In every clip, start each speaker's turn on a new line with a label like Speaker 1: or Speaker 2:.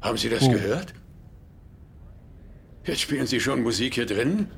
Speaker 1: Haben Sie das
Speaker 2: Oh.
Speaker 1: gehört? Jetzt spielen Sie schon Musik hier drin?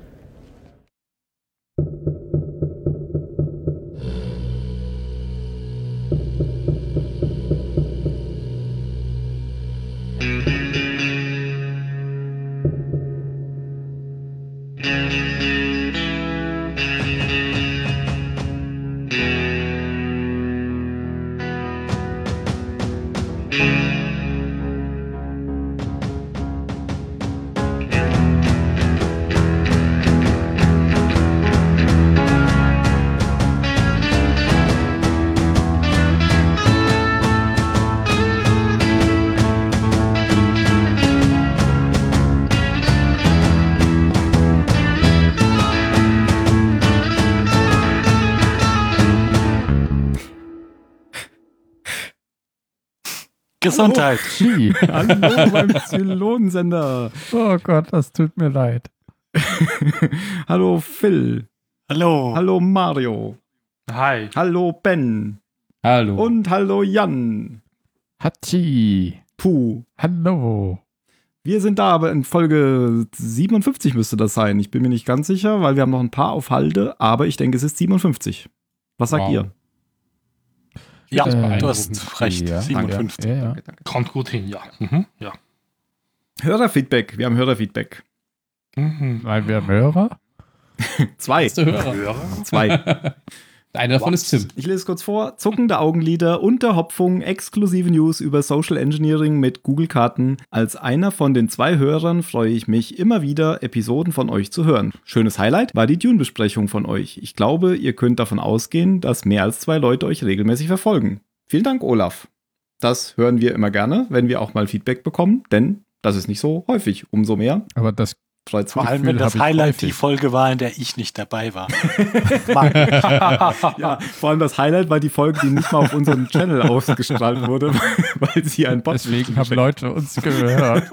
Speaker 2: Gesundheit.
Speaker 3: Chi.
Speaker 4: Hallo beim Zylonensender.
Speaker 3: Oh Gott, das tut mir leid.
Speaker 4: Hallo Phil.
Speaker 2: Hallo.
Speaker 4: Hallo Mario.
Speaker 5: Hi.
Speaker 4: Hallo Ben.
Speaker 3: Hallo.
Speaker 4: Und hallo Jan.
Speaker 3: Hachi.
Speaker 4: Puh.
Speaker 3: Hallo.
Speaker 4: Wir sind da, aber in Folge 57 müsste das sein. Ich bin mir nicht ganz sicher, weil wir haben noch ein paar auf Halde, aber ich denke, es ist 57. Was sagt
Speaker 3: Wow.
Speaker 4: ihr?
Speaker 2: Ja,
Speaker 3: Das
Speaker 2: du
Speaker 3: beeindruckend.
Speaker 2: hast recht.
Speaker 3: Ja,
Speaker 2: 57.
Speaker 3: Ja, ja.
Speaker 4: Danke, danke.
Speaker 5: Kommt gut hin, ja. Mhm. ja.
Speaker 4: Hörerfeedback. Wir haben Hörerfeedback.
Speaker 5: Mhm.
Speaker 3: Weil wir haben Hörer.
Speaker 4: Zwei.
Speaker 6: Beste Hörer.
Speaker 5: Hörer?
Speaker 4: Zwei.
Speaker 6: Einer davon ist Tim.
Speaker 4: Ich lese es kurz vor. Zuckende Augenlider, Unterhopfung, exklusive News über Social Engineering mit Google-Karten. Als einer von den zwei Hörern freue ich mich immer wieder, Episoden von euch zu hören. Schönes Highlight war die Dune-Besprechung von euch. Ich glaube, ihr könnt davon ausgehen, dass mehr als zwei Leute euch regelmäßig verfolgen. Vielen Dank, Olaf. Das hören wir immer gerne, wenn wir auch mal Feedback bekommen, denn das ist nicht so häufig. Umso mehr
Speaker 3: Aber das
Speaker 4: freut's
Speaker 2: Vor
Speaker 4: mich.
Speaker 2: allem, wenn
Speaker 3: Gefühl
Speaker 2: das
Speaker 3: hab ich
Speaker 2: Highlight
Speaker 3: häufig.
Speaker 2: die Folge war, in der ich nicht dabei war. Mann.
Speaker 4: Ja, vor allem das Highlight war die Folge, die nicht mal auf unserem Channel ausgestrahlt wurde, weil sie ein Bot
Speaker 3: deswegen haben Leute uns gehört.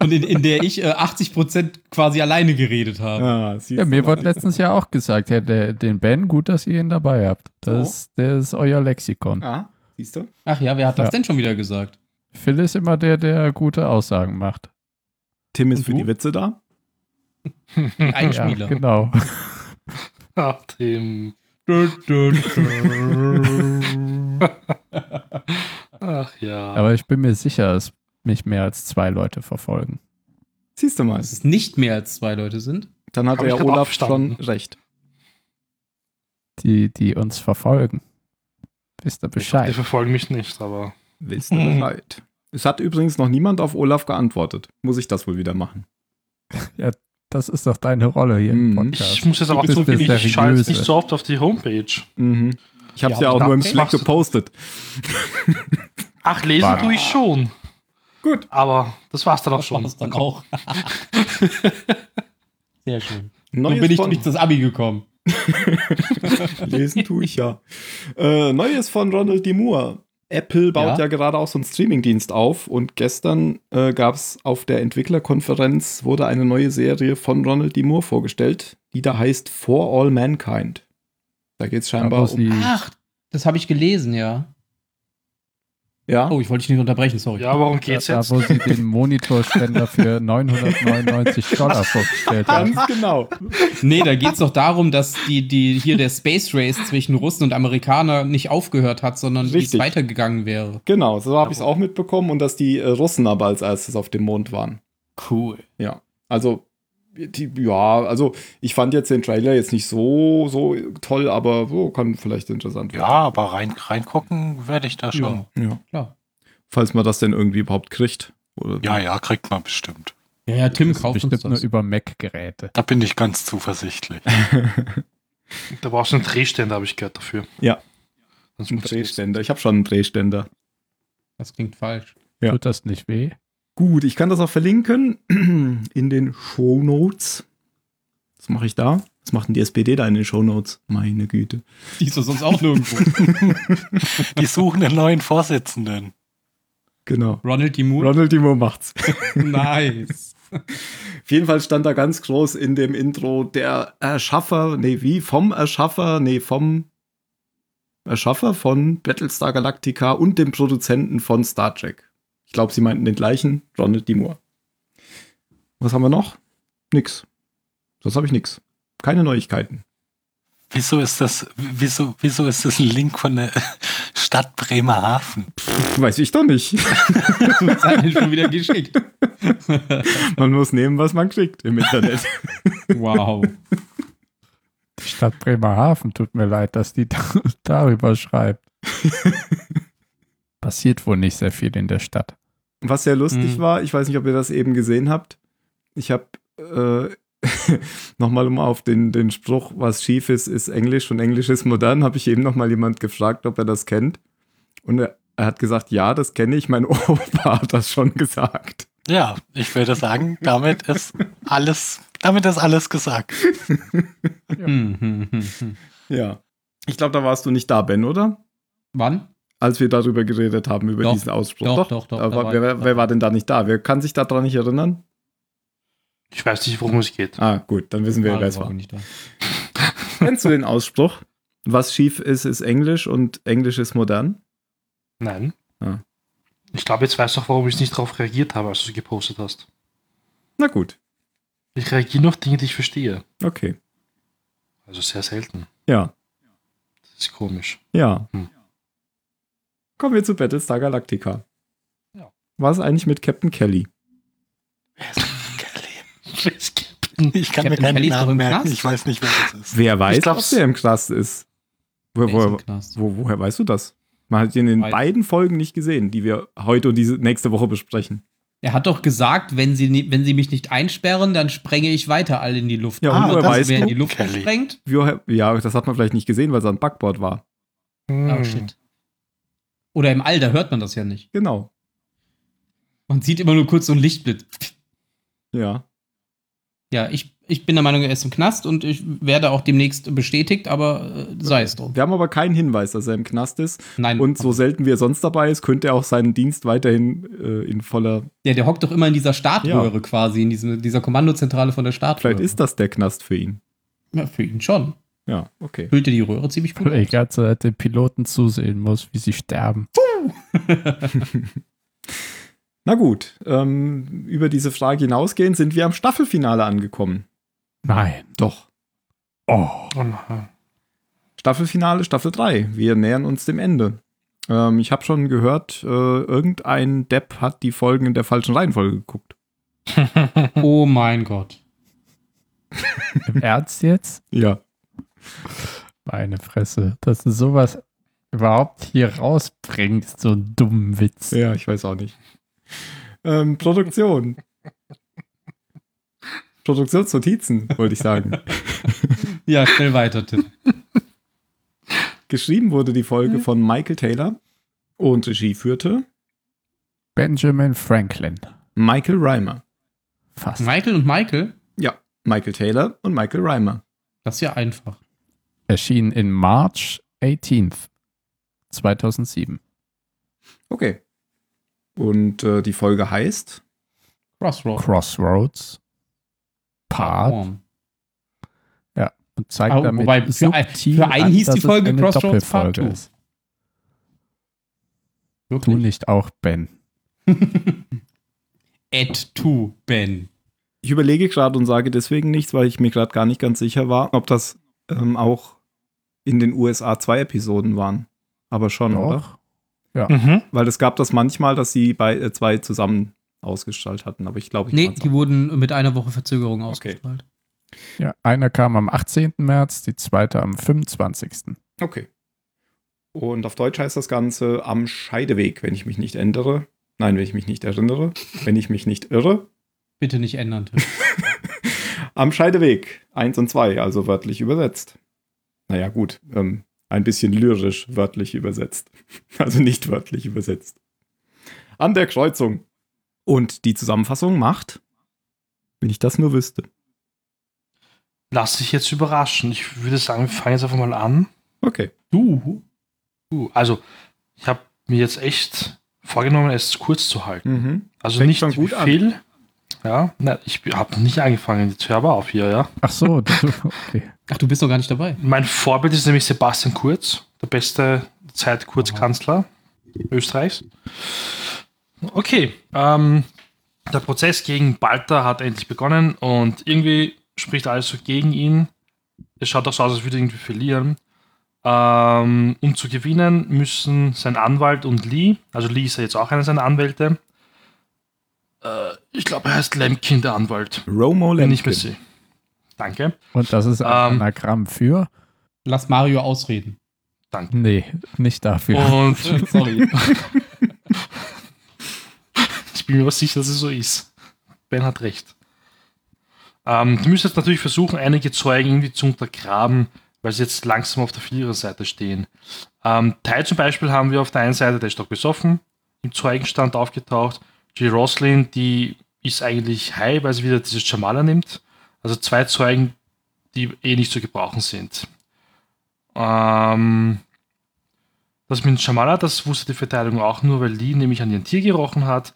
Speaker 6: Und in, in der ich äh, 80% quasi alleine geredet habe.
Speaker 4: Ah, siehst
Speaker 3: Ja,
Speaker 4: du.
Speaker 3: mir wurde letztens ja auch gesagt, ja, der, den Ben, gut, dass ihr ihn dabei habt. Das, der ist euer Lexikon.
Speaker 4: Ah, siehst du?
Speaker 6: Ach ja, wer hat das
Speaker 3: Ja.
Speaker 6: denn schon wieder gesagt?
Speaker 3: Phil ist immer der, der gute Aussagen macht.
Speaker 4: Tim ist
Speaker 6: Und
Speaker 4: für
Speaker 6: du?
Speaker 4: die Witze da.
Speaker 5: Mhm.
Speaker 6: Ein
Speaker 3: Ja,
Speaker 6: Spieler.
Speaker 3: genau.
Speaker 5: Ach, Tim.
Speaker 6: Dö, dö, dö.
Speaker 5: Ach ja.
Speaker 3: Aber ich bin mir sicher, dass mich mehr als zwei Leute verfolgen.
Speaker 4: Siehst du mal.
Speaker 6: Dass es nicht mehr als zwei Leute sind.
Speaker 4: Dann hat
Speaker 5: Hab ich
Speaker 4: ja
Speaker 5: aber
Speaker 4: Olaf schon
Speaker 5: verstanden.
Speaker 4: recht.
Speaker 3: Die, die uns verfolgen. Wisst ihr
Speaker 5: Ich dachte, Die
Speaker 3: Bescheid?
Speaker 5: verfolgen mich nicht, aber.
Speaker 4: Willst du Bescheid? Mhm. Es hat übrigens noch niemand auf Olaf geantwortet. Muss ich das wohl wieder machen?
Speaker 3: Das ist doch deine Rolle hier im
Speaker 4: Mhm.
Speaker 3: Podcast.
Speaker 5: Ich muss jetzt aber auch
Speaker 3: Du bist
Speaker 5: zugeben,
Speaker 3: der
Speaker 5: ich schalte jetzt
Speaker 3: Seriöse.
Speaker 5: nicht so oft auf die Homepage.
Speaker 4: Mhm. Ich hab's
Speaker 6: Ja,
Speaker 4: ja, auch
Speaker 6: aber
Speaker 4: nur im
Speaker 6: da-
Speaker 4: Slack
Speaker 5: machst du-
Speaker 4: gepostet.
Speaker 5: Ach, lesen
Speaker 3: War-
Speaker 5: tue ich schon.
Speaker 4: Gut.
Speaker 5: Aber das war's dann auch
Speaker 6: Das war
Speaker 5: schon. Also,
Speaker 6: es dann auch. Sehr schön. Nun
Speaker 4: Neues
Speaker 6: bin ich
Speaker 4: von-
Speaker 6: durch das Abi gekommen.
Speaker 4: Lesen tue ich ja. Äh, Neues von Ronald D. Moore. Apple baut ja,
Speaker 6: Ja.
Speaker 4: gerade auch so einen Streamingdienst auf und gestern äh, gab es auf der Entwicklerkonferenz wurde eine neue Serie von Ronald D. Moore vorgestellt, die da heißt For All Mankind. Da geht es scheinbar
Speaker 3: Aber
Speaker 4: um.
Speaker 3: sie,
Speaker 6: Ach, das habe ich gelesen, ja.
Speaker 4: Ja,
Speaker 6: Oh, ich wollte dich nicht unterbrechen, sorry.
Speaker 5: Ja, warum geht's
Speaker 3: da,
Speaker 5: jetzt?
Speaker 3: wo sie den Monitorständer für 999 Dollar vorgestellt haben.
Speaker 4: ganz genau.
Speaker 6: Nee, da geht's doch darum, dass die, die hier der Space Race zwischen Russen und Amerikanern nicht aufgehört hat, sondern wie es
Speaker 4: Richtig.
Speaker 6: weitergegangen wäre.
Speaker 4: Genau, so habe ich es auch mitbekommen und dass die äh, Russen aber als erstes auf dem Mond waren.
Speaker 6: Cool.
Speaker 4: Ja, also die, ja, also ich fand jetzt den Trailer jetzt nicht so so toll, aber so kann vielleicht interessant
Speaker 5: Ja, aber rein, reingucken werde ich da schon.
Speaker 6: Ja,
Speaker 4: Ja.
Speaker 6: klar.
Speaker 4: Falls man das denn irgendwie überhaupt kriegt. Oder
Speaker 5: Ja, ja, kriegt man bestimmt.
Speaker 6: Ja, ja, Tim
Speaker 3: Das ist
Speaker 6: kauft uns
Speaker 3: bestimmt nur
Speaker 6: das.
Speaker 3: über Mac-Geräte.
Speaker 7: Da bin ich ganz zuversichtlich.
Speaker 5: Da brauchst du einen Drehständer, habe ich gehört dafür.
Speaker 4: Ja.
Speaker 5: Sonst
Speaker 4: Ein
Speaker 5: muss ich-
Speaker 4: Drehständer. Ich habe schon einen Drehständer.
Speaker 6: Das klingt falsch.
Speaker 4: Ja.
Speaker 3: Tut das nicht weh?
Speaker 4: Gut, ich kann das auch verlinken in den Show Notes. Was mache ich da? Was macht denn die SPD da in den Show Notes? Meine Güte.
Speaker 6: Die ist doch sonst auch nirgendwo.
Speaker 7: Die suchen einen neuen Vorsitzenden.
Speaker 4: Genau.
Speaker 6: Ronald D. Moore?
Speaker 4: Ronald D. Moore macht's.
Speaker 6: nice.
Speaker 4: Auf jeden Fall stand da ganz groß in dem Intro der Erschaffer, nee, wie? Vom Erschaffer, nee, vom Erschaffer von Battlestar Galactica und dem Produzenten von Star Trek. Ich glaube, sie meinten den gleichen, Ronald D. Moore. Was haben wir noch? Nix. Sonst habe ich nix. Keine Neuigkeiten.
Speaker 7: Wieso ist das, wieso, wieso ist das ein Link von der Stadt Bremerhaven?
Speaker 4: Weiß ich doch nicht.
Speaker 6: Das hat ihn schon wieder geschickt.
Speaker 4: Man muss nehmen, was man kriegt im Internet.
Speaker 6: Wow.
Speaker 3: Die Stadt Bremerhaven tut mir leid, dass die da, darüber schreibt. Passiert wohl nicht sehr viel in der Stadt.
Speaker 4: Was sehr lustig
Speaker 6: Mhm.
Speaker 4: war, ich weiß nicht, ob ihr das eben gesehen habt. Ich habe äh, nochmal um auf den, den Spruch, was schief ist, ist Englisch und Englisch ist modern, habe ich eben nochmal jemand gefragt, ob er das kennt. Und er, er hat gesagt, ja, das kenne ich. Mein Opa hat das schon gesagt.
Speaker 7: Ja, ich würde sagen, damit ist alles, damit ist alles gesagt.
Speaker 6: Hm, hm, hm, hm.
Speaker 4: Ja. Ich glaube, da warst du nicht da, Ben, oder?
Speaker 6: Wann?
Speaker 4: Als wir darüber geredet haben, über
Speaker 6: Doch,
Speaker 4: diesen Ausspruch.
Speaker 6: doch, doch, doch, da
Speaker 4: Aber wer,
Speaker 6: war ich
Speaker 4: wer,
Speaker 6: dabei.
Speaker 4: wer war denn da nicht da? Wer kann sich daran nicht erinnern?
Speaker 5: Ich weiß nicht, worum es geht.
Speaker 4: Ah, gut, dann wissen wir,
Speaker 6: Ah,
Speaker 4: wer es
Speaker 6: war
Speaker 4: war.
Speaker 6: nicht da.
Speaker 4: Kennst du den Ausspruch? Was schief ist, ist Englisch und Englisch ist modern?
Speaker 5: Nein.
Speaker 4: Ah.
Speaker 5: Ich glaube, jetzt weißt du auch, warum ich nicht darauf reagiert habe, als du es gepostet hast.
Speaker 4: Na gut,
Speaker 5: Ich reagiere nur auf Dinge, die ich verstehe.
Speaker 4: okay.
Speaker 5: Also sehr selten.
Speaker 4: Ja,
Speaker 5: Das ist komisch.
Speaker 4: ja.
Speaker 5: Hm.
Speaker 4: Kommen wir zu Battlestar Galactica.
Speaker 5: Ja.
Speaker 4: Was eigentlich mit Captain Kelly?
Speaker 7: Ich kann mir
Speaker 6: Captain Kelly
Speaker 7: keinen
Speaker 6: ist doch
Speaker 7: Namen
Speaker 6: im
Speaker 7: merken,
Speaker 6: Knast.
Speaker 7: ich weiß nicht, wer das ist.
Speaker 4: Wer weiß,
Speaker 5: glaub's-
Speaker 4: ob der im Knast ist. Wo,
Speaker 6: Der ist im
Speaker 4: wo,
Speaker 6: Knast.
Speaker 4: wo, woher weißt du das? Man hat ihn in
Speaker 6: Weiß-
Speaker 4: beiden Folgen nicht gesehen, die wir heute und diese nächste Woche besprechen.
Speaker 6: Er hat doch gesagt, wenn sie, ni- wenn sie mich nicht einsperren, dann sprenge ich weiter alle in die Luft. Ah,
Speaker 4: Ja, und woher
Speaker 6: das
Speaker 4: weißt
Speaker 6: wer in die
Speaker 7: du,
Speaker 6: Luft
Speaker 7: Kelly?
Speaker 6: sprengt?
Speaker 4: Woher- Ja, das hat man vielleicht nicht gesehen, weil es am Backboard war. Hm.
Speaker 5: Hm.
Speaker 6: Ah, shit. Oder im All, da hört man das ja nicht.
Speaker 4: Genau.
Speaker 6: Man sieht immer nur kurz so einen Lichtblitz.
Speaker 4: Ja.
Speaker 6: Ja, ich, ich bin der Meinung, er ist im Knast und ich werde auch demnächst bestätigt, aber äh, sei es drum.
Speaker 4: Wir haben aber keinen Hinweis, dass er im Knast ist.
Speaker 6: Nein,
Speaker 4: Und so selten wie er sonst dabei ist, könnte er auch seinen Dienst weiterhin äh, in voller.
Speaker 6: der, der hockt doch immer in dieser Startröhre quasi, in diesem, dieser Kommandozentrale von der Startröhre.
Speaker 4: Vielleicht ist das der Knast für ihn.
Speaker 6: ja, für ihn schon.
Speaker 4: Ja, okay.
Speaker 6: Füllte die Röhre ziemlich gut.
Speaker 3: Weil die ganze Zeit den Piloten zusehen muss, wie sie sterben.
Speaker 4: Na gut, ähm, über diese Frage hinausgehend sind wir am Staffelfinale angekommen.
Speaker 3: Nein.
Speaker 4: Doch.
Speaker 3: Oh.
Speaker 5: Oh nein.
Speaker 4: Staffelfinale, Staffel 3. Wir nähern uns dem Ende. Ähm, ich habe schon gehört, äh, irgendein Depp hat die Folgen in der falschen Reihenfolge geguckt.
Speaker 6: Oh mein Gott.
Speaker 3: Im Ernst jetzt?
Speaker 4: Ja.
Speaker 3: Meine Fresse. Dass du sowas überhaupt hier rausbringst, so einen dummen Witz.
Speaker 4: Ja, ich weiß auch nicht. Ähm, Produktion. Produktionsnotizen, wollte ich sagen.
Speaker 6: Ja, schnell weiter, Tim.
Speaker 4: Geschrieben wurde die Folge von Michael Taylor und Regie führte
Speaker 3: Benjamin Franklin.
Speaker 4: Michael Reimer.
Speaker 3: Fast.
Speaker 6: Michael und Michael,
Speaker 4: Ja, Michael Taylor und Michael Reimer.
Speaker 6: das ist ja einfach.
Speaker 3: Erschien in March 18th, 2007.
Speaker 4: Okay. Und äh, die Folge heißt
Speaker 6: Crossroad.
Speaker 3: Crossroads. Part.
Speaker 6: Form.
Speaker 3: Und zeigt
Speaker 6: Aber
Speaker 3: damit
Speaker 6: wobei, für ein-
Speaker 3: subtil
Speaker 6: für einen
Speaker 3: an,
Speaker 6: hieß die
Speaker 3: dass es
Speaker 6: Folge
Speaker 3: eine
Speaker 6: Crossroads Part
Speaker 3: Doppelfolge
Speaker 6: Two.
Speaker 3: ist. Du
Speaker 6: Wirklich.
Speaker 3: nicht auch, Ben.
Speaker 6: Add to Ben.
Speaker 4: Ich überlege gerade und sage deswegen nichts, weil ich mir gerade gar nicht ganz sicher war, ob das ähm, auch in den USA zwei Episoden waren. Aber schon, oder?
Speaker 3: Doch.
Speaker 5: Mhm.
Speaker 4: Weil es gab das manchmal, dass sie bei äh, zwei zusammen ausgestrahlt hatten. Aber ich glaube, ich
Speaker 6: Nee,
Speaker 4: kann's
Speaker 6: die
Speaker 4: auch-
Speaker 6: wurden mit einer Woche Verzögerung ausgestrahlt.
Speaker 3: Ja, einer kam am 18. März, die zweite am 25.
Speaker 4: Okay. Und auf Deutsch heißt das Ganze am Scheideweg, wenn ich mich nicht ändere. Nein, wenn ich mich nicht erinnere, wenn ich mich nicht irre.
Speaker 6: Bitte nicht ändern, Tim.
Speaker 4: Am Scheideweg, eins und zwei, also wörtlich übersetzt. Naja, gut, ähm, ein bisschen lyrisch wörtlich übersetzt. Also nicht wörtlich übersetzt. An der Kreuzung. Und die Zusammenfassung macht, wenn ich das nur wüsste.
Speaker 5: Lass dich jetzt überraschen. Ich würde sagen, wir fangen jetzt einfach mal an.
Speaker 4: Okay.
Speaker 5: Du? Du. Also, ich habe mir jetzt echt vorgenommen, es kurz zu halten.
Speaker 4: Mhm.
Speaker 5: Also
Speaker 4: Fängt
Speaker 5: nicht
Speaker 4: schon gut
Speaker 5: wie
Speaker 4: an.
Speaker 5: viel. Ja, na, ich habe nicht angefangen. Jetzt hör aber auf hier, ja.
Speaker 3: Ach so, du- okay.
Speaker 6: Ach, du bist noch gar nicht dabei.
Speaker 5: Mein Vorbild ist nämlich Sebastian Kurz, der beste Zeitkurzkanzler Österreichs. Okay, ähm, der Prozess gegen Balter hat endlich begonnen und irgendwie spricht alles so gegen ihn. Es schaut auch so aus, als würde er irgendwie verlieren. Ähm, um zu gewinnen, müssen sein Anwalt und Lee, also Lee ist ja jetzt auch einer seiner Anwälte. Äh, ich glaube, er heißt Lemkin, der Anwalt.
Speaker 4: Romo
Speaker 5: Wenn ich mir
Speaker 4: Lampkin.
Speaker 5: sehe. Danke,
Speaker 3: Und das ist ein
Speaker 5: Ähm.
Speaker 3: Anagramm für?
Speaker 6: Lass Mario ausreden.
Speaker 5: danke.
Speaker 3: Nee, nicht
Speaker 6: Oh.
Speaker 3: dafür.
Speaker 5: Und
Speaker 6: Sorry.
Speaker 5: Ich bin mir aber sicher, dass es so ist. Ben hat recht. Ähm, die müssen jetzt natürlich versuchen, einige Zeugen irgendwie zu untergraben, weil sie jetzt langsam auf der Viererseite stehen. Ähm, Tai zum Beispiel haben wir auf der einen Seite, der ist doch besoffen, im Zeugenstand aufgetaucht. Die Roslin, die ist eigentlich high, weil sie wieder dieses Jamala nimmt. Also zwei Zeugen, die eh nicht zu gebrauchen sind. Ähm, das mit Jamala, das wusste die Verteidigung auch nur, weil Lee nämlich an ihren Tier gerochen hat.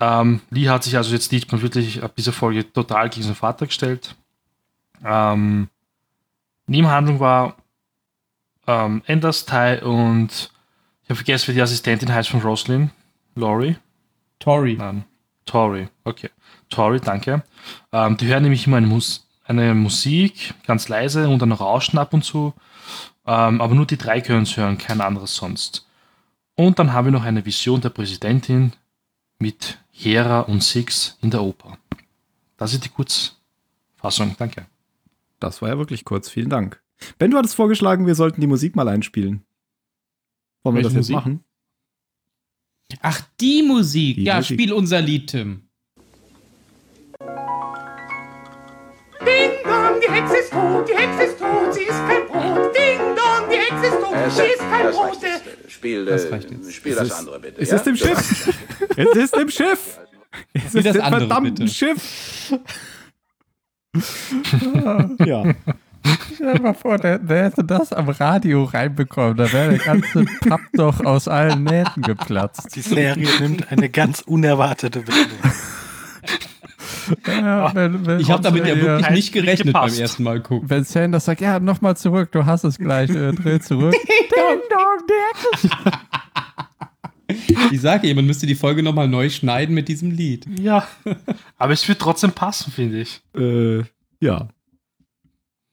Speaker 5: Ähm, Lee hat sich also jetzt nicht mal wirklich ab dieser Folge total gegen seinen Vater gestellt. Ähm, Nebenhandlung war ähm, Enders, Tai und ich habe vergessen, wie die Assistentin heißt von Roslyn. Lori?
Speaker 6: Tori.
Speaker 5: Nein. Tori, okay. Tori, danke. Ähm, die hören nämlich immer eine, Mus eine Musik, ganz leise und dann Rauschen ab und zu. Ähm, aber nur die drei können es hören, kein anderes sonst. Und dann haben wir noch eine Vision der Präsidentin mit Hera und Six in der Oper. Das ist die Kurzfassung, danke.
Speaker 4: Das war ja wirklich kurz. Vielen Dank. Ben, du hattest vorgeschlagen, wir sollten die Musik mal einspielen. Wollen wir
Speaker 6: Welche
Speaker 4: das jetzt
Speaker 6: Musik?
Speaker 4: machen?
Speaker 6: Ach, die Musik.
Speaker 4: Die
Speaker 6: ja,
Speaker 4: Musik.
Speaker 6: spiel unser Lied, Tim.
Speaker 8: Ding Dong, die Hexe ist tot, die Hexe ist tot, sie ist kein Brot. Ding Dong, die Hexe ist tot,
Speaker 9: Äh,
Speaker 8: sie ist kein
Speaker 9: das
Speaker 8: Brot.
Speaker 9: reicht jetzt. Spiel, äh,
Speaker 6: Das reicht jetzt.
Speaker 9: spiel das andere bitte.
Speaker 4: Es
Speaker 9: ja?
Speaker 4: ist im
Speaker 9: Das
Speaker 4: Schiff. es ist im Schiff. Es ist
Speaker 6: das
Speaker 4: im
Speaker 6: andere,
Speaker 4: verdammten
Speaker 6: bitte.
Speaker 4: Schiff. ja.
Speaker 3: Stell dir mal vor, der, der hätte das am Radio reinbekommen. Da wäre der ganze Papp doch aus allen Nähten geplatzt.
Speaker 7: Die Serie nimmt eine ganz unerwartete Wendung.
Speaker 3: Ja, wenn, wenn,
Speaker 6: Ich habe damit ja wirklich
Speaker 5: Ja,
Speaker 6: nicht gerechnet beim
Speaker 5: äh, gepasst.
Speaker 6: ersten Mal gucken.
Speaker 3: Wenn Sanders sagt, ja, nochmal zurück, du hast es gleich, äh, dreh zurück. Ding dong, der
Speaker 6: Ich sage ja, man müsste die Folge nochmal neu schneiden mit diesem Lied.
Speaker 5: Ja. Aber es wird trotzdem passen, finde ich.
Speaker 4: Äh, ja.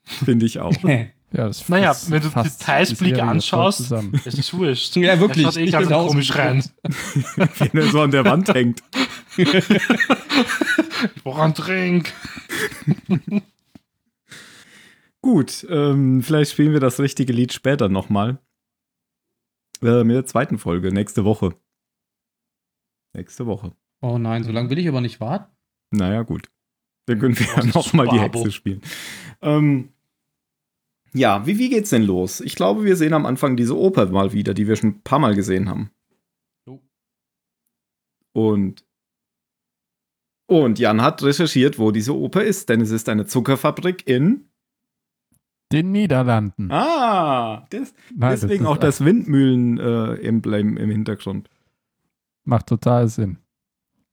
Speaker 4: Finde ich auch.
Speaker 3: Ja, das
Speaker 5: Naja,
Speaker 3: fasst-
Speaker 5: wenn du
Speaker 3: fasst
Speaker 5: Details
Speaker 3: die
Speaker 5: Blick
Speaker 3: Serie voll
Speaker 5: anschaust.
Speaker 3: zusammen.
Speaker 5: Es ist wurscht.
Speaker 6: Ja, wirklich.
Speaker 5: Er schaut eh
Speaker 6: Ich
Speaker 5: ganz
Speaker 6: bin auch
Speaker 5: komisch rein.
Speaker 4: Wenn er so an der Wand hängt.
Speaker 5: Woran trink?
Speaker 4: Gut, ähm, vielleicht spielen wir das richtige Lied später nochmal. Äh, mit der zweiten Folge, nächste Woche. Nächste Woche.
Speaker 6: Oh nein, so lange will ich aber nicht warten.
Speaker 4: Naja, gut. Dann können wir
Speaker 5: Das
Speaker 4: ja
Speaker 5: ist
Speaker 4: nochmal die
Speaker 5: super, Abo.
Speaker 4: Hexe spielen. Ähm, ja, wie, wie geht's denn los? Ich glaube, wir sehen am Anfang diese Oper mal wieder, die wir schon ein paar Mal gesehen haben.
Speaker 6: Jo.
Speaker 4: Und. Und Jan hat recherchiert, wo diese Oper ist, denn es ist eine Zuckerfabrik in.
Speaker 3: Den Niederlanden.
Speaker 4: Ah! Das,
Speaker 3: Nein, das
Speaker 4: deswegen
Speaker 3: ist-
Speaker 4: auch das Windmühlen-Emblem im Hintergrund.
Speaker 3: Macht total Sinn.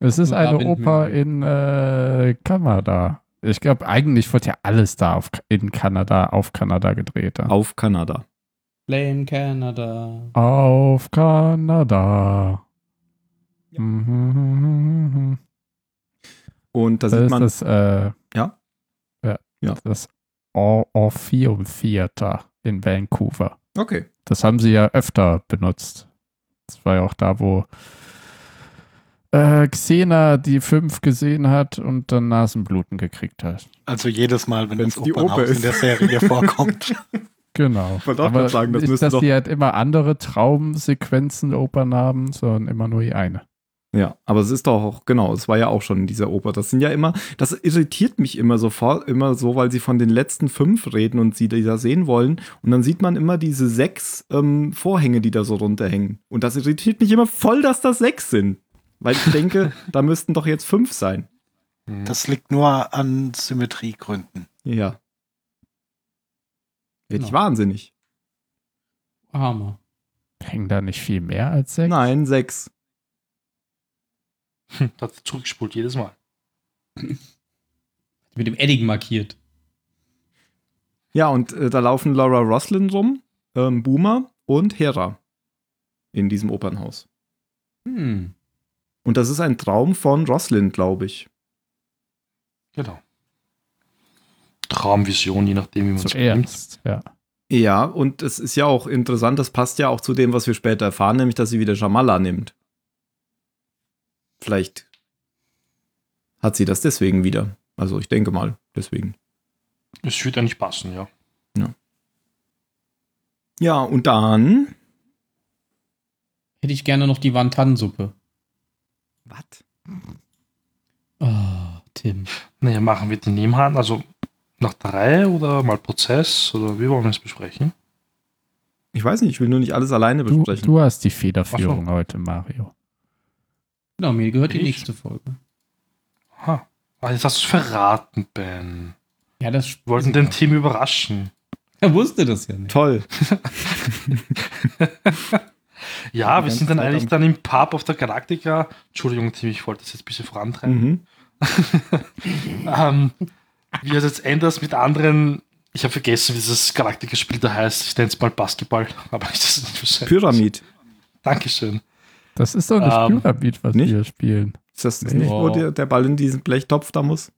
Speaker 3: Es ist
Speaker 6: Nur da
Speaker 3: eine
Speaker 6: bin ich
Speaker 3: Oper
Speaker 6: mit.
Speaker 3: in äh, Kanada. Ich glaube, eigentlich wird ja alles da auf, in Kanada, auf Kanada gedreht. Ja.
Speaker 4: Auf Kanada.
Speaker 6: Blame Canada.
Speaker 3: Auf Kanada. Mhm.
Speaker 4: Und da
Speaker 3: Das
Speaker 4: sieht
Speaker 3: ist
Speaker 4: man.
Speaker 3: das, äh,
Speaker 4: Ja?
Speaker 3: ja,
Speaker 4: Ja.
Speaker 3: das Or- Orpheum Theater in Vancouver.
Speaker 4: Okay.
Speaker 3: Das haben sie ja öfter benutzt. Das war ja auch da, wo äh, Xena die fünf gesehen hat und dann Nasenbluten gekriegt hat.
Speaker 7: Also jedes Mal, wenn
Speaker 4: Wenn's
Speaker 7: das
Speaker 4: die
Speaker 7: Opernhaus
Speaker 4: Oper ist.
Speaker 7: in der Serie vorkommt.
Speaker 3: Genau.
Speaker 4: wollte auch grad sagen, das
Speaker 3: nicht,
Speaker 4: müsste
Speaker 3: dass
Speaker 4: doch-
Speaker 3: die halt immer andere Traumsequenzen der Opern haben, sondern immer nur die eine.
Speaker 4: Ja, aber es ist doch auch, genau, es war ja auch schon in dieser Oper. Das sind ja immer, das irritiert mich immer sofort, immer so, weil sie von den letzten fünf reden und sie die da sehen wollen. Und dann sieht man immer diese sechs ähm, Vorhänge, die da so runterhängen. Und das irritiert mich immer voll, dass das sechs sind. Weil ich denke, da müssten doch jetzt fünf sein.
Speaker 5: Hm.
Speaker 7: Das liegt nur an Symmetriegründen.
Speaker 4: Ja. Werde ich
Speaker 6: Genau.
Speaker 4: wahnsinnig.
Speaker 6: Hammer.
Speaker 3: Hängen da nicht viel mehr als sechs?
Speaker 4: Nein, sechs.
Speaker 5: Hm, Hat zurückgespult jedes Mal.
Speaker 6: Mit dem Edding markiert.
Speaker 4: Ja, und äh, da laufen Laura Roslin rum, ähm, Boomer und Hera in diesem Opernhaus.
Speaker 6: Hm.
Speaker 4: Und das ist ein Traum von Roslyn, glaube ich.
Speaker 5: Genau. Traumvision, je nachdem, wie man es nimmt.
Speaker 3: Zuerst, ja.
Speaker 4: Ja, und es ist ja auch interessant, das passt ja auch zu dem, was wir später erfahren, nämlich, dass sie wieder Jamala nimmt. Vielleicht hat sie das deswegen wieder. Also ich denke mal, deswegen.
Speaker 5: Es wird ja nicht passen, ja.
Speaker 4: Ja, und dann.
Speaker 6: Hätte ich gerne noch die Wantan-Suppe.
Speaker 4: Was?
Speaker 6: Ah, Tim.
Speaker 5: Naja, machen wir die Nebenhand, also nach drei oder mal Prozess oder wie wollen wir es besprechen?
Speaker 4: Ich weiß nicht, ich will nur nicht alles alleine
Speaker 3: Du,
Speaker 4: besprechen.
Speaker 3: du hast die Federführung heute, Mario.
Speaker 6: Genau, mir gehört die
Speaker 5: Ich?
Speaker 6: nächste Folge.
Speaker 5: Aha. Ah, jetzt hast du es verraten, Ben.
Speaker 6: Ja, das
Speaker 5: Wir wollten den Team überraschen.
Speaker 6: Er wusste das ja nicht.
Speaker 4: Toll.
Speaker 5: Ja, wir
Speaker 4: ganz
Speaker 5: sind dann
Speaker 4: Zeit
Speaker 5: eigentlich
Speaker 4: am-
Speaker 5: dann im Pub auf der Galaktika. Entschuldigung, Team, ich wollte das jetzt ein bisschen vorantreiben.
Speaker 4: Mhm. Hm.
Speaker 5: ähm, wie es jetzt anders mit anderen. Ich habe vergessen, wie dieses Galaktika-Spiel da heißt. Ich nenne es mal Basketball, aber ich das nicht verstanden.
Speaker 4: Pyramid.
Speaker 5: Dankeschön.
Speaker 3: Das ist doch nicht
Speaker 5: Ähm,
Speaker 3: Pyramid, was
Speaker 4: nicht?
Speaker 3: wir spielen.
Speaker 4: Ist das
Speaker 3: Nee.
Speaker 4: nicht, wo
Speaker 6: Wow.
Speaker 4: der, der Ball in diesen Blechtopf da muss?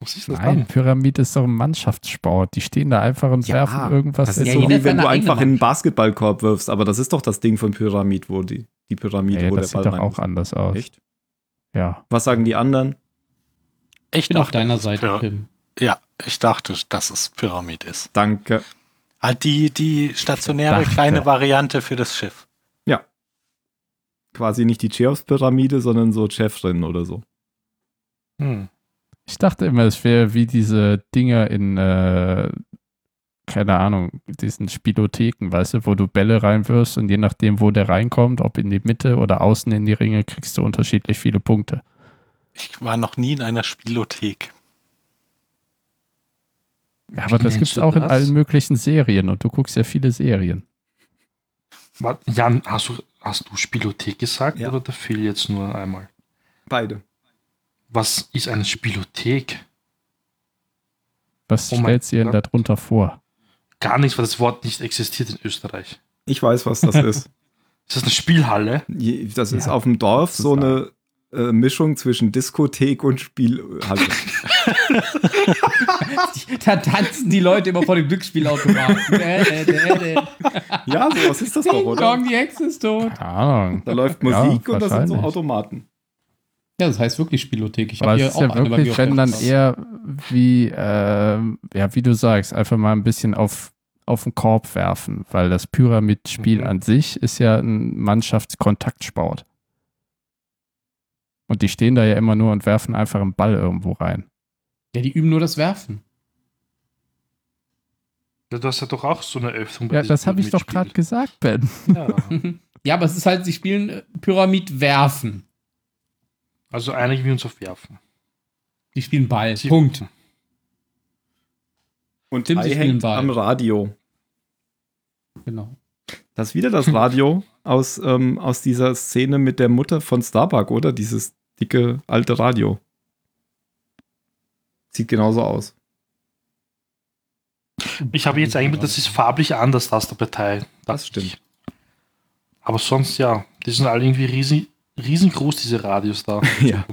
Speaker 5: Was ist das
Speaker 3: Nein, Pyramid ist doch ein Mannschaftssport. Die stehen da einfach und
Speaker 4: Ja,
Speaker 3: werfen irgendwas.
Speaker 4: Das ist
Speaker 6: Ja,
Speaker 4: so
Speaker 6: jeder
Speaker 4: wie
Speaker 6: hat
Speaker 4: wenn
Speaker 6: seine
Speaker 4: du
Speaker 6: eigene
Speaker 4: einfach in einen Basketballkorb wirfst, aber das ist doch das Ding von Pyramid, wo die, die Pyramide,
Speaker 3: nee,
Speaker 4: wo
Speaker 3: das
Speaker 4: der
Speaker 3: sieht
Speaker 4: Ball
Speaker 3: doch
Speaker 4: rein
Speaker 3: auch anders aus.
Speaker 4: Echt?
Speaker 3: Ja.
Speaker 4: Was sagen die anderen?
Speaker 7: Ich
Speaker 6: Ich bin auf
Speaker 7: dachte,
Speaker 6: deiner Seite,
Speaker 7: Ja.
Speaker 6: Tim.
Speaker 7: ja, ich dachte, dass es Pyramid ist.
Speaker 4: Danke.
Speaker 7: Halt die, die stationäre
Speaker 3: Dachte.
Speaker 7: kleine Variante für das Schiff.
Speaker 4: Quasi nicht die Cheops-Pyramide, sondern so Chefrin oder so.
Speaker 5: Hm.
Speaker 3: Ich dachte immer, es wäre wie diese Dinger in, äh, keine Ahnung, diesen Spielotheken, weißt du, wo du Bälle reinwirfst und je nachdem, wo der reinkommt, ob in die Mitte oder außen in die Ringe, kriegst du unterschiedlich viele Punkte.
Speaker 7: Ich war noch nie in einer Spielothek.
Speaker 3: Ja, aber das
Speaker 5: nennst
Speaker 3: gibt es
Speaker 5: du
Speaker 3: auch in
Speaker 5: das?
Speaker 3: allen möglichen Serien und du guckst ja viele Serien.
Speaker 5: Warte, Jan, hast du, hast du Spielothek gesagt
Speaker 4: Ja.
Speaker 5: oder da fehlt jetzt nur einmal?
Speaker 4: Beide.
Speaker 5: Was ist eine Spielothek?
Speaker 3: Was
Speaker 5: Oh mein
Speaker 3: stellst du dir denn
Speaker 5: Gott.
Speaker 3: darunter vor?
Speaker 5: Gar nichts, weil das Wort nicht existiert in Österreich.
Speaker 4: Ich weiß, was das ist.
Speaker 5: Ist das eine Spielhalle?
Speaker 4: Je- Das ist
Speaker 3: Ja,
Speaker 4: auf dem Dorf
Speaker 3: das ist
Speaker 4: so eine äh, Mischung zwischen Diskothek und halt. Spielhalle.
Speaker 6: Da tanzen die Leute immer vor dem Glücksspielautomaten. Dä, dä, dä, dä.
Speaker 4: ja, sowas ist das doch,
Speaker 6: Ding
Speaker 4: oder?
Speaker 6: Dong, die Hexe ist tot.
Speaker 3: Keine Ahnung.
Speaker 4: Da läuft
Speaker 3: Ja,
Speaker 4: Musik und das sind so
Speaker 3: wahrscheinlich.
Speaker 4: Automaten.
Speaker 6: Ja, das heißt wirklich Spielothek. Ich
Speaker 3: Aber
Speaker 6: habe
Speaker 3: es
Speaker 6: hier
Speaker 3: ist
Speaker 6: auch
Speaker 3: ja
Speaker 6: eine, weil wir
Speaker 3: wirklich,
Speaker 6: auf
Speaker 3: wenn
Speaker 6: der-
Speaker 3: dann eher wie, ähm, ja, wie du sagst, einfach mal ein bisschen auf, auf den Korb werfen, weil das Pyramidspiel
Speaker 5: Mhm.
Speaker 3: an sich ist ja ein Mannschaftskontaktsport. Und die stehen da ja immer nur und werfen einfach einen Ball irgendwo rein.
Speaker 6: Ja, die üben nur das Werfen.
Speaker 5: Ja, du hast ja doch auch so eine Öffnung. bei
Speaker 3: Ja,
Speaker 5: diesem
Speaker 3: das habe ich doch gerade
Speaker 5: Mitspiel.
Speaker 3: gesagt, Ben.
Speaker 5: Ja.
Speaker 6: ja, aber es ist halt, sie spielen äh, Pyramid werfen.
Speaker 5: Also einigen wir uns auf Werfen.
Speaker 6: Die spielen Ball.
Speaker 5: Sie-
Speaker 6: Punkt.
Speaker 4: Und
Speaker 6: Tim,
Speaker 4: Tim
Speaker 6: Sie spielen
Speaker 4: hängt
Speaker 6: Ball.
Speaker 4: am Radio.
Speaker 6: Genau.
Speaker 4: Das ist wieder das Radio aus, ähm, aus dieser Szene mit der Mutter von Starbuck, oder? Dieses dicke alte Radio. Sieht genauso aus.
Speaker 5: Ich habe jetzt eingebildet, das ist farblich anders, das der Partei.
Speaker 4: Das stimmt.
Speaker 5: Aber sonst ja, die sind alle irgendwie riesen, riesengroß, diese Radios da.
Speaker 4: Ja.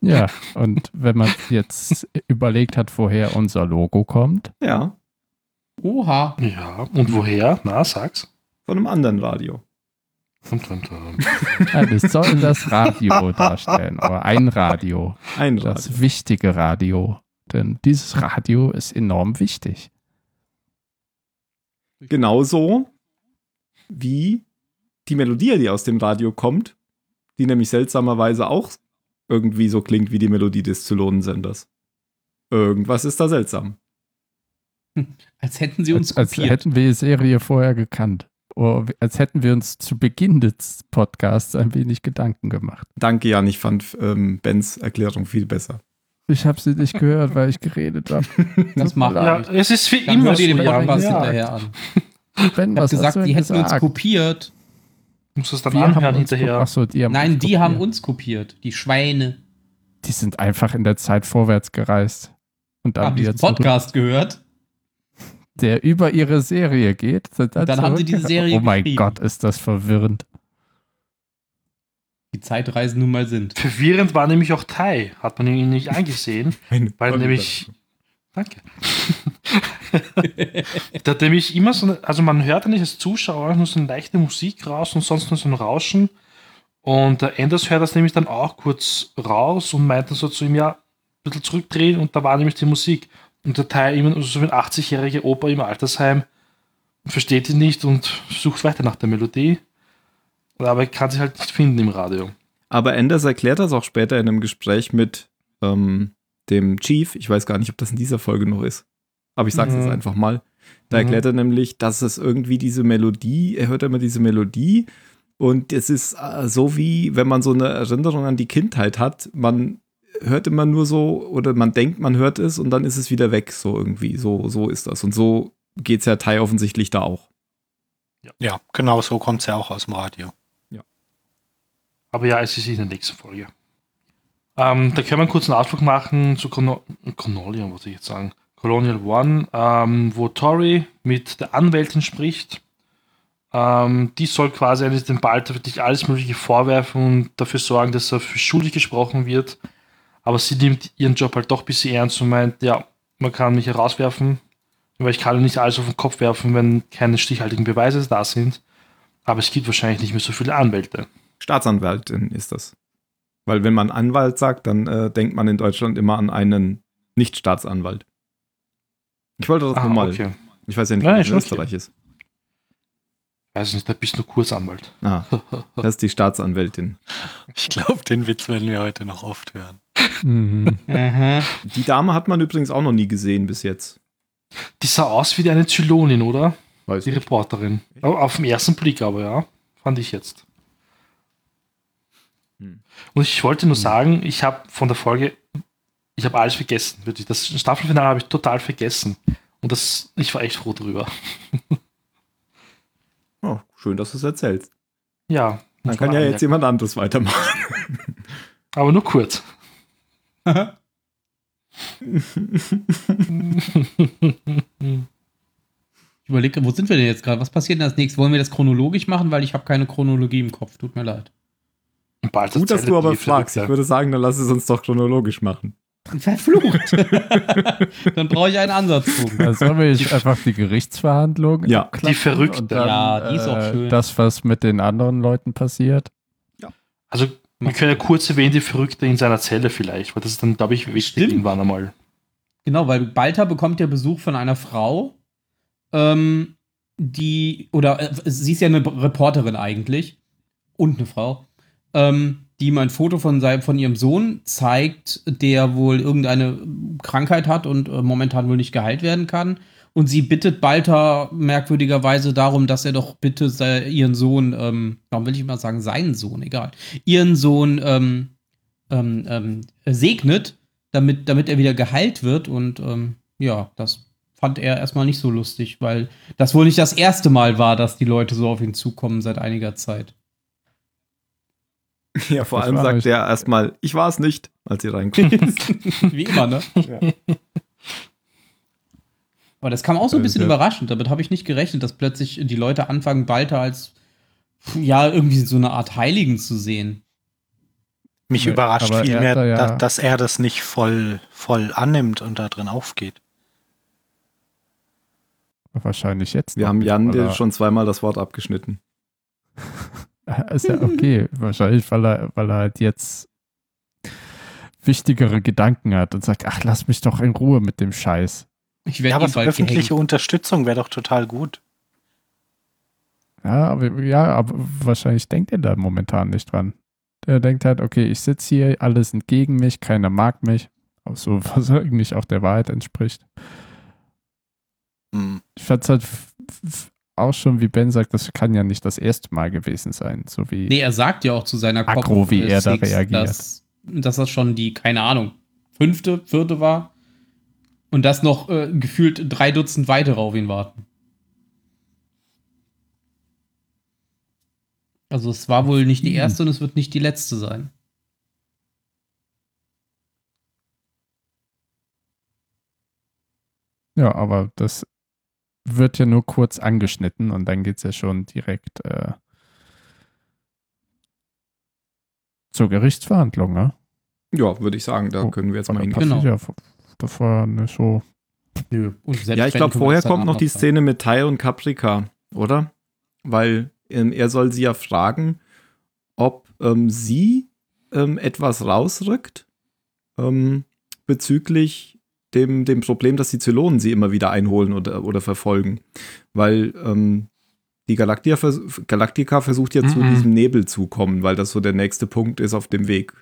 Speaker 3: Ja, und wenn man jetzt überlegt hat, woher unser Logo kommt,
Speaker 4: Ja,
Speaker 6: Oha.
Speaker 5: Ja, und woher? Na, sag's.
Speaker 4: von einem anderen Radio.
Speaker 5: Dum, dum, dum.
Speaker 3: ja, das soll das Radio darstellen, oder ein Radio.
Speaker 4: Ein Radio.
Speaker 3: das wichtige Radio. Denn dieses Radio ist enorm wichtig.
Speaker 4: Genauso wie die Melodie, die aus dem Radio kommt, die nämlich seltsamerweise auch irgendwie so klingt wie die Melodie des Zylonensenders. Irgendwas ist da seltsam.
Speaker 6: Als hätten sie uns
Speaker 3: Als, als
Speaker 6: kopiert.
Speaker 3: hätten wir die Serie vorher gekannt. Oder als hätten wir uns zu Beginn des Podcasts ein wenig Gedanken gemacht.
Speaker 4: Danke, Jan, ich fand ähm, Bens Erklärung viel besser.
Speaker 3: Ich habe sie nicht gehört, weil ich geredet habe.
Speaker 6: Das macht
Speaker 5: Ja,
Speaker 6: man.
Speaker 5: es ist für
Speaker 6: Dann
Speaker 5: immer
Speaker 6: hört
Speaker 5: so.
Speaker 6: ihr den
Speaker 5: Ja,
Speaker 6: Podcast
Speaker 5: ja.
Speaker 6: hinterher an.
Speaker 3: Ben,
Speaker 6: Ich hab
Speaker 3: was hast
Speaker 6: gesagt,
Speaker 3: du denn
Speaker 6: die hätten uns
Speaker 3: gesagt?
Speaker 6: kopiert.
Speaker 5: Muss es dann
Speaker 3: Wir haben
Speaker 5: anhören
Speaker 3: uns
Speaker 5: hinterher.
Speaker 3: Ach so, die haben
Speaker 6: Nein,
Speaker 3: uns
Speaker 6: die haben
Speaker 3: kopiert.
Speaker 6: uns kopiert. Die Schweine.
Speaker 3: Die sind einfach in der Zeit vorwärts gereist. Und dann
Speaker 6: haben
Speaker 3: wieder
Speaker 6: Ah, diesen
Speaker 3: zurück,
Speaker 6: Podcast gehört.
Speaker 3: der über ihre Serie geht. sind Oh
Speaker 6: Dann haben sie diese
Speaker 3: zurückgereist.
Speaker 6: Serie
Speaker 3: Oh mein
Speaker 6: geschrieben.
Speaker 3: Gott, ist das verwirrend.
Speaker 6: die Zeitreisen nun mal sind.
Speaker 5: Verwirrend war nämlich auch Tai, hat man ihn nicht angesehen,
Speaker 4: Ein
Speaker 5: weil nämlich. Danke. da hat nämlich immer so, eine- also man hört eigentlich als Zuschauer nur so eine leichte Musik raus und sonst nur so ein Rauschen. Und der Anders hört das nämlich dann auch kurz raus und meint dann so zu ihm, ja, ein bisschen zurückdrehen und da war nämlich die Musik. Und der Tai immer also so wie ein 80-jähriger Opa im Altersheim und versteht ihn nicht und sucht weiter nach der Melodie. Aber er kann sie halt nicht finden im Radio.
Speaker 4: Aber Anders erklärt das auch später in einem Gespräch mit ähm, dem Chief. Ich weiß gar nicht, ob das in dieser Folge noch ist. Aber ich sag's
Speaker 5: Mhm.
Speaker 4: jetzt einfach mal. Da
Speaker 5: Mhm.
Speaker 4: erklärt er nämlich, dass es irgendwie diese Melodie, er hört immer diese Melodie und es ist äh, so wie, wenn man so eine Erinnerung an die Kindheit hat, man hört immer nur so oder man denkt, man hört es und dann ist es wieder weg, so irgendwie. So, so ist das. Und so geht's ja Tai offensichtlich da auch.
Speaker 7: Ja, genau so kommt es ja auch aus dem Radio.
Speaker 5: Aber ja, es ist in der nächsten Folge. Ähm, da können wir einen kurzen Ausflug machen zu Cono- Colonial, wollte ich jetzt sagen. Colonial One, ähm, wo Tori mit der Anwältin spricht. Ähm, die soll quasi eigentlich dem Balter wirklich alles Mögliche vorwerfen und dafür sorgen, dass er für schuldig gesprochen wird. Aber sie nimmt ihren Job halt doch ein bisschen ernst und meint, ja, man kann mich herauswerfen, weil ich kann nicht alles auf den Kopf werfen, wenn keine stichhaltigen Beweise da sind. Aber es gibt wahrscheinlich nicht mehr so viele Anwälte.
Speaker 4: Staatsanwältin ist das. Weil wenn man Anwalt sagt, dann äh, denkt man in Deutschland immer an einen Nicht-Staatsanwalt. Ich wollte das
Speaker 5: Ah,
Speaker 4: nochmal.
Speaker 5: okay.
Speaker 4: Ich weiß ja nicht,
Speaker 5: Nein,
Speaker 4: wie das
Speaker 5: ist
Speaker 4: in
Speaker 5: okay.
Speaker 4: Österreich ist.
Speaker 5: Weiß nicht, da bist du Kursanwalt.
Speaker 4: Ah, das ist die Staatsanwältin.
Speaker 7: Ich glaube, den Witz werden wir heute noch oft hören.
Speaker 3: Mhm.
Speaker 6: Aha.
Speaker 4: Die Dame hat man übrigens auch noch nie gesehen bis jetzt.
Speaker 5: Die sah aus wie eine Zylonin, oder?
Speaker 4: Weiß
Speaker 5: Die Reporterin. Au- Auf den ersten Blick aber, ja. Fand ich jetzt.
Speaker 4: Hm.
Speaker 5: Und ich wollte nur sagen, ich habe von der Folge, ich habe alles vergessen. Wirklich. Das Staffelfinale habe ich total vergessen. Und das, ich war echt froh drüber.
Speaker 4: Oh, schön, dass du es erzählst.
Speaker 5: Ja.
Speaker 4: Dann
Speaker 5: muss
Speaker 4: kann
Speaker 5: man
Speaker 4: ja
Speaker 5: anmerken.
Speaker 4: jetzt jemand anderes weitermachen.
Speaker 5: Aber nur kurz.
Speaker 6: Ich überlege, wo sind wir denn jetzt gerade? Was passiert denn als nächstes? Wollen wir das chronologisch machen? Weil ich habe keine Chronologie im Kopf. Tut mir leid.
Speaker 5: Bald
Speaker 4: Gut, dass du aber fragst. Ich würde sagen, dann lass es uns doch chronologisch machen.
Speaker 6: Verflucht. Dann brauche ich einen Ansatzpunkt.
Speaker 3: Da Also sollen wir jetzt einfach die Gerichtsverhandlung.
Speaker 4: Ja.
Speaker 3: abklappern
Speaker 5: Die verrückte.
Speaker 3: und dann,
Speaker 6: Ja, die ist auch
Speaker 3: äh,
Speaker 6: schön.
Speaker 3: Das, was mit den anderen Leuten passiert.
Speaker 5: Also, wir können ja kurz erwähnen, die Verrückte in seiner Zelle vielleicht, weil das ist dann, glaube ich, wichtig
Speaker 6: Stimmt.
Speaker 5: irgendwann einmal.
Speaker 6: Genau, weil Balta bekommt ja Besuch von einer Frau, ähm, die, oder äh, sie ist ja eine B- Reporterin eigentlich und eine Frau, ähm, die ihm ein Foto von, seinem, von ihrem Sohn zeigt, der wohl irgendeine Krankheit hat und äh, momentan wohl nicht geheilt werden kann. Und sie bittet Balta merkwürdigerweise darum, dass er doch bitte se- ihren Sohn, ähm, warum will ich immer sagen, seinen Sohn, egal, ihren Sohn ähm, ähm, ähm, segnet damit, damit er wieder geheilt wird. Und ähm, ja, das fand er erstmal nicht so lustig, weil das wohl nicht das erste Mal war, dass die Leute so auf ihn zukommen seit einiger Zeit.
Speaker 4: Ja, vor
Speaker 3: Das
Speaker 4: allem
Speaker 3: war
Speaker 4: sagt
Speaker 3: nicht-
Speaker 4: er erstmal, ich war es nicht, als ihr reinkommt.
Speaker 6: Wie immer, ne? Aber das kam auch so ein bisschen
Speaker 4: Äh, der-
Speaker 6: überraschend. Damit habe ich nicht gerechnet, dass plötzlich die Leute anfangen, Balta als ja, irgendwie so eine Art Heiligen zu sehen.
Speaker 7: Mich
Speaker 3: Nee,
Speaker 7: überrascht
Speaker 3: aber er
Speaker 7: vielmehr,
Speaker 3: hat da ja-
Speaker 7: dass, dass er das nicht voll, voll annimmt und da drin aufgeht.
Speaker 3: Wahrscheinlich jetzt.
Speaker 4: Wir
Speaker 3: noch
Speaker 4: haben
Speaker 3: nicht,
Speaker 4: Jan
Speaker 3: weil
Speaker 4: dir
Speaker 3: er-
Speaker 4: schon zweimal das Wort abgeschnitten.
Speaker 3: Ist ja okay. Wahrscheinlich, weil er, weil er halt jetzt wichtigere Gedanken hat und sagt, ach, lass mich doch in Ruhe mit dem Scheiß.
Speaker 6: Ich
Speaker 7: Ja,
Speaker 6: werde
Speaker 7: aber
Speaker 6: ihn
Speaker 7: so
Speaker 6: bald
Speaker 7: öffentliche
Speaker 6: gehängt.
Speaker 7: Unterstützung wäre doch total gut.
Speaker 3: Ja, aber, ja, aber wahrscheinlich denkt er da momentan nicht dran. Der denkt halt, okay, ich sitze hier, alle sind gegen mich, keiner mag mich. Auch so, was eigentlich auch der Wahrheit entspricht.
Speaker 7: Hm.
Speaker 3: Ich fand es halt f- f- auch schon, wie Ben sagt, das kann ja nicht das erste Mal gewesen sein. So wie
Speaker 6: Nee, er sagt ja auch zu seiner
Speaker 3: Aggro,
Speaker 6: Kopf-
Speaker 3: wie er da
Speaker 6: Six,
Speaker 3: reagiert.
Speaker 6: Dass, dass das schon die, keine Ahnung, fünfte, vierte war. Und dass noch äh, gefühlt drei Dutzend weitere auf ihn warten. Also es war wohl nicht die erste und es wird nicht die letzte sein.
Speaker 3: Ja, aber das wird ja nur kurz angeschnitten und dann geht es ja schon direkt äh, Zur Gerichtsverhandlung, ne?
Speaker 4: Ja, würde ich sagen, da
Speaker 3: Oh,
Speaker 4: können wir jetzt
Speaker 3: Von
Speaker 4: mal
Speaker 3: der
Speaker 4: hingehen.
Speaker 6: Genau.
Speaker 3: Pastilla. Das war nicht so.
Speaker 6: Nö. Und selbst
Speaker 4: Ja, ich
Speaker 6: wenn,
Speaker 4: glaube,
Speaker 6: können wir
Speaker 4: vorher
Speaker 6: das
Speaker 4: kommt
Speaker 6: danach
Speaker 4: noch die
Speaker 6: sagen.
Speaker 4: Szene mit Tai und Caprica, oder? Weil ähm, er soll sie ja fragen, ob ähm, sie ähm, etwas rausrückt ähm, bezüglich dem, dem Problem, dass die Zylonen sie immer wieder einholen oder, oder verfolgen. Weil ähm, die Galaktia vers Galactica versucht ja zu
Speaker 5: Mhm.
Speaker 4: diesem Nebel zu kommen, weil das so der nächste Punkt ist auf dem Weg.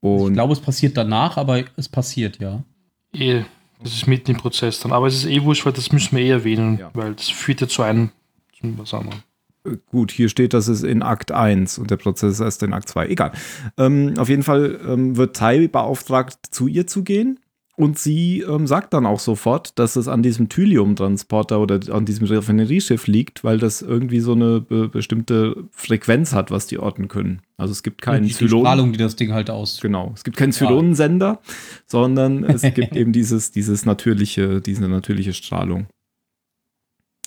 Speaker 6: Ich
Speaker 4: Und
Speaker 6: glaube, es passiert danach, aber es passiert, ja.
Speaker 5: Eh, das ist mitten im Prozess dann. Aber es ist eh wurscht, weil das müssen wir eh erwähnen,
Speaker 4: Ja.
Speaker 5: weil das führt ja zu einem, zu was anderem.
Speaker 4: gut, hier steht, dass es in Akt 1 und der Prozess ist erst in Akt 2. Egal. Ähm, auf jeden Fall ähm, wird Tai beauftragt, zu ihr zu gehen. Und sie ähm, sagt dann auch sofort, dass es an diesem Thylium-Transporter oder an diesem Raffinerieschiff liegt, weil das irgendwie so eine be bestimmte Frequenz hat, was die orten können. Also es gibt keinen
Speaker 6: die, die
Speaker 4: Zylon.
Speaker 6: Strahlung, die das Ding halt aus.
Speaker 4: Genau. Es gibt keinen Zylonensender, sondern es gibt eben dieses, dieses natürliche, diese natürliche Strahlung.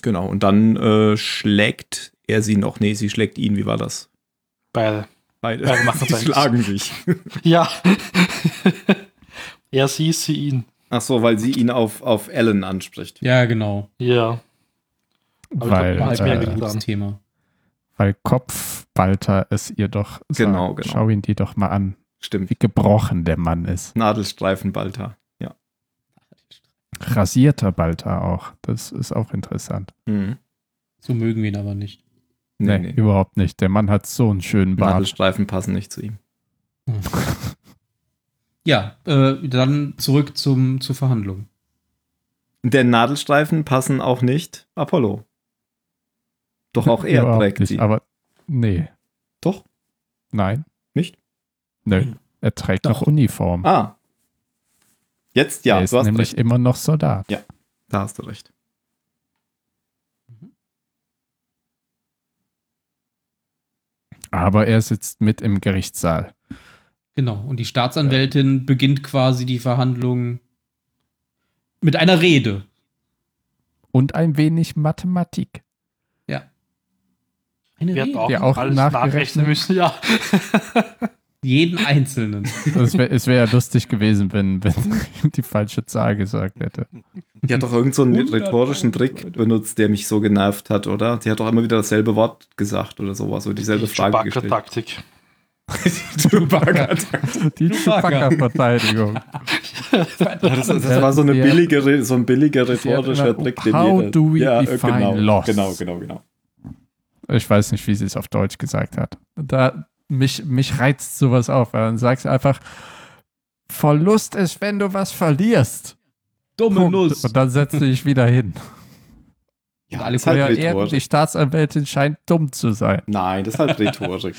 Speaker 4: Genau. Und dann äh, schlägt er sie noch. Nee, sie schlägt ihn. Wie war das?
Speaker 5: Beide.
Speaker 4: Beide.
Speaker 5: Beide machen
Speaker 4: sie
Speaker 5: das
Speaker 4: schlagen sich.
Speaker 5: Ja. er, sie, sie, ihn.
Speaker 4: Ach so, weil sie ihn auf, auf Ellen anspricht.
Speaker 6: Ja, genau. halt
Speaker 5: Ja. Aber ich
Speaker 3: Weil,
Speaker 5: glaub, man hat's
Speaker 3: äh,
Speaker 5: mir
Speaker 6: ein
Speaker 5: gedacht.
Speaker 6: gutes Thema.
Speaker 3: Weil Kopfbalter es ihr doch sagt.
Speaker 4: Genau, genau.
Speaker 3: Schau ihn dir doch mal an,
Speaker 4: Stimmt.
Speaker 3: wie gebrochen der Mann ist.
Speaker 4: Nadelstreifen Balta. Ja.
Speaker 3: Rasierter Balter auch. Das ist auch interessant.
Speaker 4: Mhm.
Speaker 6: So mögen wir ihn aber nicht.
Speaker 3: Nee, überhaupt nicht. Der Mann hat so einen schönen Bart.
Speaker 4: Nadelstreifen passen nicht zu ihm.
Speaker 6: Ja, äh, dann zurück zum, zur Verhandlung.
Speaker 4: Denn Nadelstreifen passen auch nicht Apollo. Doch auch er
Speaker 3: Überhaupt
Speaker 4: trägt
Speaker 3: nicht,
Speaker 4: sie.
Speaker 3: Aber nee,
Speaker 4: Doch?
Speaker 3: nein.
Speaker 4: Nicht? Hm.
Speaker 3: Nö. Er trägt noch Uniform.
Speaker 4: Ah. Jetzt ja.
Speaker 3: er ist nämlich immer noch Soldat.
Speaker 4: Da hast du recht.
Speaker 3: Aber er sitzt mit im Gerichtssaal.
Speaker 6: Genau. Und die Staatsanwältin beginnt quasi die Verhandlung mit einer Rede.
Speaker 3: Und ein wenig Mathematik.
Speaker 6: Eine
Speaker 5: Wir hatten auch,
Speaker 3: Ja, auch
Speaker 5: alles
Speaker 3: nachgerechnet.
Speaker 5: nachrechnen müssen, ja.
Speaker 6: Jeden einzelnen.
Speaker 3: Es wäre es wär ja lustig gewesen, wenn, wenn die falsche Zahl gesagt hätte.
Speaker 4: Die hat doch irgendeinen so einen
Speaker 6: 100.000
Speaker 4: rhetorischen Trick benutzt, der mich so genervt hat, oder? Sie hat doch immer wieder dasselbe Wort gesagt oder sowas, oder dieselbe Frage gestellt.
Speaker 5: Chewbacca-Taktik.
Speaker 4: Chewbacca.
Speaker 3: Die
Speaker 6: Chewbacca.
Speaker 3: Chewbacca-Verteidigung.
Speaker 4: Das, das war so, eine
Speaker 3: Ja.
Speaker 4: billige, Re- so ein billiger
Speaker 3: Sie hat
Speaker 4: rhetorischer
Speaker 3: immer,
Speaker 4: Trick, den
Speaker 3: how
Speaker 4: jeder...
Speaker 3: do we
Speaker 4: ja, äh,
Speaker 3: define
Speaker 4: genau,
Speaker 3: loss?
Speaker 4: genau, genau, genau.
Speaker 3: Ich weiß nicht, wie sie es auf Deutsch gesagt hat. Da, mich, mich reizt sowas auf. Weil dann sagst du einfach, Verlust ist, wenn du was verlierst.
Speaker 6: Dumme
Speaker 3: Punkt.
Speaker 6: Nuss.
Speaker 3: Und dann setzt du dich wieder hin.
Speaker 4: Ja,
Speaker 6: alle
Speaker 4: das ist halt
Speaker 3: Ja, eben, die
Speaker 4: rhetorisch.
Speaker 3: Staatsanwältin scheint dumm zu sein.
Speaker 4: Nein, das ist halt Rhetorik.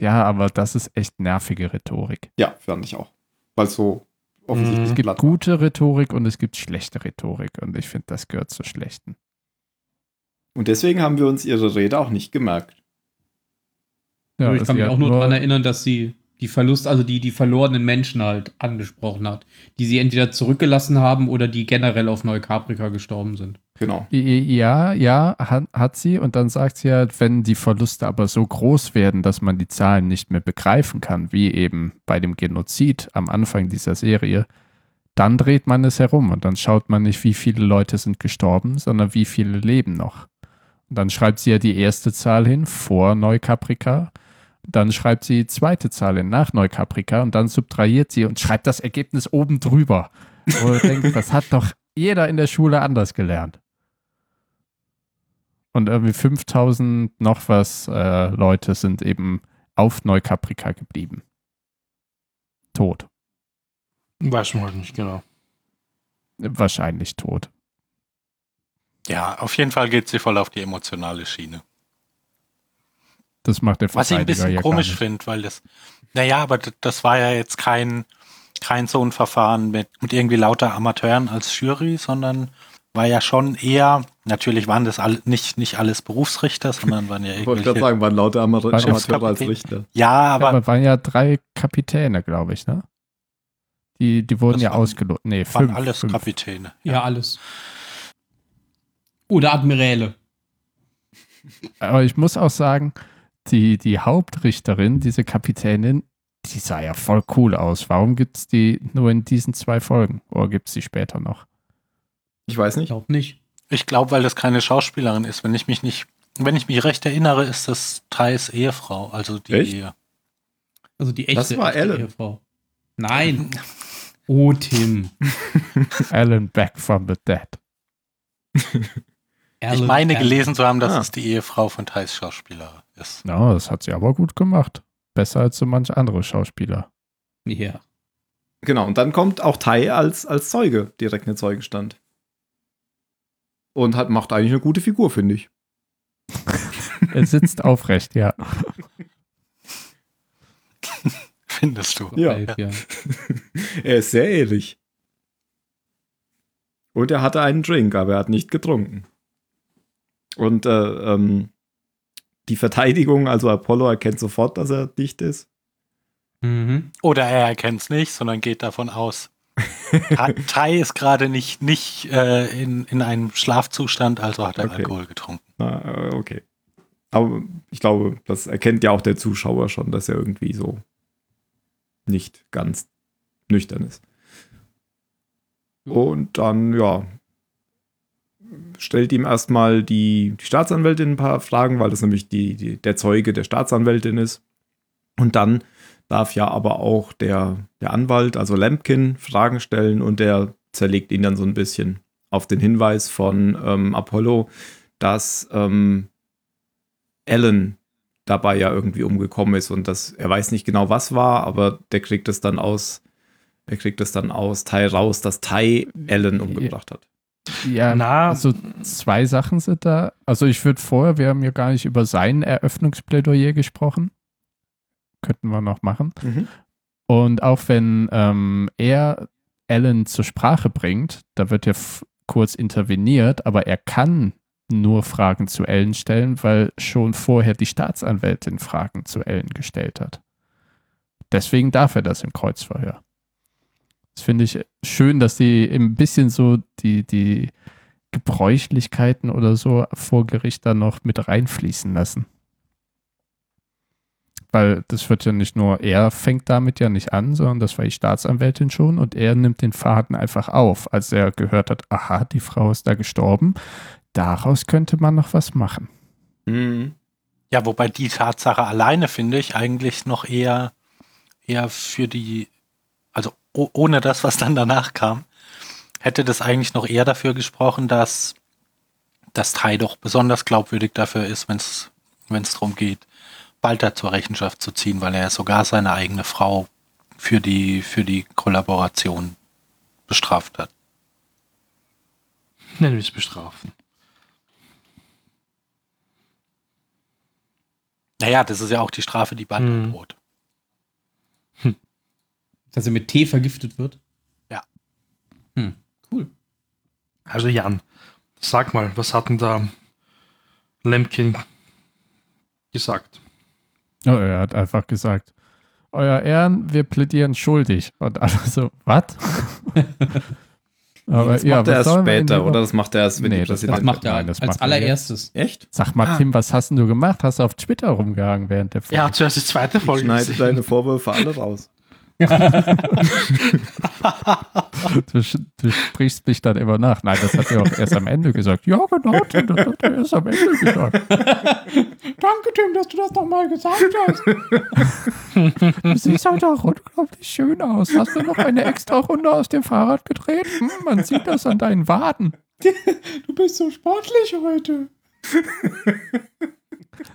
Speaker 3: Ja, aber das ist echt nervige Rhetorik.
Speaker 4: ja, fand ich auch. Weil
Speaker 3: Mm,
Speaker 4: so
Speaker 5: Mhm.
Speaker 3: Es
Speaker 4: offensichtlich
Speaker 3: gibt
Speaker 4: platt war.
Speaker 3: gute Rhetorik und es gibt schlechte Rhetorik. Und ich finde, das gehört zur schlechten.
Speaker 4: Und deswegen haben wir uns ihre Rede auch nicht gemerkt.
Speaker 3: Ja,
Speaker 6: Also ich
Speaker 3: das
Speaker 6: kann mich
Speaker 3: ja
Speaker 6: auch nur daran erinnern, dass sie die Verlust, also die, die verlorenen Menschen halt angesprochen hat, die sie entweder zurückgelassen haben oder die generell auf Neukaprika gestorben sind.
Speaker 4: Genau.
Speaker 3: I- i- Ja, ja, han- hat sie. Und dann sagt sie ja, wenn die Verluste aber so groß werden, dass man die Zahlen nicht mehr begreifen kann, wie eben bei dem Genozid am Anfang dieser Serie, dann dreht man es herum und dann schaut man nicht, wie viele Leute sind gestorben, sondern wie viele leben noch. Und dann schreibt sie ja die erste Zahl hin vor Neukaprika. Dann schreibt sie die zweite Zahl hin nach Neukaprika und dann subtrahiert sie und schreibt das Ergebnis oben drüber. Wo du denkst, das hat doch jeder in der Schule anders gelernt und irgendwie 5000 noch was äh, Leute sind eben auf Neukaprika geblieben. Tot.
Speaker 5: Weiß man halt nicht genau.
Speaker 3: Wahrscheinlich tot.
Speaker 7: Ja, auf jeden Fall geht sie voll auf die emotionale Schiene.
Speaker 3: Das macht der
Speaker 7: Was ich ein
Speaker 3: Verteidiger
Speaker 7: bisschen
Speaker 3: ja
Speaker 7: komisch
Speaker 3: gar nicht.
Speaker 7: finde, weil das, naja, aber d- das war ja jetzt kein, kein so ein Verfahren mit, mit irgendwie lauter Amateuren als Jury, sondern war ja schon eher, natürlich waren das alle, nicht, nicht alles Berufsrichter, sondern waren ja
Speaker 4: Ich wollte gerade
Speaker 7: irgendwelche.
Speaker 4: sagen, waren lauter Amat
Speaker 3: Waren
Speaker 4: Amateure als
Speaker 7: Schiffskapitän.
Speaker 4: Richter.
Speaker 7: Ja,
Speaker 3: Aber,
Speaker 7: aber
Speaker 3: aber waren ja drei Kapitäne, glaube ich, ne? Die, die wurden
Speaker 7: Das
Speaker 3: ja
Speaker 7: waren-
Speaker 3: ausgelotet. Nee,
Speaker 7: waren
Speaker 3: fünf.
Speaker 7: alles
Speaker 3: fünf.
Speaker 7: Kapitäne.
Speaker 6: Ja, alles. Oder Admiräle.
Speaker 3: Aber ich muss auch sagen, die, die Hauptrichterin, diese Kapitänin, die sah ja voll cool aus. Warum gibt es die nur in diesen zwei Folgen? Oder gibt es die später noch?
Speaker 4: Ich weiß
Speaker 6: Ich
Speaker 4: nicht.
Speaker 6: glaube nicht.
Speaker 7: Ich glaube, weil das keine Schauspielerin ist. Wenn ich mich nicht, wenn ich mich recht erinnere, ist das Thais Ehefrau, also die
Speaker 4: Echt?
Speaker 7: Ehe.
Speaker 6: Also die echte,
Speaker 4: Das war
Speaker 6: echte
Speaker 4: Ellen.
Speaker 6: Ehefrau. Nein. Oh, Tim.
Speaker 3: Alan Back from the Dead.
Speaker 7: Ich
Speaker 6: Ellen-
Speaker 7: meine
Speaker 6: Ellen.
Speaker 7: gelesen zu haben, dass
Speaker 4: Ah.
Speaker 7: es die Ehefrau von Thais Schauspieler ist.
Speaker 3: Ja, das hat sie aber gut gemacht. Besser als so manch andere Schauspieler.
Speaker 6: Ja.
Speaker 4: Genau, und dann kommt auch Tai als, als Zeuge direkt in den Zeugenstand. Und hat, macht eigentlich eine gute Figur, finde ich.
Speaker 3: Er sitzt aufrecht, ja.
Speaker 7: Findest du?
Speaker 4: Ja.
Speaker 6: Ralf, ja.
Speaker 4: er ist sehr ehrlich. Und er hatte einen Drink, aber er hat nicht getrunken. Und äh, ähm, die Verteidigung, also Apollo erkennt sofort, dass er dicht ist.
Speaker 6: Mhm.
Speaker 7: Oder er erkennt es nicht, sondern geht davon aus. Ta- Tai ist gerade nicht, nicht äh, in, in einem Schlafzustand, also hat er
Speaker 4: Okay.
Speaker 7: Alkohol getrunken.
Speaker 4: Na, äh, okay. Aber ich glaube, das erkennt ja auch der Zuschauer schon, dass er irgendwie so nicht ganz nüchtern ist. Und dann, ja, stellt ihm erstmal die, die Staatsanwältin ein paar Fragen, weil das nämlich die, die, der Zeuge der Staatsanwältin ist. Und dann darf ja aber auch der, der Anwalt, also Lampkin, Fragen stellen und der zerlegt ihn dann so ein bisschen auf den Hinweis von ähm, Apollo, dass ähm, Alan dabei ja irgendwie umgekommen ist und dass er weiß nicht genau, was war, aber der kriegt es dann aus, er kriegt es dann aus Tai raus, dass Tai Alan umgebracht hat.
Speaker 3: Ja,
Speaker 5: Na,
Speaker 3: also zwei Sachen sind da. Also ich würde vorher, wir haben ja gar nicht über sein Eröffnungsplädoyer gesprochen. Könnten wir noch machen. Und auch wenn ähm, er Alan zur Sprache bringt, da wird ja f- kurz interveniert, aber er kann nur Fragen zu Ellen stellen, weil schon vorher die Staatsanwältin Fragen zu Ellen gestellt hat. Deswegen darf er das im Kreuzverhör. Das finde ich schön, dass die ein bisschen so die, die Gebräuchlichkeiten oder so vor Gericht dann noch mit reinfließen lassen. Weil das wird ja nicht nur, er fängt damit ja nicht an, sondern das war die Staatsanwältin schon und er nimmt den Faden einfach auf, als er gehört hat, aha, die Frau ist da gestorben. Daraus könnte man noch was machen.
Speaker 4: Mhm.
Speaker 7: Ja, wobei die Tatsache alleine, finde ich, eigentlich noch eher, eher für die, also o- ohne das, was dann danach kam, hätte das eigentlich noch eher dafür gesprochen, dass das Tai doch besonders glaubwürdig dafür ist, wenn es darum geht, Balter zur Rechenschaft zu ziehen, weil er sogar seine eigene Frau für die, für die Kollaboration bestraft hat.
Speaker 5: Nennen wir es bestrafen.
Speaker 7: Naja, das ist ja auch die Strafe, die Balter
Speaker 5: Mhm.
Speaker 7: droht.
Speaker 6: Dass er mit Tee vergiftet wird.
Speaker 7: Ja.
Speaker 6: Hm. Cool.
Speaker 5: Also Jan, sag mal, was hat denn da Lemkin gesagt?
Speaker 3: Ja, er hat einfach gesagt, Euer Ehren, wir plädieren schuldig. Und alle so, was? Aber
Speaker 4: das macht er
Speaker 3: was
Speaker 4: erst
Speaker 3: sollen wir denn
Speaker 4: später,
Speaker 3: überhaupt-
Speaker 4: oder? Das macht er erst, wenn
Speaker 3: Nee,
Speaker 4: die
Speaker 3: das
Speaker 6: Das
Speaker 4: Präsidentin-
Speaker 3: Nein,
Speaker 6: macht er
Speaker 3: nein, das
Speaker 6: als
Speaker 3: macht er
Speaker 6: allererstes.
Speaker 4: Echt?
Speaker 3: Sag mal,
Speaker 4: Ah.
Speaker 3: Tim, was hast denn du gemacht? Hast du auf Twitter rumgehangen während der Folge?
Speaker 5: Er hat zuerst die zweite
Speaker 4: Ich
Speaker 5: Folge
Speaker 4: schneide
Speaker 5: gesehen.
Speaker 4: deine Vorwürfe alle raus.
Speaker 3: Du, sch- du sprichst mich dann immer nach. Nein, das hat er auch erst am Ende gesagt. Ja, genau, Tim, das hat er erst am Ende gesagt.
Speaker 6: Danke, Tim, dass du das nochmal gesagt hast.
Speaker 3: Du siehst halt auch unglaublich schön aus. Hast du noch eine extra Runde aus dem Fahrrad gedreht? Hm, man sieht das an deinen Waden.
Speaker 6: Du bist so sportlich heute.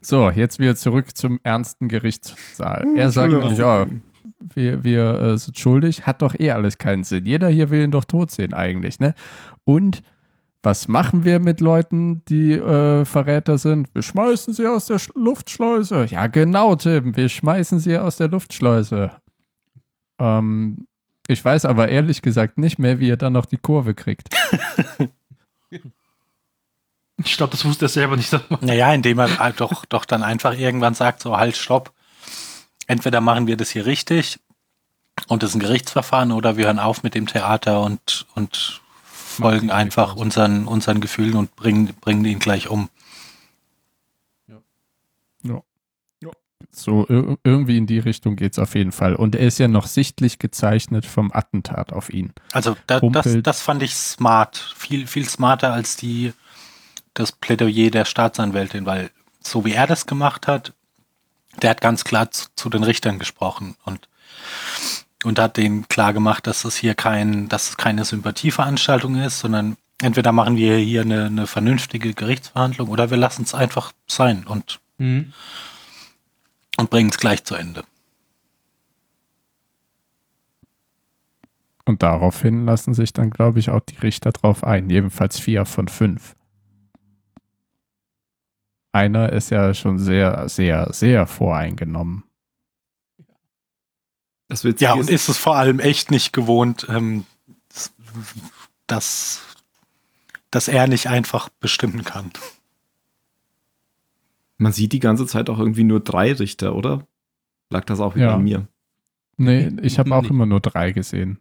Speaker 3: So, jetzt wieder zurück zum ernsten Gerichtssaal. Er sagt,
Speaker 4: Entschuldigung.
Speaker 3: ja, wir, wir äh, sind schuldig, hat doch eh alles keinen Sinn. Jeder hier will ihn doch tot sehen eigentlich, ne? Und was machen wir mit Leuten, die äh, Verräter sind? Wir schmeißen sie aus der Sch Luftschleuse. Ja, genau, Tim, wir schmeißen sie aus der Luftschleuse. Ähm, ich weiß aber ehrlich gesagt nicht mehr, wie er dann noch die Kurve kriegt.
Speaker 5: Ich glaube, das wusste er selber nicht.
Speaker 7: Naja, indem er halt doch, doch dann einfach irgendwann sagt, so halt, stopp. Entweder machen wir das hier richtig und das ist ein Gerichtsverfahren oder wir hören auf mit dem Theater und, und folgen
Speaker 3: die
Speaker 7: einfach
Speaker 3: Pause.
Speaker 7: unseren, unseren Gefühlen und bringen, bringen ihn gleich um.
Speaker 3: Ja. So ir irgendwie in die Richtung geht's auf jeden Fall. Und er ist ja noch sichtlich gezeichnet vom Attentat auf ihn.
Speaker 7: Also da, das,
Speaker 3: Humpelt.
Speaker 7: das fand ich smart. Viel, viel smarter als die, das Plädoyer der Staatsanwältin, weil so wie er das gemacht hat, der hat ganz klar zu, zu den Richtern gesprochen und, und hat denen klar gemacht, dass es hier kein, dass es keine Sympathieveranstaltung ist, sondern entweder machen wir hier eine, eine vernünftige Gerichtsverhandlung oder wir lassen es einfach sein und,
Speaker 6: Mhm.
Speaker 7: und bringen es gleich zu Ende.
Speaker 3: Und daraufhin lassen sich dann, glaube ich, auch die Richter drauf ein. Jedenfalls vier von fünf. Einer ist ja schon sehr, sehr, sehr voreingenommen.
Speaker 4: Das Witzige
Speaker 7: Ja, und ist es vor allem echt nicht gewohnt, ähm, s- dass, dass er nicht einfach bestimmen kann.
Speaker 4: man sieht die ganze Zeit auch irgendwie nur drei Richter, oder? Lag das auch wieder
Speaker 3: Ja.
Speaker 4: an mir?
Speaker 3: Nee, ich habe auch
Speaker 6: Nee.
Speaker 3: immer nur drei gesehen.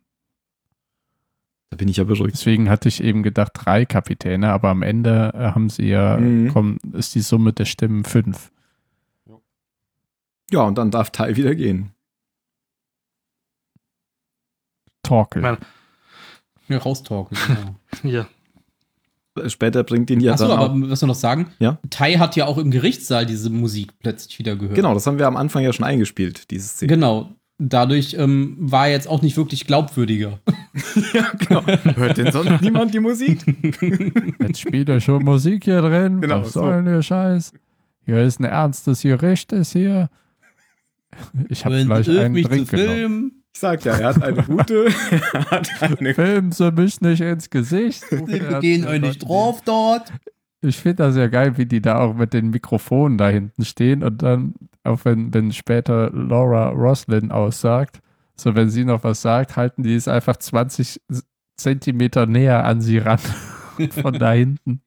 Speaker 4: Da bin ich ja beruhigt.
Speaker 3: Deswegen hatte ich eben gedacht, drei Kapitäne, aber am Ende äh, haben sie ja,
Speaker 4: Mhm.
Speaker 3: komm, ist die Summe der Stimmen fünf.
Speaker 4: Ja, und dann darf Tai wieder gehen.
Speaker 3: Torkel.
Speaker 5: Mein-
Speaker 6: Ja, raustalken. Genau.
Speaker 5: Ja.
Speaker 4: Später bringt ihn ja
Speaker 6: Achso,
Speaker 4: dann auch.
Speaker 6: aber was wir noch sagen,
Speaker 4: Ja?
Speaker 6: Tai hat ja auch im Gerichtssaal diese Musik plötzlich wieder gehört.
Speaker 4: Genau, das haben wir am Anfang ja schon eingespielt, diese Szene.
Speaker 6: Genau. Dadurch ähm, war er jetzt auch nicht wirklich glaubwürdiger.
Speaker 4: Ja, genau. Hört denn sonst niemand die Musik?
Speaker 3: Jetzt spielt er schon Musik hier drin.
Speaker 4: Genau,
Speaker 3: Was
Speaker 4: so.
Speaker 3: soll denn der Scheiß? Hier ist ein ernstes Gericht, ist hier. Ich habe gleich einen Drink genommen.
Speaker 6: filmen.
Speaker 4: Ich sag ja, er hat eine gute. er hat eine
Speaker 3: Filmen Sie mich nicht ins Gesicht.
Speaker 6: Wir gehen euch nicht drauf dort.
Speaker 3: Ich finde das ja geil, wie die da auch mit den Mikrofonen da hinten stehen und dann, auch wenn, wenn später Laura Roslin aussagt, so wenn sie noch was sagt, halten die es einfach 20 Zentimeter näher an sie ran. Von da hinten.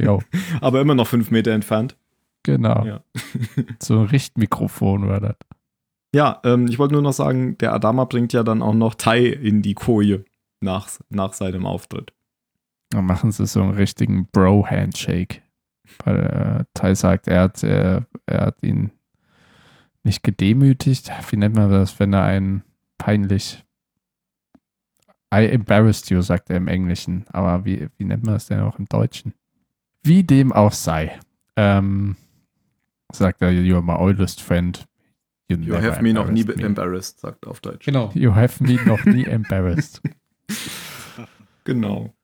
Speaker 3: jo,
Speaker 4: aber immer noch fünf Meter entfernt.
Speaker 3: genau.
Speaker 4: Ja.
Speaker 3: So ein Richtmikrofon war das.
Speaker 4: Ja, ähm, ich wollte nur noch sagen, der Adama bringt ja dann auch noch Tai in die Koje nach, nach seinem Auftritt.
Speaker 3: Dann machen sie so einen richtigen Bro-Handshake. Weil äh, Tai sagt, er hat, äh, er hat ihn nicht gedemütigt. Wie nennt man das, wenn er einen peinlich. I embarrassed you, sagt er im Englischen. Aber wie, wie nennt man das denn auch im Deutschen? Wie dem auch sei. Ähm, sagt er, you're my oldest friend. You, never embarrassed me.
Speaker 4: embarrassed, sagt auf Deutsch.
Speaker 6: Genau.
Speaker 3: You have me noch nie embarrassed.
Speaker 4: Genau.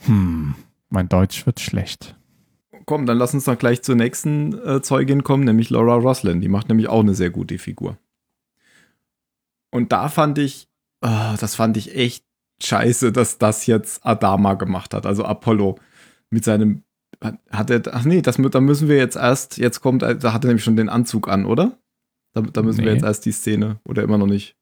Speaker 3: Hm, mein Deutsch wird schlecht.
Speaker 4: Komm, dann lass uns doch gleich zur nächsten äh, Zeugin kommen, nämlich Laura Roslin. Die macht nämlich auch eine sehr gute Figur. Und da fand ich, ah, das fand ich echt scheiße, dass das jetzt Adama gemacht hat, also Apollo mit seinem hat- hat er, ach nee, das, mü- da müssen wir jetzt erst, jetzt kommt, äh, da hat er nämlich schon den Anzug an, oder? Da, da müssen wir
Speaker 3: Nee.
Speaker 4: jetzt erst die Szene, oder immer noch nicht?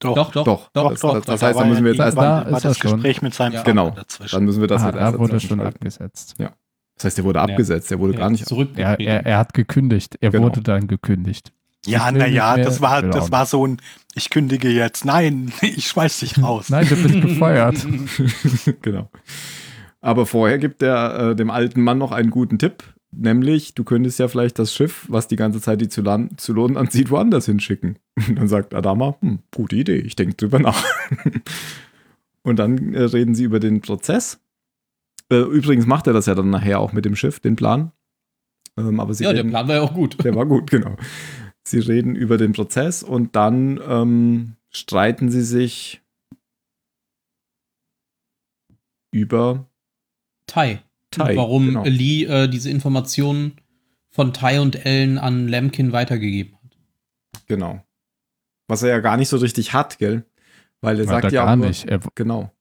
Speaker 6: Doch, doch.
Speaker 4: Doch,
Speaker 6: doch,
Speaker 4: das,
Speaker 6: doch,
Speaker 4: das, das
Speaker 7: doch,
Speaker 4: heißt, da
Speaker 7: aber
Speaker 4: müssen wir jetzt
Speaker 7: da
Speaker 4: erst,
Speaker 3: war-
Speaker 4: dann-
Speaker 3: Da
Speaker 7: War
Speaker 3: ist er
Speaker 7: das
Speaker 3: schon.
Speaker 7: Gespräch mit seinem
Speaker 6: Ja.
Speaker 7: Vater
Speaker 4: Genau.
Speaker 7: dazwischen.
Speaker 4: dann müssen wir das
Speaker 3: ah,
Speaker 4: jetzt erst
Speaker 3: da wurde schon
Speaker 4: dazwischen schalten.
Speaker 3: abgesetzt.
Speaker 4: Das heißt, der wurde abgesetzt, der wurde gar nicht
Speaker 6: zurück.
Speaker 3: Er, er, er hat gekündigt. Er
Speaker 4: Genau.
Speaker 3: wurde dann gekündigt.
Speaker 7: Ja,
Speaker 3: Ich will
Speaker 7: naja,
Speaker 3: nicht mehr- Genau.
Speaker 7: das war,
Speaker 3: Will auch
Speaker 7: das war so ein, ich kündige jetzt. Nein, ich schmeiß dich raus.
Speaker 3: Nein, du bist gefeuert.
Speaker 4: genau. Aber vorher gibt er äh, dem alten Mann noch einen guten Tipp, nämlich, du könntest ja vielleicht das Schiff, was die ganze Zeit die Zulan- Zylonen anzieht, woanders hinschicken. Und dann sagt Adama, hm, gute Idee, ich denke drüber nach. Und dann äh, reden sie über den Prozess. Äh, übrigens macht er das ja dann nachher auch mit dem Schiff, den Plan. Ähm, aber sie
Speaker 6: ja, der
Speaker 4: reden,
Speaker 6: Plan war ja auch gut.
Speaker 4: der war gut, genau. Sie reden über den Prozess und dann ähm, streiten sie sich über
Speaker 6: Tai.
Speaker 4: Tai,
Speaker 6: Warum
Speaker 4: genau.
Speaker 6: Lee äh, diese Informationen von Tai und Ellen an Lemkin weitergegeben hat.
Speaker 4: Genau. Was er ja gar nicht so richtig hat, gell? Weil er
Speaker 3: Hat
Speaker 4: sagt
Speaker 3: er
Speaker 4: ja
Speaker 3: gar
Speaker 4: auch nur,
Speaker 3: nicht. Er,
Speaker 4: Genau.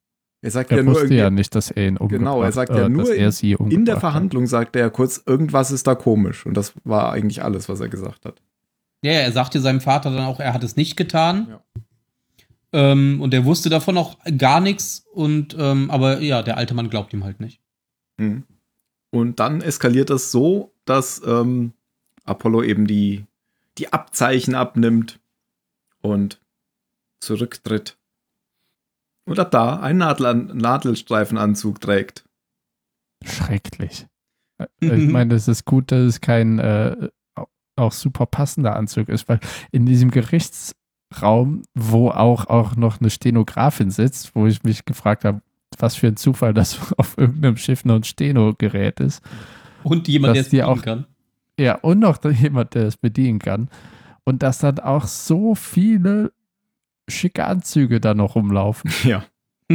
Speaker 4: Er sagt
Speaker 3: er
Speaker 4: ja nur
Speaker 3: wusste
Speaker 4: irgendwie,
Speaker 3: ja nicht, dass er ihn umgebracht
Speaker 4: Genau, er sagt ja
Speaker 3: äh,
Speaker 4: nur
Speaker 3: dass er sie umgebracht
Speaker 4: in der
Speaker 3: hat.
Speaker 4: Verhandlung sagt er ja kurz, irgendwas ist da komisch. Und das war eigentlich alles, was er gesagt hat.
Speaker 6: Ja, ja, er sagte seinem Vater dann auch, er hat es nicht getan.
Speaker 4: Ja.
Speaker 6: Ähm, und er wusste davon auch gar nichts. Und ähm, aber ja, der alte Mann glaubt ihm halt nicht.
Speaker 4: Mhm. Und dann eskaliert das so, dass ähm, Apollo eben die, die Abzeichen abnimmt und zurücktritt. Und ab da einen Nadelan Nadelstreifenanzug trägt.
Speaker 7: Mhm.
Speaker 3: Schrecklich. Äh, Ich meine, es ist gut, dass es kein äh, auch super passender Anzug ist, weil in diesem Gerichtsraum, wo auch, auch noch eine Stenografin sitzt, wo ich mich gefragt habe, was für ein Zufall, dass auf irgendeinem Schiff noch ein Steno-Gerät ist.
Speaker 6: Und
Speaker 3: Dass
Speaker 6: jemand, der es
Speaker 3: die
Speaker 6: bedienen
Speaker 3: auch-
Speaker 6: kann.
Speaker 3: Ja, und noch jemand, der es bedienen kann. Und dass dann auch so viele schicke Anzüge da noch rumlaufen.
Speaker 4: Ja.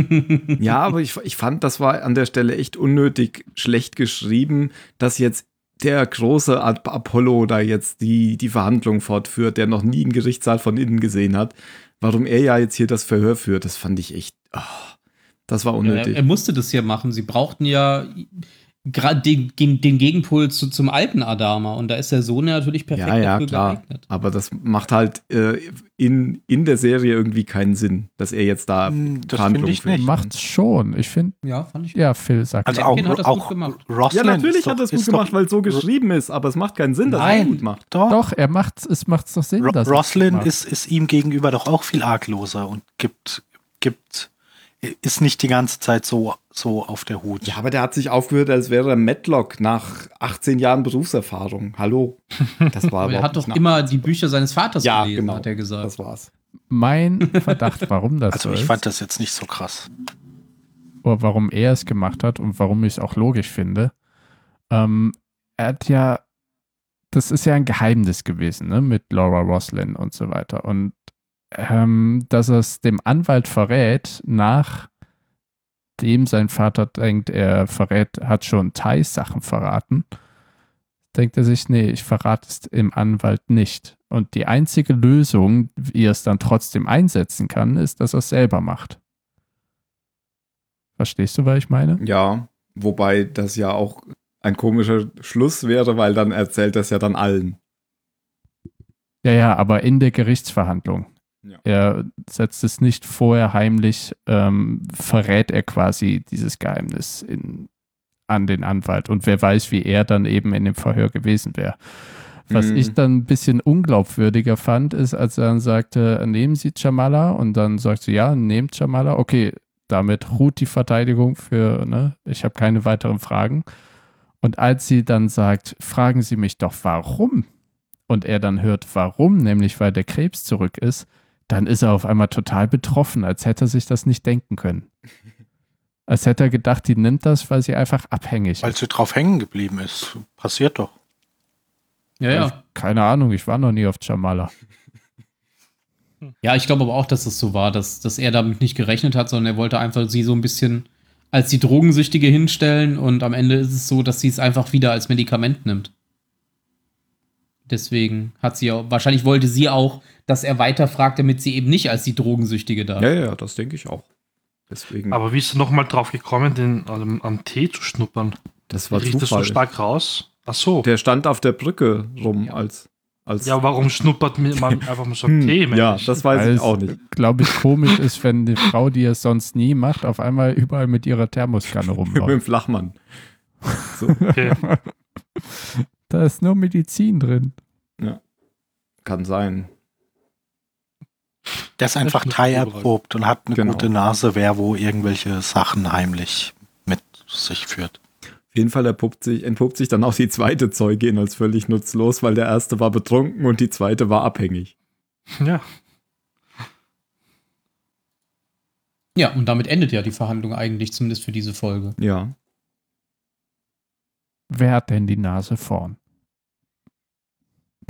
Speaker 4: Ja, aber ich, ich fand, das war an der Stelle echt unnötig schlecht geschrieben, dass jetzt der große Ap- Apollo da jetzt die, die Verhandlung fortführt, der noch nie einen Gerichtssaal von innen gesehen hat. Warum er ja jetzt hier das Verhör führt, das fand ich echt. ah, das war
Speaker 6: Ja, er, er
Speaker 4: unnötig.
Speaker 6: musste das ja machen. Sie brauchten ja gerade den, den, den Gegenpol zu, zum alten Adama. Und da ist der Sohn ja natürlich perfekt
Speaker 4: Ja, ja, klar.
Speaker 6: geeignet.
Speaker 4: Aber das macht halt äh, in, in der Serie irgendwie keinen Sinn, dass er jetzt da.
Speaker 7: Hm, Das
Speaker 4: Verhandlung
Speaker 7: finde ich
Speaker 4: führt.
Speaker 7: nicht.
Speaker 3: Macht schon. Ich finde,
Speaker 6: Ja, fand ich.
Speaker 3: ja, Phil sagt.
Speaker 7: Also
Speaker 6: Anakin
Speaker 7: auch,
Speaker 6: hat das gut
Speaker 7: auch
Speaker 6: gemacht.
Speaker 7: Rosalind
Speaker 4: Ja, natürlich
Speaker 7: ist doch,
Speaker 4: hat er es gut
Speaker 7: ist
Speaker 4: gemacht,
Speaker 7: doch,
Speaker 4: weil es so geschrieben ist, aber es macht keinen Sinn, dass er es
Speaker 7: Nein.
Speaker 4: gut macht.
Speaker 7: doch,
Speaker 3: doch, er macht es macht doch Sinn,
Speaker 7: Ro
Speaker 3: dass er es
Speaker 7: Roslin
Speaker 3: macht.
Speaker 7: ist, ist ihm gegenüber doch auch viel argloser und gibt, gibt, ist nicht die ganze Zeit so, so auf der Hut.
Speaker 4: Ja, aber der hat sich aufgehört, als wäre er Matlock nach 18 Jahren Berufserfahrung. Hallo. Das war
Speaker 6: Aber er
Speaker 4: überhaupt
Speaker 6: hat
Speaker 4: nicht
Speaker 6: doch immer die Bücher seines Vaters
Speaker 4: Ja,
Speaker 6: gelesen,
Speaker 4: genau.
Speaker 6: hat er gesagt.
Speaker 4: Das war's.
Speaker 3: mein Verdacht, warum das
Speaker 7: also
Speaker 3: so
Speaker 7: ich
Speaker 3: ist.
Speaker 7: fand das jetzt nicht so krass.
Speaker 3: oder warum er es gemacht hat und warum ich es auch logisch finde. Ähm, er hat ja, das ist ja ein Geheimnis gewesen, ne, mit Laura Roslin und so weiter. Und ähm, dass er es dem Anwalt verrät, nachdem sein Vater denkt, er verrät, hat schon Thais Sachen verraten, denkt er sich, nee, ich verrate es dem Anwalt nicht. Und die einzige Lösung, wie er es dann trotzdem einsetzen kann, ist, dass er es selber macht. Verstehst du, was ich meine?
Speaker 4: Ja, wobei das ja auch ein komischer Schluss wäre, weil dann erzählt das ja dann allen.
Speaker 3: Ja, ja, aber in der Gerichtsverhandlung.
Speaker 4: Ja.
Speaker 3: Er setzt es nicht vorher heimlich, ähm, verrät er quasi dieses Geheimnis in, an den Anwalt. Und wer weiß, wie er dann eben in dem Verhör gewesen wäre. Was
Speaker 4: Mhm.
Speaker 3: ich dann ein bisschen unglaubwürdiger fand, ist, als er dann sagte, nehmen Sie Jamala und dann sagt sie, ja, nehmt Jamala. Okay, damit ruht die Verteidigung für, ne, ich habe keine weiteren Fragen. Und als sie dann sagt, fragen Sie mich doch, warum? Und er dann hört, warum, nämlich weil der Krebs zurück ist, dann ist er auf einmal total betroffen, als hätte er sich das nicht denken können. Als hätte er gedacht, die nimmt das, weil sie einfach abhängig
Speaker 7: Weil
Speaker 3: ist.
Speaker 7: sie drauf hängen geblieben ist. Passiert doch.
Speaker 6: Ja, ja.
Speaker 3: Keine Ahnung, ich war noch nie auf Jamala.
Speaker 6: Ja, ich glaube aber auch, dass das so war, dass, dass er damit nicht gerechnet hat, sondern er wollte einfach sie so ein bisschen als die Drogensüchtige hinstellen und am Ende ist es so, dass sie es einfach wieder als Medikament nimmt. Deswegen hat sie ja, wahrscheinlich wollte sie auch, dass er weiterfragt, damit sie eben nicht als die Drogensüchtige da.
Speaker 4: Ja, ja, das denke ich auch. Deswegen,
Speaker 5: Aber wie ist er nochmal drauf gekommen, den am, am Tee zu schnuppern?
Speaker 4: das war
Speaker 5: Riecht das so
Speaker 4: Zufall.
Speaker 5: stark raus? Ach so.
Speaker 4: der stand auf der Brücke rum als, als
Speaker 5: Ja, warum schnuppert mir man einfach mal so am
Speaker 4: Hm,
Speaker 5: Tee? Mensch?
Speaker 4: Ja, das weiß
Speaker 3: Weil
Speaker 4: ich
Speaker 3: es,
Speaker 4: auch nicht.
Speaker 3: glaube ich, komisch ist, wenn eine Frau, die es sonst nie macht, auf einmal überall mit ihrer Thermoskanne
Speaker 4: Mit dem
Speaker 3: rumläuft.
Speaker 4: Flachmann. So,
Speaker 5: okay.
Speaker 3: da ist nur Medizin drin.
Speaker 4: kann sein.
Speaker 7: Der ist einfach
Speaker 5: ist
Speaker 7: Thai
Speaker 5: eine gute
Speaker 7: erprobt und hat eine
Speaker 4: Genau.
Speaker 7: gute Nase, wer wo irgendwelche Sachen heimlich mit sich führt.
Speaker 4: Auf jeden Fall erpuppt sich, entpuppt sich dann auch die zweite Zeugin als völlig nutzlos, weil der erste war betrunken und die zweite war abhängig.
Speaker 5: ja.
Speaker 6: Ja, und damit endet ja die Verhandlung eigentlich, zumindest für diese Folge.
Speaker 4: Ja.
Speaker 3: Wer hat denn die Nase vorn?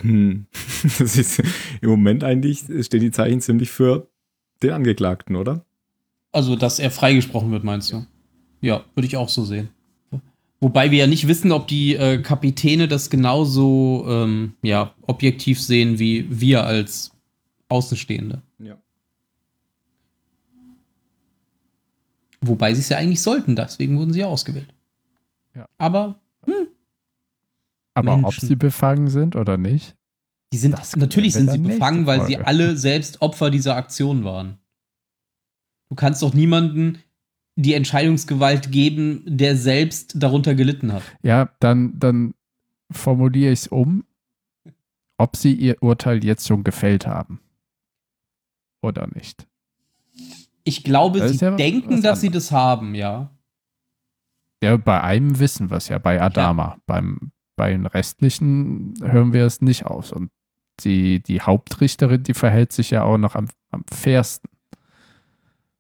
Speaker 4: Hm. Das ist im Moment eigentlich stehen die Zeichen ziemlich für den Angeklagten, oder?
Speaker 6: Also, dass er freigesprochen wird, meinst du? Ja, würde ich auch so sehen. Wobei wir ja nicht wissen, ob die äh, Kapitäne das genauso ähm, ja, objektiv sehen wie wir als Außenstehende.
Speaker 4: Ja.
Speaker 6: Wobei sie es ja eigentlich sollten, deswegen wurden sie ja ausgewählt.
Speaker 3: Ja.
Speaker 6: Aber
Speaker 3: Aber ob
Speaker 6: Menschen.
Speaker 3: sie befangen sind oder nicht?
Speaker 6: die sind
Speaker 3: Das
Speaker 6: natürlich
Speaker 3: klären
Speaker 6: sind
Speaker 3: wir
Speaker 6: sie
Speaker 3: dann nächste
Speaker 6: befangen, weil sie
Speaker 3: Folge.
Speaker 6: alle selbst Opfer dieser Aktion waren. Du kannst doch niemanden die Entscheidungsgewalt geben, der selbst darunter gelitten hat.
Speaker 3: Ja, dann, dann formuliere ich es um, ob sie ihr Urteil jetzt schon gefällt haben. Oder nicht.
Speaker 6: Ich glaube,
Speaker 3: Das
Speaker 6: sie
Speaker 3: ist ja was
Speaker 6: denken, dass sie
Speaker 3: anderes.
Speaker 6: das haben, ja.
Speaker 3: Ja, bei einem wissen wir es ja, bei Adama. Beim, bei den restlichen hören wir es nicht aus. Und die, die Hauptrichterin, die verhält sich ja auch noch am, am fairsten.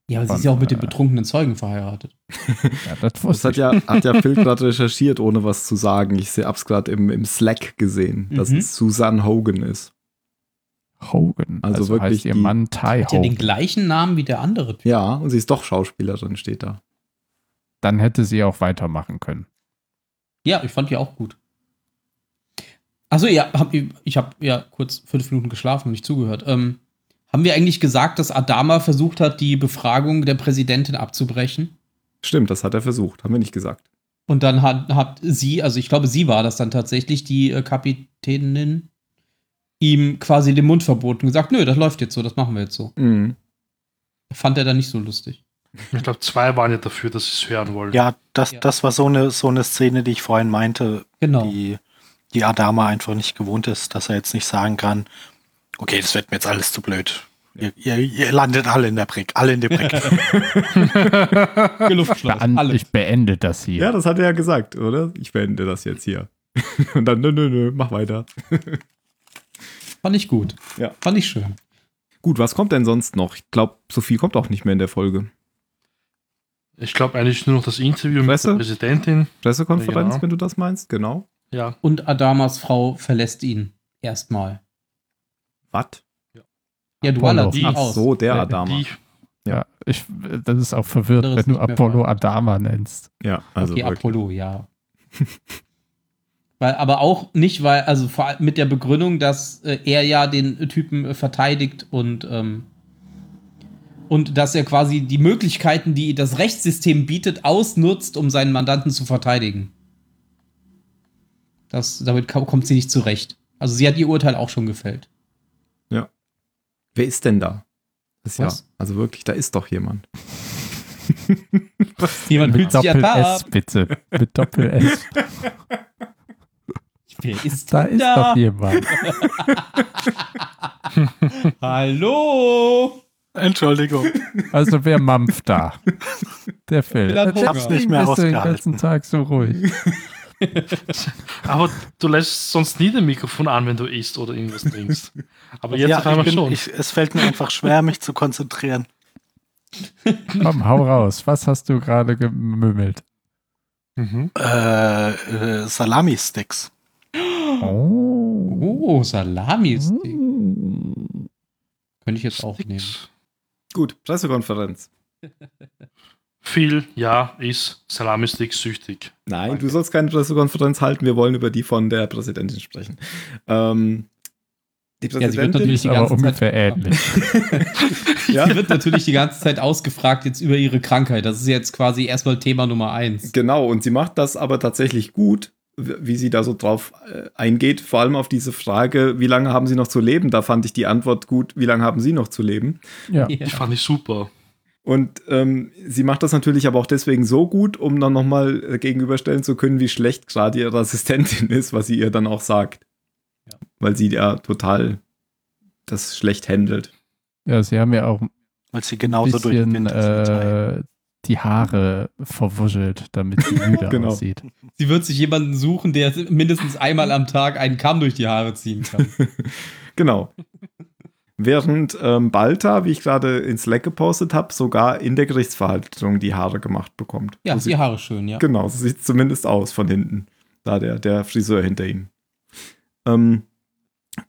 Speaker 6: Ja, aber sie ist
Speaker 3: Und,
Speaker 6: ja auch mit dem
Speaker 3: äh,
Speaker 6: betrunkenen Zeugen verheiratet.
Speaker 3: Ja, das
Speaker 4: Das
Speaker 3: wusste
Speaker 4: hat
Speaker 3: ich.
Speaker 4: ja, hat ja Phil gerade recherchiert, ohne was zu sagen. Ich se- hab's gerade im, im Slack gesehen, dass
Speaker 6: Mhm.
Speaker 4: es Susan Hogan ist.
Speaker 3: Hogan.
Speaker 4: Also
Speaker 3: Also,
Speaker 4: wirklich
Speaker 3: heißt ihr
Speaker 4: die-
Speaker 3: Mann Ty
Speaker 6: Hat ja den
Speaker 3: Hogan.
Speaker 6: gleichen Namen wie der andere Typ.
Speaker 4: Ja, und sie ist doch Schauspielerin, steht da.
Speaker 3: Dann hätte sie auch weitermachen können.
Speaker 6: Ja, ich fand die auch gut. Achso, ja, hab, ich habe ja kurz fünf Minuten geschlafen und nicht zugehört. Ähm, haben wir eigentlich gesagt, dass Adama versucht hat, die Befragung der Präsidentin abzubrechen?
Speaker 4: Stimmt, das hat er versucht, haben wir nicht gesagt.
Speaker 6: Und dann hat, hat sie, also ich glaube, sie war das dann tatsächlich, die äh, Kapitänin, ihm quasi den Mund verboten und gesagt, nö, das läuft jetzt so, das machen wir jetzt so.
Speaker 3: Hm.
Speaker 4: Mhm.
Speaker 6: Fand er dann nicht so lustig.
Speaker 5: Ich glaube, zwei waren ja dafür, dass sie es hören wollen.
Speaker 7: Ja, das,
Speaker 6: Ja.
Speaker 7: das war so eine, so eine Szene, die ich vorhin meinte,
Speaker 6: Genau.
Speaker 7: die, die Adama einfach nicht gewohnt ist, dass er jetzt nicht sagen kann, okay, das wird mir jetzt alles zu blöd. Ihr, ihr, ihr landet alle in der Brick, alle in der Brick.
Speaker 6: Geluftschloss.
Speaker 3: Bean
Speaker 6: Alles.
Speaker 3: Ich beende das hier.
Speaker 4: Ja, das hat er ja gesagt, oder? Ich beende das jetzt hier. und dann, nö, nö, nö, mach weiter.
Speaker 6: Fand ich gut.
Speaker 4: Ja.
Speaker 6: Fand ich schön.
Speaker 4: Gut, was kommt denn sonst noch? Ich glaube, so viel kommt auch nicht mehr in der Folge.
Speaker 5: Ich glaube eigentlich nur noch das Interview mit
Speaker 4: Weißt du?
Speaker 5: der Präsidentin.
Speaker 4: Pressekonferenz,
Speaker 5: Ja.
Speaker 4: wenn du das meinst, genau.
Speaker 5: Ja,
Speaker 6: Und Adamas Frau verlässt ihn erstmal.
Speaker 4: Was?
Speaker 6: Ja, du
Speaker 3: Apollo.
Speaker 6: allerst ihn
Speaker 5: Ach
Speaker 4: Ach
Speaker 6: aus. Äh,
Speaker 4: so, der Adama.
Speaker 5: die,
Speaker 3: Ja, ich, das ist auch verwirrt,
Speaker 6: Anderes
Speaker 3: wenn du
Speaker 6: nicht mehr
Speaker 3: Apollo
Speaker 6: vorhanden.
Speaker 3: Adama nennst.
Speaker 4: Ja, also
Speaker 6: okay,
Speaker 4: wirklich.
Speaker 6: Apollo, ja. weil, aber auch nicht, weil, also vor allem mit der Begründung, dass äh, er ja den Typen äh, verteidigt und, ähm, und dass er quasi die Möglichkeiten, die das Rechtssystem bietet, ausnutzt, um seinen Mandanten zu verteidigen. Das, damit ka- kommt sie nicht zurecht. Also sie hat ihr Urteil auch schon gefällt.
Speaker 4: Wer ist denn da? Das ist ja,
Speaker 6: Was?
Speaker 4: also wirklich, da ist doch jemand.
Speaker 6: Jemand
Speaker 3: Mit
Speaker 6: sich
Speaker 3: Doppel-S,
Speaker 6: ertappt.
Speaker 3: bitte. Mit Doppel-S.
Speaker 6: Wer ist
Speaker 3: Da
Speaker 6: denn
Speaker 3: ist doch jemand.
Speaker 6: Hallo!
Speaker 7: Entschuldigung.
Speaker 3: Also wer mampft da? Der Phil.
Speaker 6: Phil hat
Speaker 3: Deswegen
Speaker 7: hab's nicht mehr
Speaker 3: bist du den
Speaker 7: ausgehalten.
Speaker 3: ganzen Tag so ruhig.
Speaker 5: aber du lässt sonst nie den Mikrofon an, wenn du isst oder irgendwas trinkst. Aber jetzt auf
Speaker 7: ja, ich
Speaker 5: einmal
Speaker 7: bin,
Speaker 5: schon.
Speaker 7: ich, es fällt mir einfach schwer, mich zu konzentrieren.
Speaker 3: Komm, hau raus. Was hast du gerade gemümmelt?
Speaker 5: Mhm.
Speaker 7: Äh, äh, Salami-Sticks.
Speaker 3: Oh.
Speaker 6: Oh, Salami-Stick.
Speaker 3: Hm.
Speaker 6: Könnte ich jetzt auch nehmen.
Speaker 4: Gut, Pressekonferenz.
Speaker 5: Viel, ja, ist Salami-Stick süchtig.
Speaker 4: Nein,
Speaker 5: Danke.
Speaker 4: du sollst keine Pressekonferenz halten. Wir wollen über die von der Präsidentin sprechen. Ähm, die
Speaker 6: Ja, sie wird
Speaker 4: Präsidentin,
Speaker 6: natürlich
Speaker 3: Ist
Speaker 6: die
Speaker 3: aber
Speaker 6: ganze
Speaker 3: ungefähr
Speaker 6: Zeit,
Speaker 3: ähnlich.
Speaker 4: ja,
Speaker 6: Sie wird natürlich die ganze Zeit ausgefragt jetzt über ihre Krankheit. Das ist jetzt quasi erstmal Thema Nummer eins.
Speaker 4: genau. Und sie macht das aber tatsächlich gut, w- wie sie da so drauf äh, eingeht. Vor allem auf diese Frage, wie lange haben sie noch zu leben? Da fand ich die Antwort gut, wie lange haben sie noch zu leben?
Speaker 3: Ja.
Speaker 5: Die fand ich super.
Speaker 4: Und ähm, sie macht das natürlich aber auch deswegen so gut, um dann nochmal gegenüberstellen zu können, wie schlecht gerade ihre Assistentin ist, was sie ihr dann auch sagt.
Speaker 6: Ja.
Speaker 4: Weil sie ja total das schlecht handelt.
Speaker 3: ja, sie haben ja auch ein
Speaker 7: Weil sie genauso durch den
Speaker 3: bisschen
Speaker 7: Wind ist mit Ei.
Speaker 3: äh, die Haare verwuschelt, damit sie müde
Speaker 4: Genau.
Speaker 3: aussieht.
Speaker 6: Sie wird sich jemanden suchen, der mindestens einmal am Tag einen Kamm durch die Haare ziehen kann.
Speaker 4: Genau. Während ähm, Balta, wie ich gerade in Slack gepostet habe, sogar in der Gerichtsverhandlung die Haare gemacht bekommt.
Speaker 6: Ja,
Speaker 4: so
Speaker 6: die
Speaker 4: sieht,
Speaker 6: Haare schön, ja.
Speaker 4: Genau, so sieht zumindest aus von hinten. Da der, der Friseur hinter ihm. Ähm,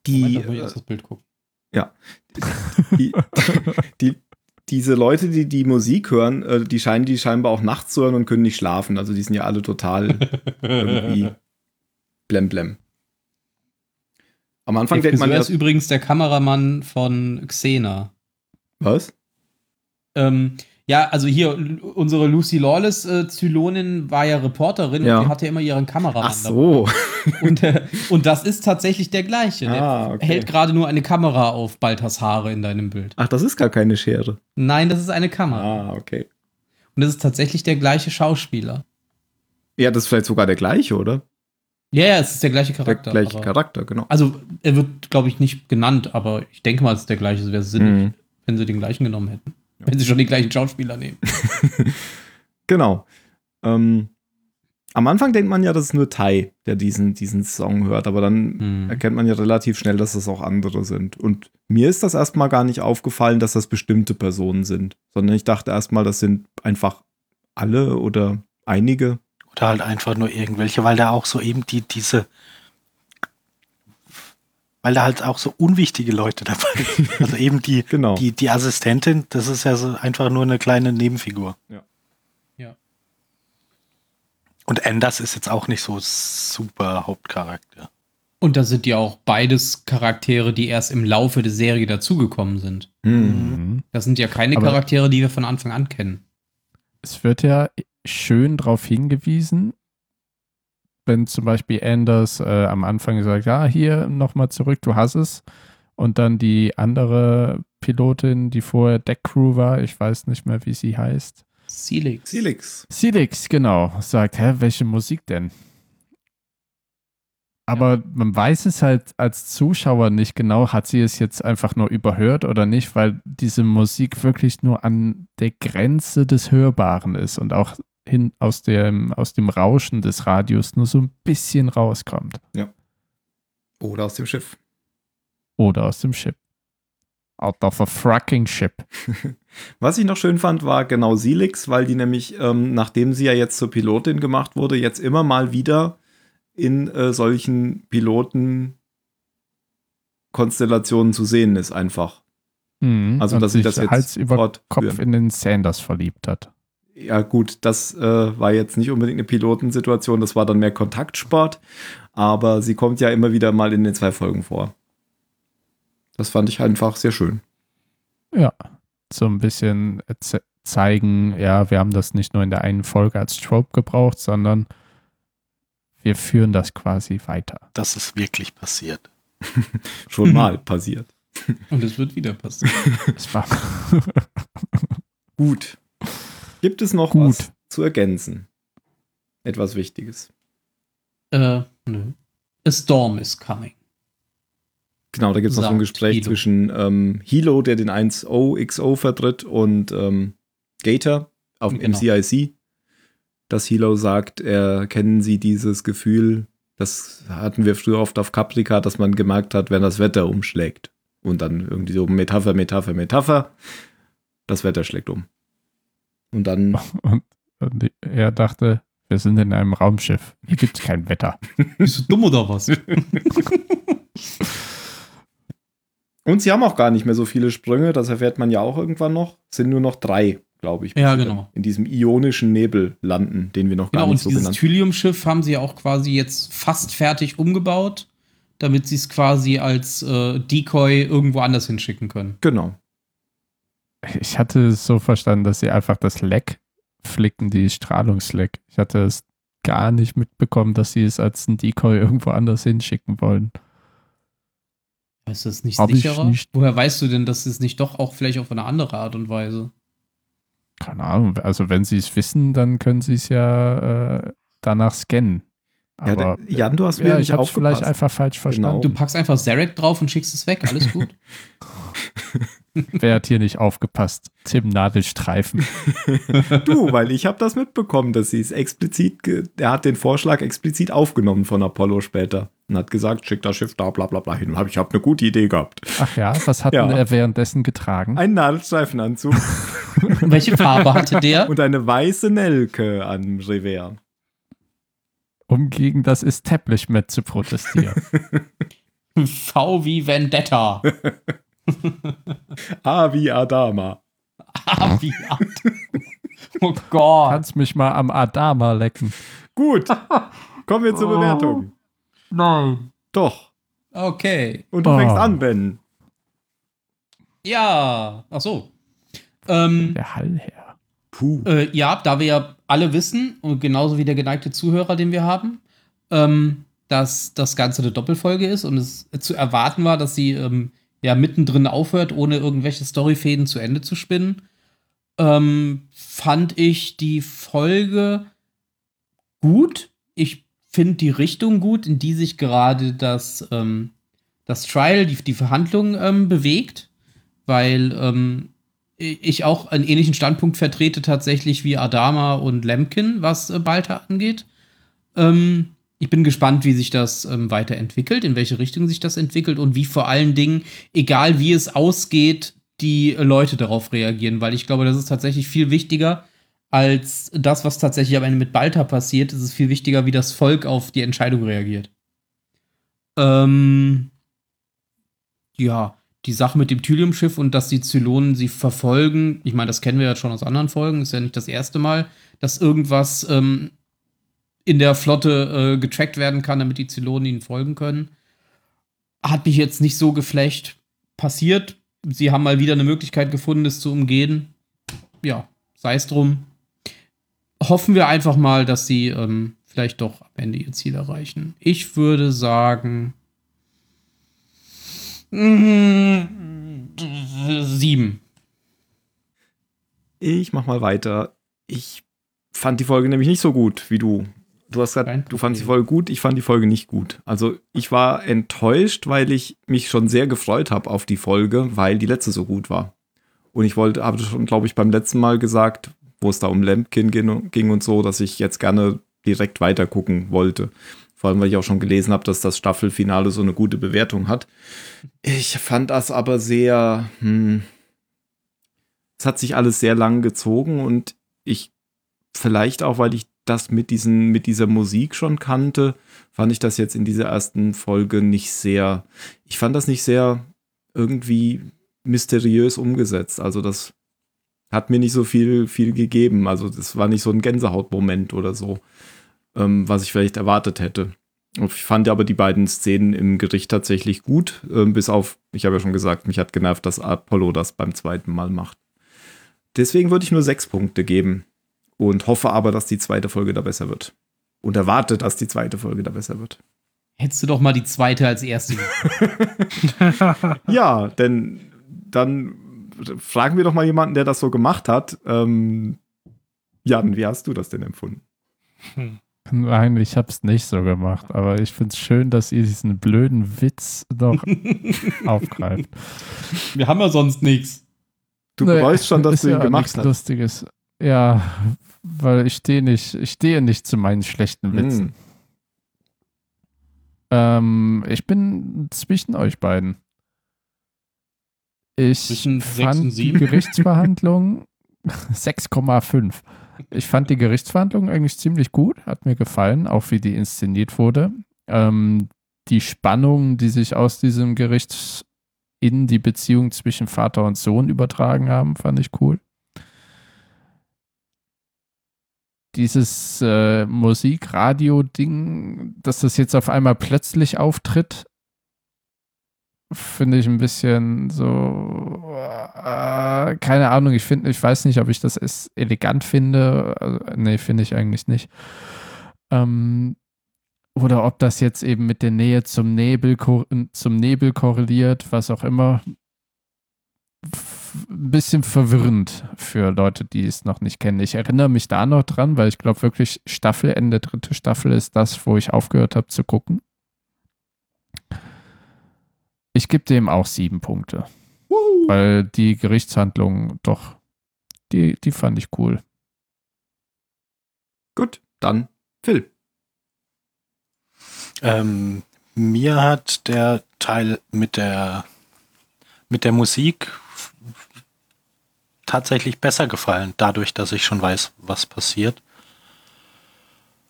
Speaker 4: die, äh,
Speaker 6: Moment, da muss ich erst das Bild gucken.
Speaker 4: die, die, diese Leute, die die Musik hören, äh, die scheinen die scheinbar auch nachts zu hören und können nicht schlafen. Also die sind ja alle total irgendwie blem blem. Am Anfang
Speaker 6: Der
Speaker 4: denkt
Speaker 6: Friseur
Speaker 4: man ja,
Speaker 6: ist übrigens der Kameramann von Xena.
Speaker 4: was?
Speaker 6: Ähm, ja, also hier, l- unsere Lucy Lawless-Zylonin war ja Reporterin
Speaker 4: Ja.
Speaker 6: und die hatte immer ihren Kameramann
Speaker 4: Ach so.
Speaker 6: dabei. Und, äh, und das ist tatsächlich der gleiche. Der
Speaker 4: Ah, okay.
Speaker 6: hält gerade nur eine Kamera auf Balthas Haare in deinem Bild.
Speaker 4: Ach, das ist gar keine Schere.
Speaker 6: Nein, das ist eine Kamera.
Speaker 4: Ah, okay.
Speaker 6: Und das ist tatsächlich der gleiche Schauspieler.
Speaker 4: Ja, das ist vielleicht sogar der gleiche, oder?
Speaker 6: Ja, ja, es ist der gleiche
Speaker 4: Der
Speaker 6: Charakter.
Speaker 4: gleiche
Speaker 6: aber-
Speaker 4: Charakter, genau.
Speaker 6: Also, er wird, glaube ich, nicht genannt, aber ich denke mal, es ist der gleiche. Es wäre sinnig,
Speaker 4: Mhm.
Speaker 6: wenn sie den gleichen genommen hätten. Wenn sie schon den gleichen Schauspieler nehmen.
Speaker 4: Genau. Ähm, Am Anfang denkt man ja, das ist nur Tai, der diesen, diesen Song hört, aber dann
Speaker 6: Hm.
Speaker 4: erkennt man ja relativ schnell, dass das auch andere sind. Und mir ist das erstmal gar nicht aufgefallen, dass das bestimmte Personen sind, sondern ich dachte erstmal, das sind einfach alle oder einige.
Speaker 7: Oder halt einfach nur irgendwelche, weil da auch so eben die, diese, weil da halt auch so unwichtige Leute dabei sind. Also eben die,
Speaker 4: Genau.
Speaker 7: die, die Assistentin, das ist ja so einfach nur eine kleine Nebenfigur.
Speaker 4: Ja.
Speaker 6: Ja.
Speaker 7: Und Anders ist jetzt auch nicht so super Hauptcharakter.
Speaker 6: Und da sind ja auch beides Charaktere, die erst im Laufe der Serie dazugekommen sind.
Speaker 4: Hm.
Speaker 3: Mhm.
Speaker 6: Das sind ja keine
Speaker 3: Aber-
Speaker 6: Charaktere, die wir von Anfang an kennen.
Speaker 3: Es wird ja schön darauf hingewiesen, wenn zum Beispiel Anders äh, am Anfang sagt, ja, hier nochmal zurück, du hast es. Und dann die andere Pilotin, die vorher Deckcrew war, ich weiß nicht mehr, wie sie heißt.
Speaker 6: Silix.
Speaker 4: Felix.
Speaker 3: Silix, genau, sagt, hä, welche Musik denn? Aber man weiß es halt als Zuschauer nicht genau, hat sie es jetzt einfach nur überhört oder nicht, weil diese Musik wirklich nur an der Grenze des Hörbaren ist und auch hin aus dem, aus dem Rauschen des Radios nur so ein bisschen rauskommt.
Speaker 4: Oder aus dem Schiff.
Speaker 3: Oder aus dem Ship. Out of a fracking ship.
Speaker 4: Was ich noch schön fand, war genau Silix, weil die nämlich, ähm, nachdem sie ja jetzt zur Pilotin gemacht wurde, jetzt immer mal wieder in äh, solchen Pilotenkonstellationen zu sehen ist, einfach.
Speaker 3: Mhm.
Speaker 4: Also,
Speaker 3: und
Speaker 4: dass sie
Speaker 3: sich
Speaker 4: das jetzt
Speaker 3: Hals über Kopf
Speaker 4: fortführen.
Speaker 3: in den Sanders verliebt hat.
Speaker 4: Ja, gut, das äh, war jetzt nicht unbedingt eine Pilotensituation, das war dann mehr Kontaktsport, aber sie kommt ja immer wieder mal in den zwei Folgen vor. Das fand ich einfach sehr schön.
Speaker 3: Ja, so ein bisschen ze- zeigen, ja, wir haben das nicht nur in der einen Folge als Trope gebraucht, sondern wir führen das quasi weiter.
Speaker 7: Das ist wirklich passiert.
Speaker 3: Mhm.
Speaker 4: Schon mal passiert.
Speaker 6: Und es wird wieder passen.
Speaker 3: Das war
Speaker 4: Gut. Gibt es noch
Speaker 3: Gut.
Speaker 4: was zu ergänzen? Etwas Wichtiges.
Speaker 6: äh, nö. A storm is coming.
Speaker 4: Genau, da gibt es noch so ein
Speaker 6: Sagt
Speaker 4: Gespräch
Speaker 6: Hilo.
Speaker 4: zwischen ähm, Hilo, der den 1OXO vertritt, und ähm, Gator auf dem
Speaker 6: Genau.
Speaker 4: CIC, dass Hilo sagt, er kennen Sie dieses Gefühl, das hatten wir früher oft auf Caprica, dass man gemerkt hat, wenn das Wetter umschlägt. Und dann irgendwie so Metapher, Metapher, Metapher, das Wetter schlägt um. Und dann,
Speaker 3: und, und die- er dachte, wir sind in einem Raumschiff. Hier gibt es kein Wetter.
Speaker 6: Bist du dumm oder was?
Speaker 4: und sie haben auch gar nicht mehr so viele Sprünge, das erfährt man ja auch irgendwann noch, Es sind nur noch drei, glaube ich. bis
Speaker 6: Ja,
Speaker 4: wir
Speaker 6: genau.
Speaker 4: In diesem ionischen Nebel landen, den wir noch gar
Speaker 6: genau,
Speaker 4: nicht
Speaker 6: und
Speaker 4: so
Speaker 6: dieses
Speaker 4: genannt
Speaker 6: Thylium-Schiff haben sie ja auch quasi jetzt fast fertig umgebaut, damit sie es quasi als äh, Decoy irgendwo anders hinschicken können.
Speaker 4: Genau.
Speaker 3: Ich hatte es so verstanden, dass sie einfach das Leck flicken, die Strahlungsleck. Ich hatte es gar nicht mitbekommen, dass sie es als ein Decoy irgendwo anders hinschicken wollen.
Speaker 6: Ist das nicht
Speaker 3: Hab ich
Speaker 6: sicherer?
Speaker 3: nicht.
Speaker 6: Woher weißt du denn, dass es nicht doch auch vielleicht auf eine andere Art und Weise?
Speaker 3: Keine Ahnung, also wenn sie es wissen, dann können sie es ja äh, danach scannen. Aber
Speaker 4: Ja,
Speaker 3: äh,
Speaker 4: da- Jan, du hast
Speaker 3: ja,
Speaker 4: mir
Speaker 3: ich
Speaker 4: nicht
Speaker 3: habe es vielleicht
Speaker 4: aufgepasst. Genau.
Speaker 3: einfach falsch verstanden.
Speaker 6: Du packst einfach Zarek drauf und schickst es weg, alles gut.
Speaker 3: Wer hat hier nicht aufgepasst? Tim Nadelstreifen.
Speaker 4: du, weil ich habe das mitbekommen, dass sie es explizit, ge- er hat den Vorschlag explizit aufgenommen von Apollo später und hat gesagt, schick das Schiff da, bla bla bla hin. Hab- Ich habe eine gute Idee gehabt.
Speaker 3: Ach ja, was hat
Speaker 4: Ja.
Speaker 3: denn er währenddessen getragen?
Speaker 4: Einen Nadelstreifenanzug
Speaker 6: Welche Farbe hatte der?
Speaker 4: und eine weiße Nelke am Revers.
Speaker 3: Um gegen das Establishment zu protestieren.
Speaker 6: V wie Vendetta.
Speaker 4: Ah, wie Adama.
Speaker 6: A Ah, wie Art. Oh Gott.
Speaker 3: Kannst mich mal am Adama lecken.
Speaker 4: Gut, kommen wir
Speaker 6: Oh.
Speaker 4: zur Bewertung.
Speaker 5: Nein.
Speaker 4: Doch.
Speaker 6: Okay.
Speaker 4: Und du
Speaker 3: Oh.
Speaker 6: Ah.
Speaker 4: fängst an, Ben.
Speaker 6: Ja. Ach so. Ähm,
Speaker 3: Der Hallherr.
Speaker 4: Puh.
Speaker 6: Äh, ja, da wir ja alle wissen, und genauso wie der geneigte Zuhörer, den wir haben, ähm, dass das Ganze eine Doppelfolge ist und es zu erwarten war, dass sie ähm, ja mittendrin aufhört, ohne irgendwelche Storyfäden zu Ende zu spinnen, ähm, fand ich die Folge gut. Ich finde die Richtung gut, in die sich gerade das, ähm, das Trial, die, die Verhandlung ähm, bewegt, weil ähm, ich auch einen ähnlichen Standpunkt vertrete tatsächlich wie Adama und Lemkin, was äh, Balta angeht. Ähm, ich bin gespannt, wie sich das ähm, weiterentwickelt, in welche Richtung sich das entwickelt und wie vor allen Dingen, egal wie es ausgeht, die äh, Leute darauf reagieren, weil ich glaube, das ist tatsächlich viel wichtiger als das, was tatsächlich am Ende mit Balta passiert. Es ist viel wichtiger, wie das Volk auf die Entscheidung reagiert. Ähm, ja, die Sache mit dem Thylium-Schiff und dass die Zylonen sie verfolgen, ich meine, das kennen wir ja schon aus anderen Folgen, ist ja nicht das erste Mal, dass irgendwas ähm, in der Flotte äh, getrackt werden kann, damit die Zylonen ihnen folgen können. Hat mich jetzt nicht so geflecht passiert. Sie haben mal wieder eine Möglichkeit gefunden, es zu umgehen. Ja, sei es drum. Hoffen wir einfach mal, dass sie ähm, vielleicht doch am Ende ihr Ziel erreichen. Ich würde sagen. mm, Sieben.
Speaker 4: Ich mach mal weiter. Ich fand die Folge nämlich nicht so gut wie du. Du hast
Speaker 6: Kein
Speaker 4: gesagt, du fandst die
Speaker 6: Problem.
Speaker 4: Folge gut, ich fand die Folge nicht gut. Also ich war enttäuscht, weil ich mich schon sehr gefreut habe auf die Folge, weil die letzte so gut war. Und ich wollte, habe schon, glaube ich, beim letzten Mal gesagt, wo es da um Lampkin ging, ging und so, dass ich jetzt gerne direkt weitergucken wollte. Vor allem, weil ich auch schon gelesen habe, dass das Staffelfinale so eine gute Bewertung hat. Ich fand das aber sehr, hm, es hat sich alles sehr lang gezogen und ich vielleicht auch, weil ich das mit diesen, mit dieser Musik schon kannte, fand ich das jetzt in dieser ersten Folge nicht sehr, ich fand das nicht sehr irgendwie mysteriös umgesetzt. Also das hat mir nicht so viel, viel gegeben. Also das war nicht so ein Gänsehautmoment oder so, ähm, was ich vielleicht erwartet hätte. Und Ich fand aber die beiden Szenen im Gericht tatsächlich gut, ähm, bis auf, ich habe ja schon gesagt, mich hat genervt, dass Apollo das beim zweiten Mal macht. Deswegen würde ich nur sechs Punkte geben und hoffe aber, dass die zweite Folge da besser wird. Und erwarte, dass die zweite Folge da besser wird.
Speaker 6: Hättest du doch mal die zweite als erste.
Speaker 4: Ja, denn dann fragen wir doch mal jemanden, der das so gemacht hat. Ähm, Jan, wie hast du das denn empfunden?
Speaker 3: Nein, ich hab's nicht so gemacht, aber ich find's schön, dass ihr diesen blöden Witz noch aufgreift.
Speaker 6: wir haben ja sonst nichts.
Speaker 4: Du
Speaker 3: Naja,
Speaker 4: bereust schon, dass
Speaker 3: ist
Speaker 4: du ihn
Speaker 3: ja
Speaker 4: gemacht
Speaker 3: nichts
Speaker 4: hast.
Speaker 3: Lustiges. Ja, weil ich stehe nicht, ich stehe nicht zu meinen schlechten Witzen.
Speaker 4: Hm.
Speaker 3: Ähm, ich bin zwischen euch beiden. Ich
Speaker 6: Zwischen sechs
Speaker 3: fand
Speaker 6: und sieben?
Speaker 3: die Gerichtsverhandlung 6,5. Ich fand die Gerichtsverhandlung eigentlich ziemlich gut, hat mir gefallen, auch wie die inszeniert wurde. Ähm, die Spannungen, die sich aus diesem Gericht in die Beziehung zwischen Vater und Sohn übertragen haben, fand ich cool. Dieses äh, Musik-Radio-Ding, dass das jetzt auf einmal plötzlich auftritt, finde ich ein bisschen so. Äh, keine Ahnung, ich finde, ich weiß nicht, ob ich das es- elegant finde. Also, nee, finde ich eigentlich nicht. Ähm, oder ob das jetzt eben mit der Nähe zum Nebel, ko- zum Nebel korreliert, was auch immer. F- Ein bisschen verwirrend für Leute, die es noch nicht kennen. Ich erinnere mich da noch dran, weil ich glaube wirklich, Staffelende, dritte Staffel ist das, wo ich aufgehört habe zu gucken. Ich gebe dem auch sieben Punkte. Weil die Gerichtshandlung doch, die, die fand ich cool.
Speaker 4: Gut, dann Phil.
Speaker 7: Ähm, mir hat der Teil mit der, mit der Musik f- f- tatsächlich besser gefallen, dadurch, dass ich schon weiß, was passiert.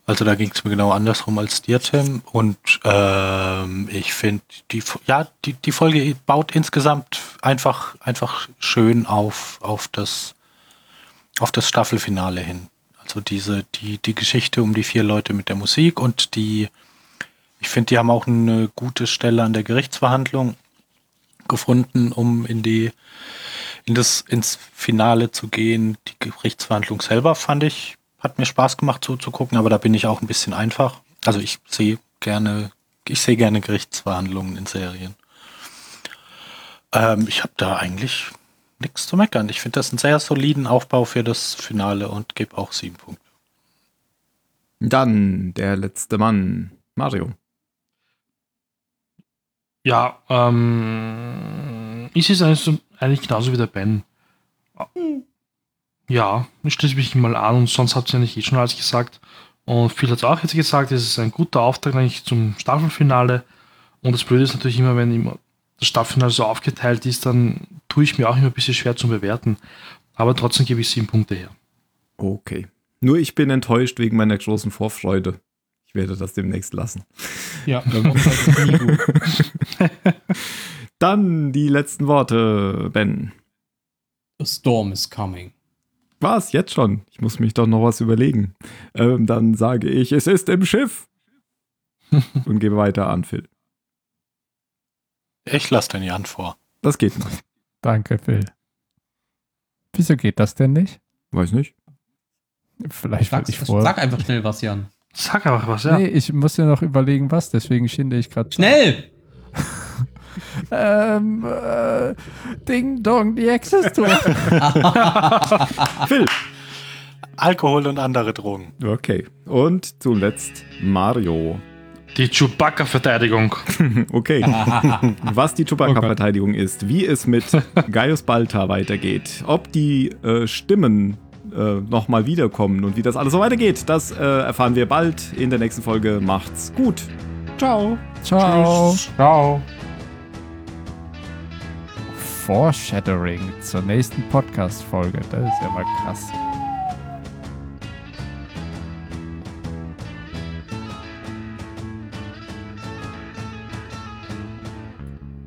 Speaker 7: Also da ging es mir genau andersrum als dir, Tim. Und ähm, ich finde, die, F- ja, die, die Folge baut insgesamt einfach, einfach schön auf, auf, das, auf das Staffelfinale hin. Also diese, die, die Geschichte um die vier Leute mit der Musik und die, ich finde, die haben auch eine gute Stelle an der Gerichtsverhandlung gefunden, um in die in das ins Finale zu gehen. Die Gerichtsverhandlung selber fand ich hat mir Spaß gemacht zuzugucken, aber da bin ich auch ein bisschen einfach. Also ich sehe gerne ich sehe gerne Gerichtsverhandlungen in Serien. Ähm, ich habe da eigentlich nichts zu meckern. Ich finde das einen sehr soliden Aufbau für das Finale und gebe auch sieben Punkte.
Speaker 4: Dann der letzte Mann, Mario.
Speaker 5: Ja, ähm, ich sehe es eigentlich, so- eigentlich genauso wie der Ben. Ja, ich schließe mich mal an und sonst habt ihr ja nicht eh schon alles gesagt. Und viel hat es auch jetzt gesagt, es ist ein guter Auftakt eigentlich zum Staffelfinale. Und das Blöde ist natürlich immer, wenn immer das Staffelfinale so aufgeteilt ist, dann tue ich mir auch immer ein bisschen schwer zu bewerten. Aber trotzdem gebe ich sieben Punkte her.
Speaker 4: Okay. Nur ich bin enttäuscht wegen meiner großen Vorfreude. Ich werde das demnächst lassen.
Speaker 6: Ja, das ist nie gut.
Speaker 4: Dann die letzten Worte, Ben.
Speaker 6: A storm is coming.
Speaker 4: Was? Jetzt schon? Ich muss mich doch noch was überlegen. Ähm, dann sage ich, es ist im Schiff. Und gebe weiter an Phil.
Speaker 7: Ich lasse den Jan vor.
Speaker 4: Das geht nicht.
Speaker 3: Danke, Phil. Wieso geht das denn nicht?
Speaker 4: Weiß nicht.
Speaker 3: Vielleicht
Speaker 6: Sag,
Speaker 3: wollte ich
Speaker 6: sag
Speaker 3: vorher.
Speaker 6: sag einfach schnell was, Jan.
Speaker 5: Sag einfach was, ja.
Speaker 3: Nee, ich muss ja noch überlegen, was, deswegen schinde ich gerade.
Speaker 6: Schnell!
Speaker 3: Ähm, äh, Ding Dong, die Hexe ist tot.
Speaker 7: Alkohol und andere Drogen.
Speaker 4: Okay. Und zuletzt Mario.
Speaker 5: Die Chewbacca-Verteidigung.
Speaker 4: Okay. Was die Chewbacca-Verteidigung ist, wie es mit Gaius Balta weitergeht, ob die äh, Stimmen äh, nochmal wiederkommen und wie das alles so weitergeht, das äh, erfahren wir bald in der nächsten Folge. Macht's gut. Ciao.
Speaker 3: Ciao.
Speaker 5: Ciao.
Speaker 3: Foreshadowing zur nächsten Podcast-Folge. Das ist ja mal krass.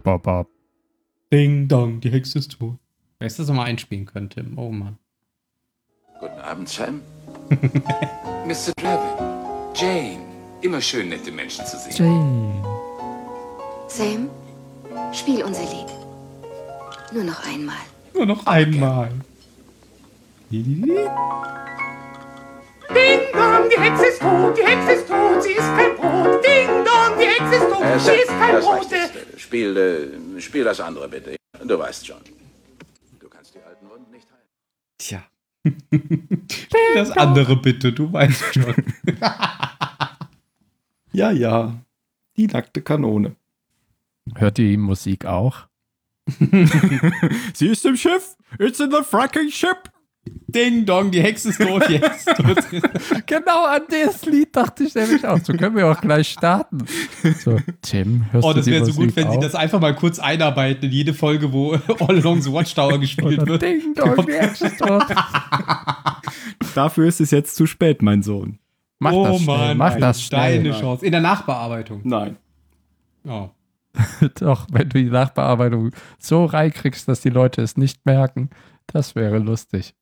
Speaker 3: Bob, Bob.
Speaker 6: Ding dong, die Hexe ist tot. Wer es das nochmal einspielen könnte. Oh Mann.
Speaker 9: Guten Abend, Sam. Mr. Blevin. Jane. Immer schön, nette Menschen zu sehen.
Speaker 10: Sam, spiel unser Lied. Nur noch einmal.
Speaker 6: Nur noch einmal.
Speaker 8: Ding dong, die Hexe ist tot, die Hexe ist tot, sie ist kein Brot. Ding dong, die Hexe ist tot,
Speaker 9: Äh,
Speaker 8: sie
Speaker 9: Sam,
Speaker 8: ist kein
Speaker 9: das
Speaker 8: Brot.
Speaker 9: reicht jetzt. Spiel, äh, spiel das andere bitte. Du weißt schon. Du kannst die alten Wunden nicht heilen.
Speaker 4: Tja.
Speaker 6: Das andere bitte, du weißt schon.
Speaker 4: Ja, ja. Die nackte Kanone.
Speaker 3: Hört ihr die Musik auch?
Speaker 4: Sie ist im Schiff. It's in the fracking ship.
Speaker 6: Ding dong, die Hexe ist tot, die Hexe ist tot.
Speaker 3: Genau an das Lied dachte ich nämlich auch. So können wir auch gleich starten. So, Tim, hörst
Speaker 6: Oh,
Speaker 3: du
Speaker 6: das
Speaker 3: die
Speaker 6: wäre so
Speaker 3: Musik
Speaker 6: gut, wenn
Speaker 3: auch?
Speaker 6: sie das einfach mal kurz einarbeiten in jede Folge, wo All Along the Watchtower gespielt
Speaker 3: Oder
Speaker 6: wird.
Speaker 3: Ding oh, Dong, die Hexe ist tot.
Speaker 4: Dafür ist es jetzt zu spät, mein Sohn.
Speaker 3: Mach
Speaker 6: oh
Speaker 3: das schnell,
Speaker 6: Mann,
Speaker 3: mach
Speaker 6: Mann,
Speaker 3: das schnell.
Speaker 6: deine Chance. In der Nachbearbeitung. Oh.
Speaker 4: Nein.
Speaker 6: Ja.
Speaker 3: Doch, wenn du die Nachbearbeitung so reinkriegst, dass die Leute es nicht merken, das wäre lustig.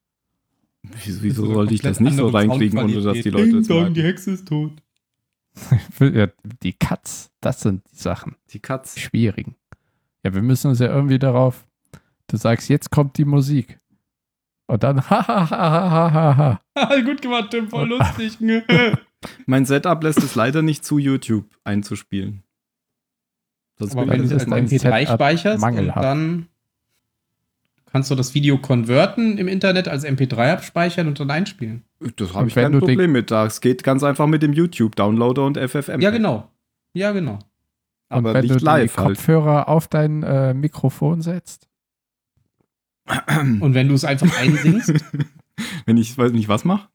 Speaker 4: Wieso, wieso
Speaker 6: Das ist
Speaker 4: sollte
Speaker 6: eine
Speaker 4: ich das
Speaker 6: komplett
Speaker 4: nicht so
Speaker 6: andere
Speaker 4: reinkriegen, ohne dass die
Speaker 6: Soundqualität.
Speaker 4: Leute
Speaker 6: Ding
Speaker 4: es
Speaker 6: dong, die
Speaker 4: merken?
Speaker 6: Hexe ist tot.
Speaker 3: Ja, Die Cuts, das sind die Sachen,
Speaker 4: Die
Speaker 3: die
Speaker 4: Katze.
Speaker 3: schwierigen. Ja, wir müssen uns ja irgendwie darauf. Du sagst, jetzt kommt die Musik. Und dann, ha, ha, ha, ha, ha, ha, ha.
Speaker 6: Gut gemacht, Tim, voll lustig.
Speaker 4: Mein Setup lässt es leider nicht zu, YouTube einzuspielen. Sonst
Speaker 6: Aber
Speaker 4: bin
Speaker 6: wenn
Speaker 4: ich
Speaker 6: du
Speaker 4: das
Speaker 6: es als
Speaker 4: mein
Speaker 6: MP3
Speaker 3: Setup
Speaker 6: speicherst, und
Speaker 3: mangelhaft.
Speaker 6: dann kannst du das Video konverten im Internet als MP3 abspeichern und dann einspielen.
Speaker 4: Das
Speaker 3: Und
Speaker 4: habe ich
Speaker 3: wenn
Speaker 4: kein
Speaker 3: du die-
Speaker 4: Problem mit. Das geht ganz einfach mit dem YouTube-Downloader und FFM.
Speaker 6: Ja, genau. Ja, genau.
Speaker 4: Aber
Speaker 3: und wenn
Speaker 4: nicht
Speaker 3: du
Speaker 4: live
Speaker 3: die
Speaker 4: halt.
Speaker 3: Kopfhörer auf dein äh, Mikrofon setzt.
Speaker 6: Und wenn du es einfach einsingst,
Speaker 4: Wenn ich weiß nicht was mache,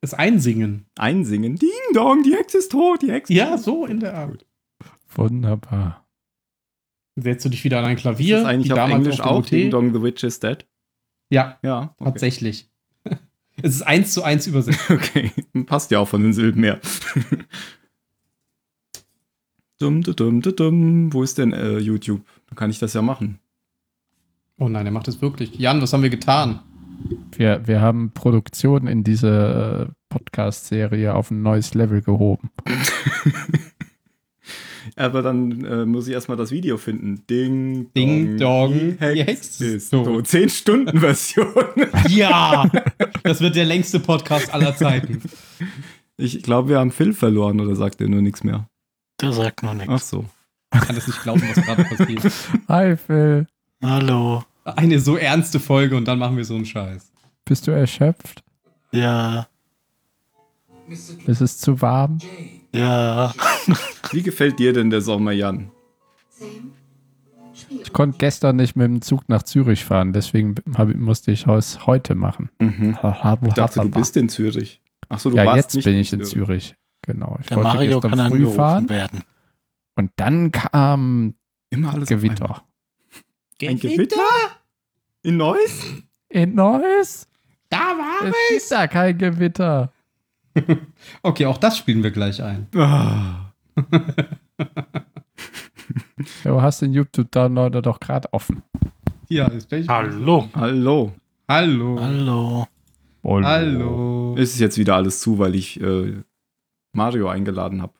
Speaker 6: es einsingen.
Speaker 4: einsingen. Ding Dong, die Hexe ist tot, die Hexe.
Speaker 6: Ja, so in der Art.
Speaker 3: Wunderbar.
Speaker 6: Setzt du dich wieder an ein
Speaker 4: ist
Speaker 6: Klavier,
Speaker 4: das eigentlich
Speaker 6: wie
Speaker 4: auf Englisch
Speaker 6: dem
Speaker 4: auch.
Speaker 6: OT.
Speaker 4: Ding Dong, the Witch is dead.
Speaker 6: Ja,
Speaker 4: Ja, okay.
Speaker 6: tatsächlich. es ist eins zu eins übersetzt.
Speaker 4: Okay, passt ja auch von den Silben her. dum, dum, dum, dum, dum. Wo ist denn äh, YouTube? Dann kann ich das ja machen.
Speaker 6: Oh nein, er macht es wirklich. Jan, was haben wir getan?
Speaker 3: Wir, wir haben Produktion in diese äh, Podcast-Serie auf ein neues Level gehoben.
Speaker 4: Aber dann äh, muss ich erstmal das Video finden. Ding,
Speaker 6: Ding Dong,
Speaker 4: die Hexe ist tot. 10-Stunden-Version.
Speaker 6: Ja! Das wird der längste Podcast aller Zeiten.
Speaker 4: Ich glaube, wir haben Phil verloren oder sagt er nur nichts mehr?
Speaker 7: Der sagt noch nichts.
Speaker 4: Ach so.
Speaker 6: Ich kann das nicht glauben, was gerade passiert.
Speaker 3: Hi Phil,
Speaker 7: Hallo.
Speaker 6: eine so ernste Folge und dann machen wir so einen Scheiß.
Speaker 3: bist du erschöpft?
Speaker 7: Ja,
Speaker 3: Ist es zu warm?
Speaker 7: ja.
Speaker 4: Wie gefällt dir denn der Sommer, Jan?
Speaker 10: Sam, spiel
Speaker 3: Ich konnte gestern nicht mit dem Zug nach Zürich fahren, deswegen hab, musste ich es heute machen.
Speaker 4: Mhm. Ich dachte, du bist in Zürich. Achso, du
Speaker 3: ja,
Speaker 4: warst
Speaker 3: jetzt
Speaker 4: nicht
Speaker 3: bin ich in Zürich. Genau. Ich
Speaker 7: Der
Speaker 3: wollte
Speaker 7: Mario
Speaker 3: gestern
Speaker 7: kann
Speaker 3: früh
Speaker 7: angerufen
Speaker 3: fahren
Speaker 7: werden.
Speaker 3: und dann kam
Speaker 4: Immer alles auf einmal.
Speaker 3: Gewitter.
Speaker 4: Ein Gewitter? In Neuss?
Speaker 3: In Neuss?
Speaker 6: Da war
Speaker 3: Es ist da kein Gewitter.
Speaker 6: Okay, auch das spielen wir gleich ein.
Speaker 4: Ah.
Speaker 3: Ja, Du hast den YouTube-Downloader doch gerade offen.
Speaker 6: Ja, ist welche?
Speaker 5: Hallo.
Speaker 4: Hallo.
Speaker 6: Hallo.
Speaker 7: Hallo.
Speaker 6: Hallo.
Speaker 4: Es ist jetzt wieder alles zu, weil ich äh, Mario eingeladen habe.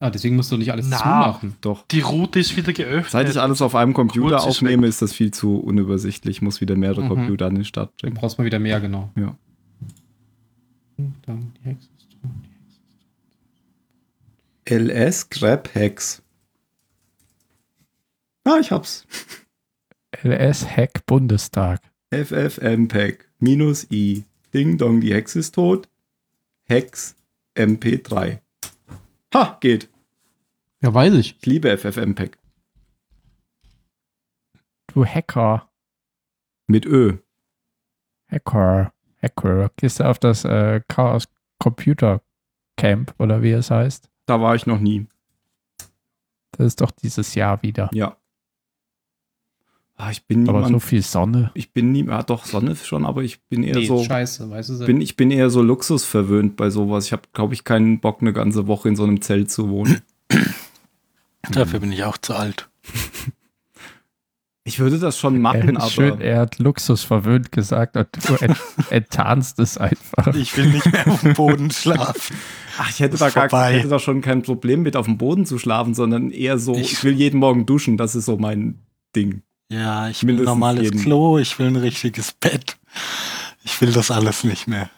Speaker 6: Ah, deswegen musst du nicht alles
Speaker 5: Na.
Speaker 6: zumachen.
Speaker 4: Doch.
Speaker 5: Die Route ist wieder geöffnet.
Speaker 4: Seit ich alles auf einem Computer
Speaker 5: Kurz ist
Speaker 4: aufnehme, ist das viel zu unübersichtlich. Ich muss wieder mehrere
Speaker 6: Mhm.
Speaker 4: Computer an den Start
Speaker 6: Du
Speaker 4: bringen.
Speaker 6: brauchst mal wieder mehr, genau.
Speaker 4: Ja.
Speaker 6: Dann die Hexe.
Speaker 4: LS Grab Hex. Ah, ich hab's.
Speaker 3: LS Hack Bundestag.
Speaker 4: FFmpeg minus i. Ding dong, die Hex ist tot. Hex MP3. Ha, geht.
Speaker 6: Ja, weiß ich.
Speaker 4: Ich liebe FFmpeg.
Speaker 3: Du Hacker.
Speaker 4: Mit Ö.
Speaker 3: Hacker. Hacker. Gehst du auf das äh, Chaos Computer Camp oder wie es heißt?
Speaker 4: Da war ich noch nie.
Speaker 3: Das ist doch dieses Jahr wieder.
Speaker 4: Ja. Ah, ich bin
Speaker 3: Aber
Speaker 4: niemand.
Speaker 3: so viel Sonne.
Speaker 4: ich bin nie. Ah, doch, Sonne schon, aber ich bin eher
Speaker 6: Nee,
Speaker 4: so.
Speaker 6: scheiße, weißt du
Speaker 4: Ich
Speaker 6: selbst.
Speaker 4: bin, ich bin eher so luxusverwöhnt bei sowas. Ich habe, glaube ich, keinen Bock, eine ganze Woche in so einem Zelt zu wohnen.
Speaker 7: Dafür bin ich auch zu alt.
Speaker 4: Ich würde das schon machen,
Speaker 3: Er,
Speaker 4: aber.
Speaker 3: schön, er hat Luxus verwöhnt gesagt und du ent, enttarnst es einfach.
Speaker 7: Ich will nicht mehr auf dem Boden schlafen.
Speaker 4: Ach, ich hätte
Speaker 7: Ist
Speaker 4: da, gar,
Speaker 7: vorbei.
Speaker 4: ich hätte da schon kein Problem mit, auf dem Boden zu schlafen, sondern eher so, ich,
Speaker 7: Ich-
Speaker 4: will jeden Morgen duschen. Das ist so mein Ding.
Speaker 7: Ja, ich will ein
Speaker 4: Mindestens
Speaker 7: normales
Speaker 4: jeden.
Speaker 7: Klo, ich will ein richtiges Bett. Ich will das alles nicht mehr.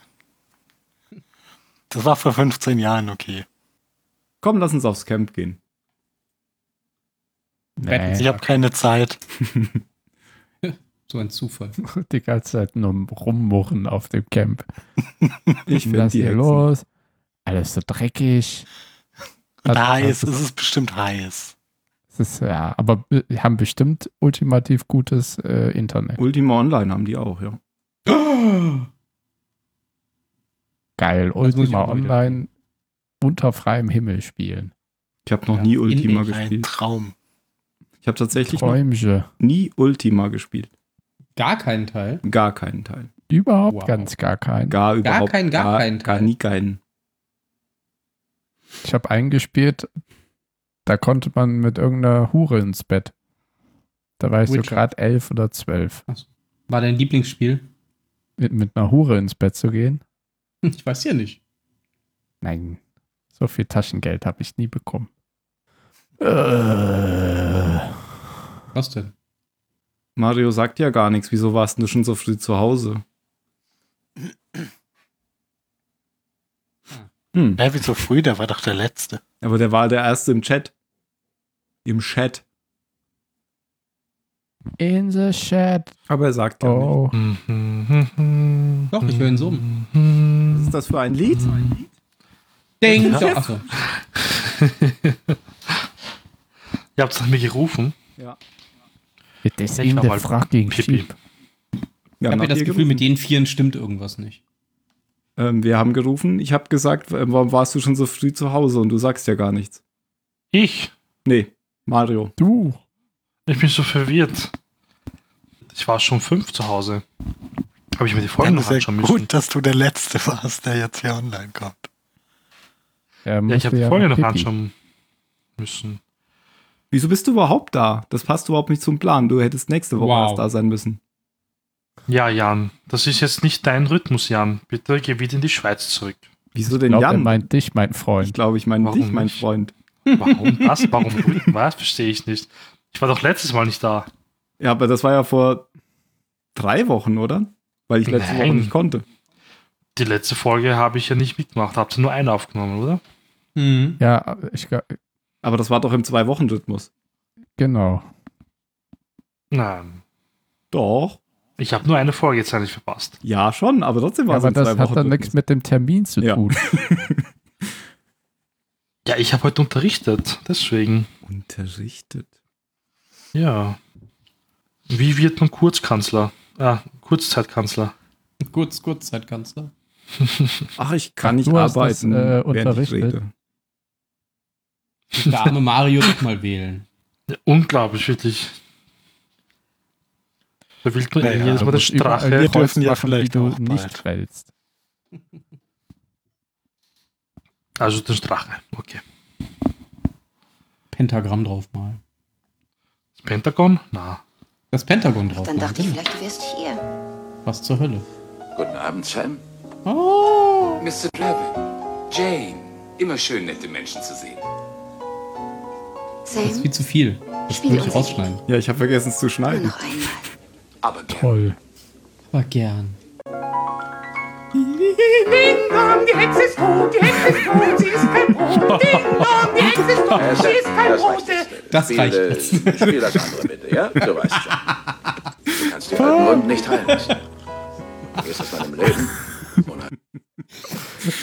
Speaker 7: Das war vor 15 Jahren okay.
Speaker 4: Komm, lass uns aufs Camp gehen.
Speaker 7: Ich habe keine Zeit.
Speaker 6: So ein Zufall.
Speaker 3: die ganze Zeit nur rummurren auf dem Camp.
Speaker 4: Ich finde
Speaker 3: Lass
Speaker 4: die
Speaker 3: hier
Speaker 4: Hexen.
Speaker 3: los. Alles so dreckig.
Speaker 7: Und
Speaker 3: Hat-
Speaker 7: heiß,
Speaker 3: hat-
Speaker 7: es ist bestimmt heiß.
Speaker 3: Das ist, ja, aber wir haben bestimmt ultimativ gutes äh, Internet.
Speaker 4: Ultima Online haben die auch, ja.
Speaker 3: Geil.
Speaker 6: muss ich
Speaker 3: Ultima
Speaker 6: auch mal wieder
Speaker 3: Online unter freiem Himmel spielen.
Speaker 4: Ich habe noch
Speaker 6: Ja,
Speaker 4: nie
Speaker 6: in
Speaker 4: Ultima
Speaker 6: Ewigkeit.
Speaker 7: Ein
Speaker 4: gespielt.
Speaker 7: Traum.
Speaker 4: Ich habe tatsächlich noch
Speaker 3: Träumche.
Speaker 4: nie Ultima gespielt.
Speaker 6: Gar keinen Teil.
Speaker 4: Gar keinen Teil.
Speaker 3: Überhaupt
Speaker 6: Wow.
Speaker 3: ganz gar keinen.
Speaker 4: Gar überhaupt.
Speaker 6: keinen, gar keinen
Speaker 4: Gar
Speaker 6: Teil.
Speaker 4: nie keinen.
Speaker 3: Ich habe eingespielt, da konnte man mit irgendeiner Hure ins Bett. Da war ich so
Speaker 6: Witcher.
Speaker 3: gerade elf oder zwölf.
Speaker 6: War dein Lieblingsspiel?
Speaker 3: Mit, mit einer Hure ins Bett zu gehen?
Speaker 6: Hm, Ich weiß ja nicht.
Speaker 3: Nein. So viel Taschengeld habe ich nie bekommen. Äh,
Speaker 6: Was denn?
Speaker 4: Mario sagt ja gar nichts. Wieso warst du schon so früh zu Hause? Hm.
Speaker 7: Hä, wieso früh? Der war doch der Letzte.
Speaker 4: Aber der war der Erste im Chat. Im Chat.
Speaker 3: in the shed.
Speaker 4: Aber er sagt ja nichts.
Speaker 3: Oh.
Speaker 5: Mhm,
Speaker 6: Doch, ich höre ihn summen.
Speaker 5: mhm.
Speaker 4: Was ist das für ein Lied?
Speaker 6: Ding! dong. Achso.
Speaker 5: Ihr habt es nach mir gerufen.
Speaker 3: It is
Speaker 5: Ich
Speaker 3: in
Speaker 5: mach
Speaker 3: the
Speaker 5: mal
Speaker 3: fucking
Speaker 5: Pipi.
Speaker 3: sheep.
Speaker 4: Ja,
Speaker 6: Ich habe
Speaker 4: nach
Speaker 6: ja das
Speaker 4: dir
Speaker 6: Gefühl, mit
Speaker 4: gerufen.
Speaker 6: den Vieren stimmt irgendwas nicht.
Speaker 4: ähm, wir haben gerufen. Ich habe gesagt, äh, warum warst du schon so früh zu Hause und du sagst ja gar nichts.
Speaker 5: Ich?
Speaker 4: Nee, Mario.
Speaker 3: Du.
Speaker 5: Ich bin so verwirrt. Ich war schon fünf zu Hause. Habe ich mir die Folgen
Speaker 7: Dann
Speaker 5: noch
Speaker 7: ist ja
Speaker 5: anschauen müssen.
Speaker 7: gut, dass du der Letzte warst, der jetzt hier online kommt.
Speaker 3: Er
Speaker 5: Ja, ich
Speaker 3: musste
Speaker 5: habe die Folge noch
Speaker 3: Pipi.
Speaker 5: anschauen müssen.
Speaker 4: Wieso bist du überhaupt da? Das passt überhaupt nicht zum Plan. Du hättest nächste Woche
Speaker 6: Wow.
Speaker 4: erst da sein müssen.
Speaker 5: Ja, Jan, das ist jetzt nicht dein Rhythmus, Jan. Bitte geh wieder in die Schweiz zurück.
Speaker 4: Wieso
Speaker 3: Ich
Speaker 4: denn
Speaker 3: glaub, er
Speaker 4: Jan?
Speaker 3: meint dich, mein
Speaker 4: ich
Speaker 3: Freund.
Speaker 4: glaube, ich meine
Speaker 5: Warum
Speaker 4: dich, mein
Speaker 5: nicht?
Speaker 4: Freund.
Speaker 5: Warum das? Warum du? Was? Verstehe ich nicht. Ich war doch letztes Mal nicht da.
Speaker 4: Ja, aber das war ja vor drei Wochen, oder? Weil ich letzte Woche
Speaker 5: Nein.
Speaker 4: nicht konnte.
Speaker 5: Die letzte Folge habe ich ja nicht mitgemacht. Habt ihr nur eine aufgenommen, oder?
Speaker 6: Hm.
Speaker 3: Ja, ich glaub-
Speaker 4: Aber das war doch im Zwei-Wochen-Rhythmus.
Speaker 3: genau.
Speaker 5: Nein.
Speaker 4: Doch.
Speaker 5: Ich habe nur eine Folge jetzt eigentlich verpasst.
Speaker 4: Ja, schon, aber trotzdem war
Speaker 3: Aber
Speaker 4: es im
Speaker 3: das hat dann
Speaker 4: Zwei-Wochen-Rhythmus.
Speaker 3: nichts mit dem Termin zu
Speaker 4: Ja.
Speaker 3: tun.
Speaker 5: Ja, ich habe heute unterrichtet. Deswegen.
Speaker 4: Unterrichtet.
Speaker 5: Ja. Wie wird man Kurzkanzler? Ah, Kurzzeitkanzler.
Speaker 6: Kurz, Kurzzeitkanzler.
Speaker 4: Ach, ich kann nicht
Speaker 3: du hast
Speaker 4: arbeiten.
Speaker 3: das, äh,
Speaker 4: während ich
Speaker 3: unterrichtet.
Speaker 4: rede.
Speaker 6: Der arme Mario wird mal wählen.
Speaker 5: Ja, Unglaublich, wirklich. Da wählt man
Speaker 2: Naja,
Speaker 3: Also
Speaker 5: jedes Mal
Speaker 2: aber
Speaker 5: der
Speaker 2: überall
Speaker 5: Strache.
Speaker 2: wir dürfen ja
Speaker 3: machen, wie
Speaker 2: vielleicht
Speaker 3: du
Speaker 2: auch
Speaker 3: nicht
Speaker 2: bald.
Speaker 3: fällst.
Speaker 5: Also den Strache, okay.
Speaker 6: Pentagramm draufmalen.
Speaker 5: Das Pentagon? Na.
Speaker 6: Das Pentagon draufmalen.
Speaker 10: Dann dachte ich, vielleicht du wärst hier.
Speaker 6: Was zur Hölle?
Speaker 9: Guten Abend, Sam.
Speaker 6: Oh.
Speaker 9: Mr. Trevor. Jane. Immer schön, nette Menschen zu sehen.
Speaker 6: Das ist
Speaker 10: Sam,
Speaker 6: viel zu viel. Das
Speaker 10: Spiel
Speaker 6: würde ich
Speaker 10: Hm? uns
Speaker 6: rausschneiden.
Speaker 4: Ja, ich habe vergessen es zu
Speaker 10: nur
Speaker 4: schneiden.
Speaker 10: noch einmal.
Speaker 9: Aber gern.
Speaker 2: Toll.
Speaker 6: Aber gern.
Speaker 8: Ding dong, die Hexe ist tot, die Hexe ist tot, sie ist kein Brot. Ding dong, die Hexe ist tot, sie ist kein Brot.
Speaker 6: Das reicht jetzt.
Speaker 9: Spiel das andere bitte, ja? Du weißt schon. Du kannst die alten Wunden nicht heilen lassen. Du wirst aus meinem Leben unheimlich.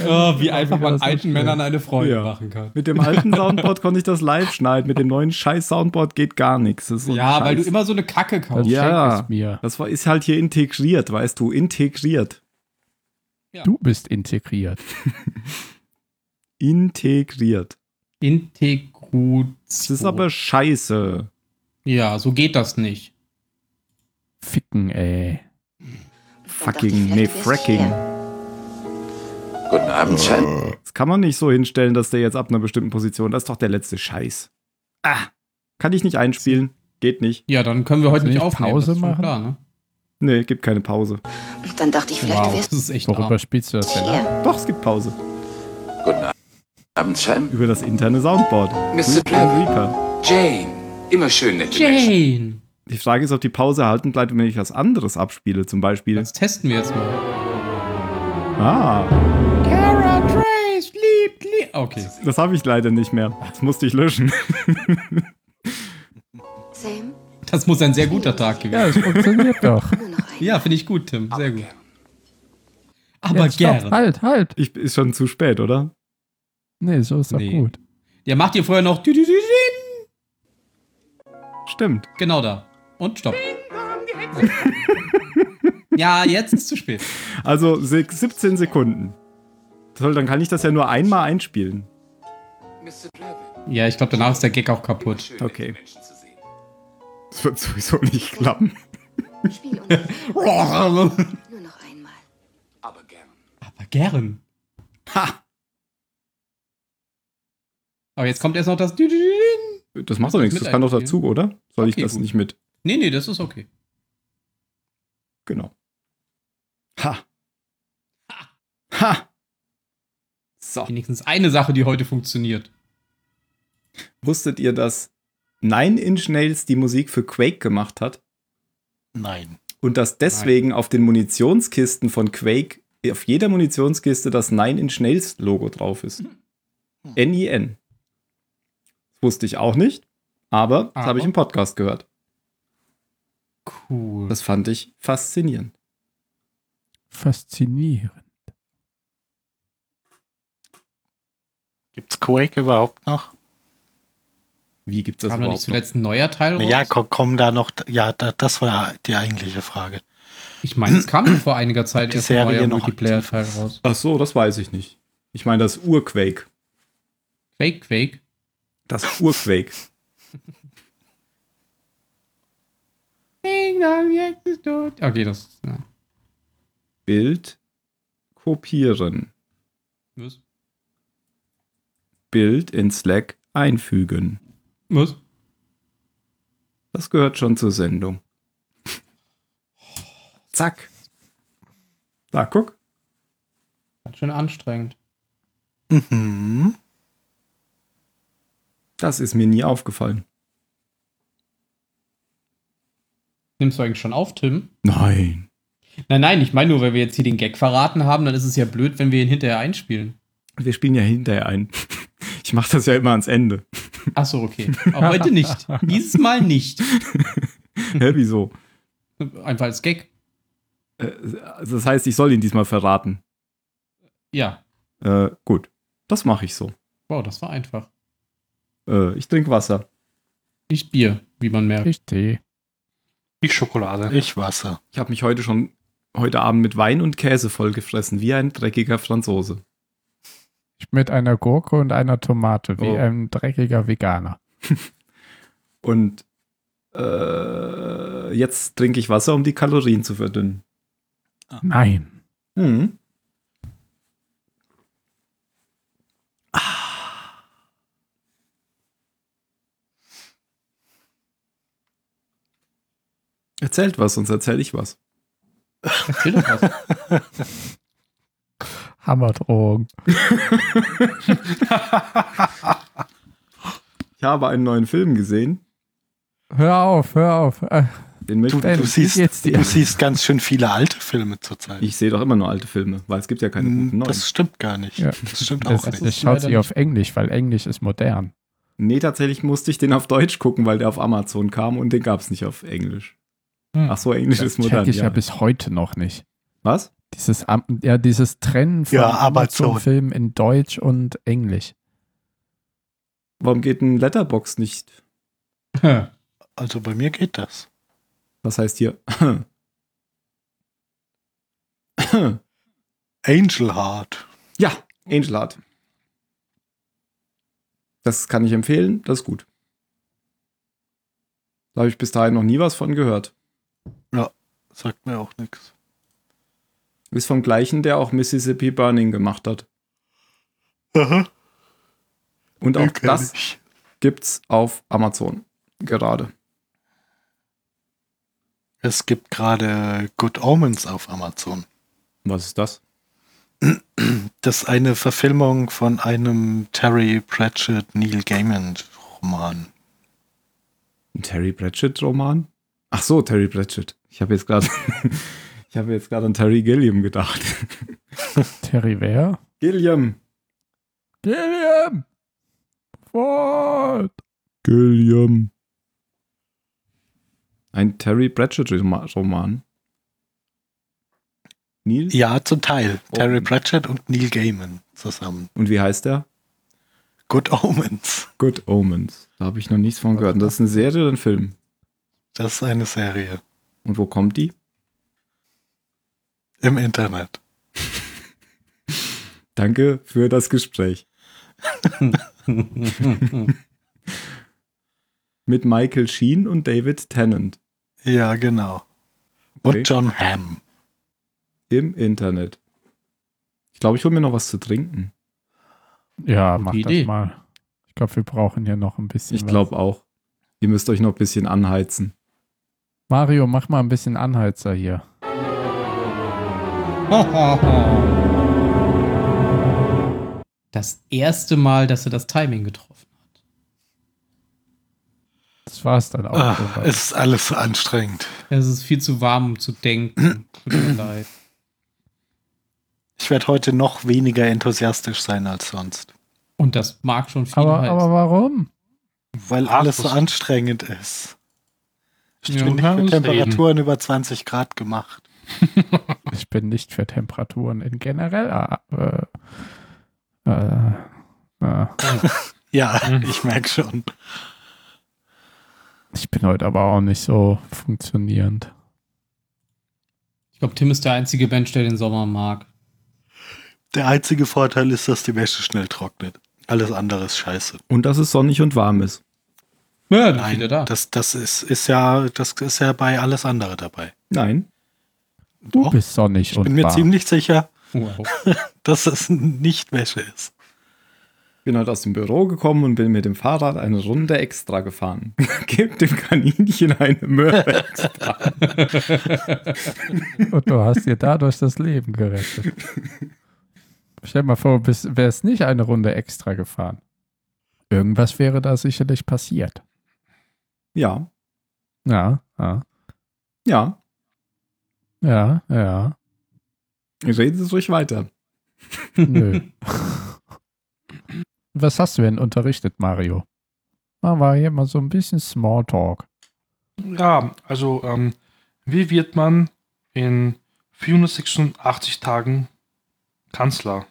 Speaker 6: Oh, wie einfach man alten Männern eine Freude
Speaker 4: Ja.
Speaker 6: machen kann.
Speaker 4: Mit dem alten Soundboard konnte ich das live schneiden. Mit dem neuen scheiß Soundboard geht gar nichts. Das ist so ein
Speaker 6: Ja, weil du
Speaker 4: Scheiß.
Speaker 6: immer so eine Kacke kaufst.
Speaker 4: Ja.
Speaker 3: Also Schenk es mir.
Speaker 4: Das war, ist halt hier integriert, weißt du? Integriert.
Speaker 3: Du bist integriert.
Speaker 4: Integriert.
Speaker 6: Integration.
Speaker 4: Das ist aber scheiße.
Speaker 6: Ja, so geht das nicht.
Speaker 3: Ficken, ey.
Speaker 10: Dann dachte
Speaker 4: Fucking,
Speaker 10: ich, vielleicht
Speaker 4: nee,
Speaker 10: du wärst
Speaker 4: fracking.
Speaker 10: hier.
Speaker 9: Guten Abend, Sam.
Speaker 4: Das kann man nicht so hinstellen, dass der jetzt ab einer bestimmten Position, das ist doch der letzte Scheiß. Ah, kann ich nicht einspielen. Geht nicht.
Speaker 6: Ja, dann können wir heute
Speaker 3: Kannst
Speaker 6: nicht
Speaker 3: du nicht
Speaker 6: aufnehmen.
Speaker 3: Pause
Speaker 6: das ist schon
Speaker 3: machen?
Speaker 6: Klar, ne?
Speaker 4: Nee, gibt keine Pause.
Speaker 10: Und dann dachte ich, vielleicht du
Speaker 6: Wow,
Speaker 10: wärst
Speaker 6: das ist echt
Speaker 3: Worüber
Speaker 6: arm.
Speaker 3: spielst du das denn ab?
Speaker 10: hier.
Speaker 4: Doch, es gibt Pause.
Speaker 9: Guten Abend, Sam.
Speaker 4: Über das interne Soundboard.
Speaker 9: Mr.
Speaker 4: Guten Reaper.
Speaker 9: Jane. Immer schön, nette Menschen.
Speaker 6: Jane.
Speaker 4: Die Frage ist, ob die Pause erhalten bleibt, wenn ich was anderes abspiele, zum Beispiel.
Speaker 6: Das testen wir jetzt mal.
Speaker 4: Ah,
Speaker 6: Cara Trace liebt, liebt. Okay.
Speaker 4: das habe ich leider nicht mehr. Das musste ich löschen.
Speaker 10: Sam,
Speaker 6: Das muss ein sehr guter Tag
Speaker 3: Ja,
Speaker 6: gewesen
Speaker 3: das funktioniert doch.
Speaker 10: nur noch einmal.
Speaker 6: Ja, finde ich gut, Tim. Sehr gut. Aber
Speaker 3: Ja, stopp,
Speaker 6: gern.
Speaker 3: Halt, halt.
Speaker 4: Ich, ist schon zu spät, oder?
Speaker 3: Nee, so ist doch
Speaker 6: Nee.
Speaker 3: gut.
Speaker 6: Der macht hier vorher noch. Düdüdüdün.
Speaker 4: Stimmt.
Speaker 6: Genau da. Und stopp. Ja, jetzt ist zu spät.
Speaker 4: Also se- 17 Sekunden. Toll, dann kann ich das ja nur einmal einspielen.
Speaker 9: Mr. Trevor.
Speaker 6: Ja, ich glaube, danach ist der Gag auch
Speaker 9: Immer
Speaker 6: kaputt.
Speaker 9: schön,
Speaker 4: Okay.
Speaker 9: nette Menschen zu sehen.
Speaker 4: Das wird sowieso nicht klappen.
Speaker 10: Spiel uns hier.
Speaker 6: Aber
Speaker 10: nur noch einmal.
Speaker 9: Aber gern.
Speaker 6: gern. Ha! Aber jetzt kommt erst noch das. Düdüdüdün.
Speaker 4: Das macht doch nichts. Das kann doch dazu, oder? Soll ich
Speaker 6: Okay,
Speaker 4: das
Speaker 6: gut.
Speaker 4: nicht mit?
Speaker 6: Nee, nee, das ist okay.
Speaker 4: Genau. Ha. Ha. So.
Speaker 6: Wenigstens eine Sache, die heute funktioniert.
Speaker 4: Wusstet ihr, dass Nine Inch Nails die Musik für Quake gemacht hat?
Speaker 7: Nein.
Speaker 4: Und dass deswegen auf den Munitionskisten von Quake, auf jeder Munitionskiste das Nine Inch Nails Logo drauf ist. N-I-N. Das wusste ich auch nicht, aber das
Speaker 6: Aber?
Speaker 4: habe ich im Podcast gehört.
Speaker 6: Cool.
Speaker 4: Das fand ich faszinierend.
Speaker 3: Faszinierend.
Speaker 7: Gibt's Quake überhaupt noch?
Speaker 4: Wie gibt es das
Speaker 6: Kam da nicht
Speaker 4: überhaupt? noch?
Speaker 6: zuletzt ein neuer Teil raus?
Speaker 7: Ja, ko- kommen da noch. Ja, da, das war die eigentliche Frage.
Speaker 6: Ich meine, es kam vor einiger Zeit
Speaker 7: Die
Speaker 6: erst ein
Speaker 7: Serie
Speaker 6: neuer
Speaker 7: noch
Speaker 6: Multiplayer-Teil raus.
Speaker 4: Ach so, das weiß ich nicht. Ich meine das Urquake.
Speaker 6: Quake, Quake.
Speaker 4: Das Urquake.
Speaker 6: Ding dong, jetzt ist tot. Okay, das. Ja.
Speaker 4: Bild kopieren.
Speaker 6: Was?
Speaker 4: Bild in Slack einfügen.
Speaker 6: Was?
Speaker 4: Das gehört schon zur Sendung. Zack. Da, guck.
Speaker 6: Ganz schön anstrengend.
Speaker 7: Mhm.
Speaker 4: Das ist mir nie aufgefallen.
Speaker 6: Nimmst du eigentlich schon auf, Tim?
Speaker 4: Nein.
Speaker 6: Nein, nein, ich meine nur, weil wir jetzt hier den Gag verraten haben, dann ist es ja blöd, wenn wir ihn hinterher einspielen.
Speaker 4: Wir spielen ja hinterher ein. Ich mache das ja immer ans Ende.
Speaker 6: Achso, okay. Auch heute nicht. Dieses Mal nicht.
Speaker 4: Hä, wieso?
Speaker 6: Einfach als Gag.
Speaker 4: Äh, also Das heißt, ich soll ihn diesmal verraten.
Speaker 6: Ja.
Speaker 4: Äh, gut. Das mache ich so.
Speaker 6: Wow, das war einfach.
Speaker 4: Äh, ich trinke Wasser.
Speaker 6: Nicht Bier, wie man merkt.
Speaker 3: Ich tee.
Speaker 5: Ich Schokolade.
Speaker 7: Ich Wasser.
Speaker 4: Ich habe mich heute schon heute Abend mit Wein und Käse vollgefressen, wie ein dreckiger Franzose.
Speaker 3: Mit einer Gurke und einer Tomate, wie
Speaker 4: Oh.
Speaker 3: ein dreckiger Veganer.
Speaker 4: Und äh, jetzt trinke ich Wasser, um die Kalorien zu verdünnen.
Speaker 3: Nein.
Speaker 4: Hm. Ah. Erzählt was, sonst erzähle ich was.
Speaker 6: Erzähl doch was.
Speaker 3: Hammerdrogen.
Speaker 4: Ich habe einen neuen Film gesehen.
Speaker 3: Hör auf, hör auf. Äh,
Speaker 4: Den möchte
Speaker 7: Du,
Speaker 3: Ben,
Speaker 7: du, siehst,
Speaker 3: jetzt die-
Speaker 7: du siehst ganz schön viele alte Filme zurzeit.
Speaker 4: ich sehe doch immer nur alte Filme, weil es gibt ja keine guten
Speaker 7: Hm,
Speaker 4: neuen.
Speaker 7: das stimmt gar nicht.
Speaker 3: Ja.
Speaker 7: Das stimmt
Speaker 3: Das,
Speaker 7: auch
Speaker 3: das,
Speaker 7: nicht.
Speaker 6: ist
Speaker 3: schaut
Speaker 6: leider
Speaker 3: sie auf Englisch, weil Englisch ist modern.
Speaker 4: Nee, tatsächlich musste ich den auf Deutsch gucken, weil der auf Amazon kam und den gab es nicht auf Englisch.
Speaker 5: Hm.
Speaker 4: Ach so, Englisch ist
Speaker 3: Das
Speaker 4: modern.
Speaker 3: check ich ja
Speaker 4: Ja.
Speaker 3: bis heute noch nicht.
Speaker 4: Was?
Speaker 3: Dieses, Am- ja, dieses Trennen von
Speaker 7: Ja, Amazon.
Speaker 3: Amazon-Filmen in Deutsch und Englisch.
Speaker 4: Warum geht ein Letterbox nicht?
Speaker 7: Also bei mir geht das.
Speaker 4: Was heißt hier?
Speaker 7: Angel Heart.
Speaker 4: Ja, Angel Heart. Das kann ich empfehlen, das ist gut. Da habe ich bis dahin noch nie was von gehört.
Speaker 7: Sagt mir auch nichts.
Speaker 4: Ist vom gleichen, der auch Mississippi Burning gemacht hat.
Speaker 7: Aha.
Speaker 4: Und auch
Speaker 7: den kenn
Speaker 4: das
Speaker 7: ich.
Speaker 4: gibt's auf Amazon gerade.
Speaker 7: Es gibt gerade Good Omens auf Amazon.
Speaker 4: Was ist das?
Speaker 7: Das ist eine Verfilmung von einem Terry Pratchett Neil Gaiman Roman.
Speaker 4: Ein Terry Pratchett Roman? Ach so, Terry Pratchett. Ich habe jetzt gerade ich habe jetzt gerade an Terry Gilliam gedacht.
Speaker 3: Terry Ware?
Speaker 4: Gilliam.
Speaker 3: Gilliam! Fort!
Speaker 4: Gilliam. Ein Terry Pratchett Roma- Roman. Neil?
Speaker 7: Ja, zum Teil.
Speaker 4: Oh.
Speaker 7: Terry Pratchett und Neil Gaiman zusammen.
Speaker 4: Und wie heißt der?
Speaker 7: Good Omens.
Speaker 4: Good Omens. Da habe ich noch nichts von gehört. Und das ist eine Serie oder ein Film?
Speaker 7: Das ist eine Serie
Speaker 4: Und wo kommt die?
Speaker 7: im Internet.
Speaker 4: Danke für das Gespräch. Mit Michael Sheen und David Tennant
Speaker 7: Ja, genau.
Speaker 4: Okay.
Speaker 7: Und John Hamm.
Speaker 4: im Internet. Ich glaube, ich hole mir noch was zu trinken.
Speaker 3: Ja,
Speaker 6: Gute
Speaker 3: mach
Speaker 6: Idee.
Speaker 3: das mal. Ich glaube, wir brauchen hier noch ein bisschen.
Speaker 4: Ich
Speaker 3: was.
Speaker 4: glaube auch. Ihr müsst euch noch ein bisschen anheizen.
Speaker 3: Mario, mach mal ein bisschen Anheizer hier.
Speaker 6: Das erste Mal, dass er das Timing getroffen hat.
Speaker 3: Das war es dann auch.
Speaker 7: Ah,
Speaker 3: soweit.
Speaker 7: es ist alles so anstrengend.
Speaker 6: Es ist viel zu warm, um zu denken. Tut mir leid.
Speaker 7: Ich werde heute noch weniger enthusiastisch sein als sonst,
Speaker 6: Und das mag schon viel
Speaker 3: aber,
Speaker 6: heißen.
Speaker 3: aber warum?
Speaker 7: weil
Speaker 5: Ach,
Speaker 7: alles so
Speaker 5: das-
Speaker 7: anstrengend ist. Ich
Speaker 5: Ja,
Speaker 7: bin nicht für
Speaker 5: uns reden.
Speaker 7: Temperaturen über 20 Grad gemacht.
Speaker 3: Ich bin nicht für Temperaturen in generell. Äh, äh, äh.
Speaker 7: Ja,
Speaker 5: Mhm.
Speaker 7: ich merke schon.
Speaker 3: Ich bin heute aber auch nicht so funktionierend.
Speaker 6: Ich glaube, Tim ist der einzige Mensch, der den Sommer mag.
Speaker 7: Der einzige Vorteil ist, dass die Wäsche schnell trocknet. Alles andere ist scheiße.
Speaker 4: Und dass es sonnig und warm ist.
Speaker 6: Ja, dann ist
Speaker 7: Nein,
Speaker 6: wieder da.
Speaker 7: das, das ist, ist ja, das ist ja bei alles andere dabei.
Speaker 4: Nein.
Speaker 3: Du
Speaker 7: Doch,
Speaker 3: bist sonnig
Speaker 7: ich
Speaker 3: und
Speaker 7: bin mir
Speaker 3: warm.
Speaker 7: ziemlich sicher,
Speaker 6: Oh, Wow.
Speaker 7: dass es nicht Wäsche ist.
Speaker 4: Bin heute aus dem Büro gekommen und bin mit dem Fahrrad eine Runde extra gefahren. Gebt dem Kaninchen eine Möhre.
Speaker 3: Und du hast dir dadurch das Leben gerettet. Stell mal vor, wäre es nicht eine Runde extra gefahren. Irgendwas wäre da sicherlich passiert.
Speaker 4: ja,
Speaker 3: Ja, ja,
Speaker 4: ja.
Speaker 3: ja, ja.
Speaker 4: Redet ruhig weiter.
Speaker 3: Nö. Was hast du denn unterrichtet, Mario? Machen wir hier mal so ein bisschen Smalltalk.
Speaker 5: Ja, also ähm, wie wird man in 486 Tagen Kanzler?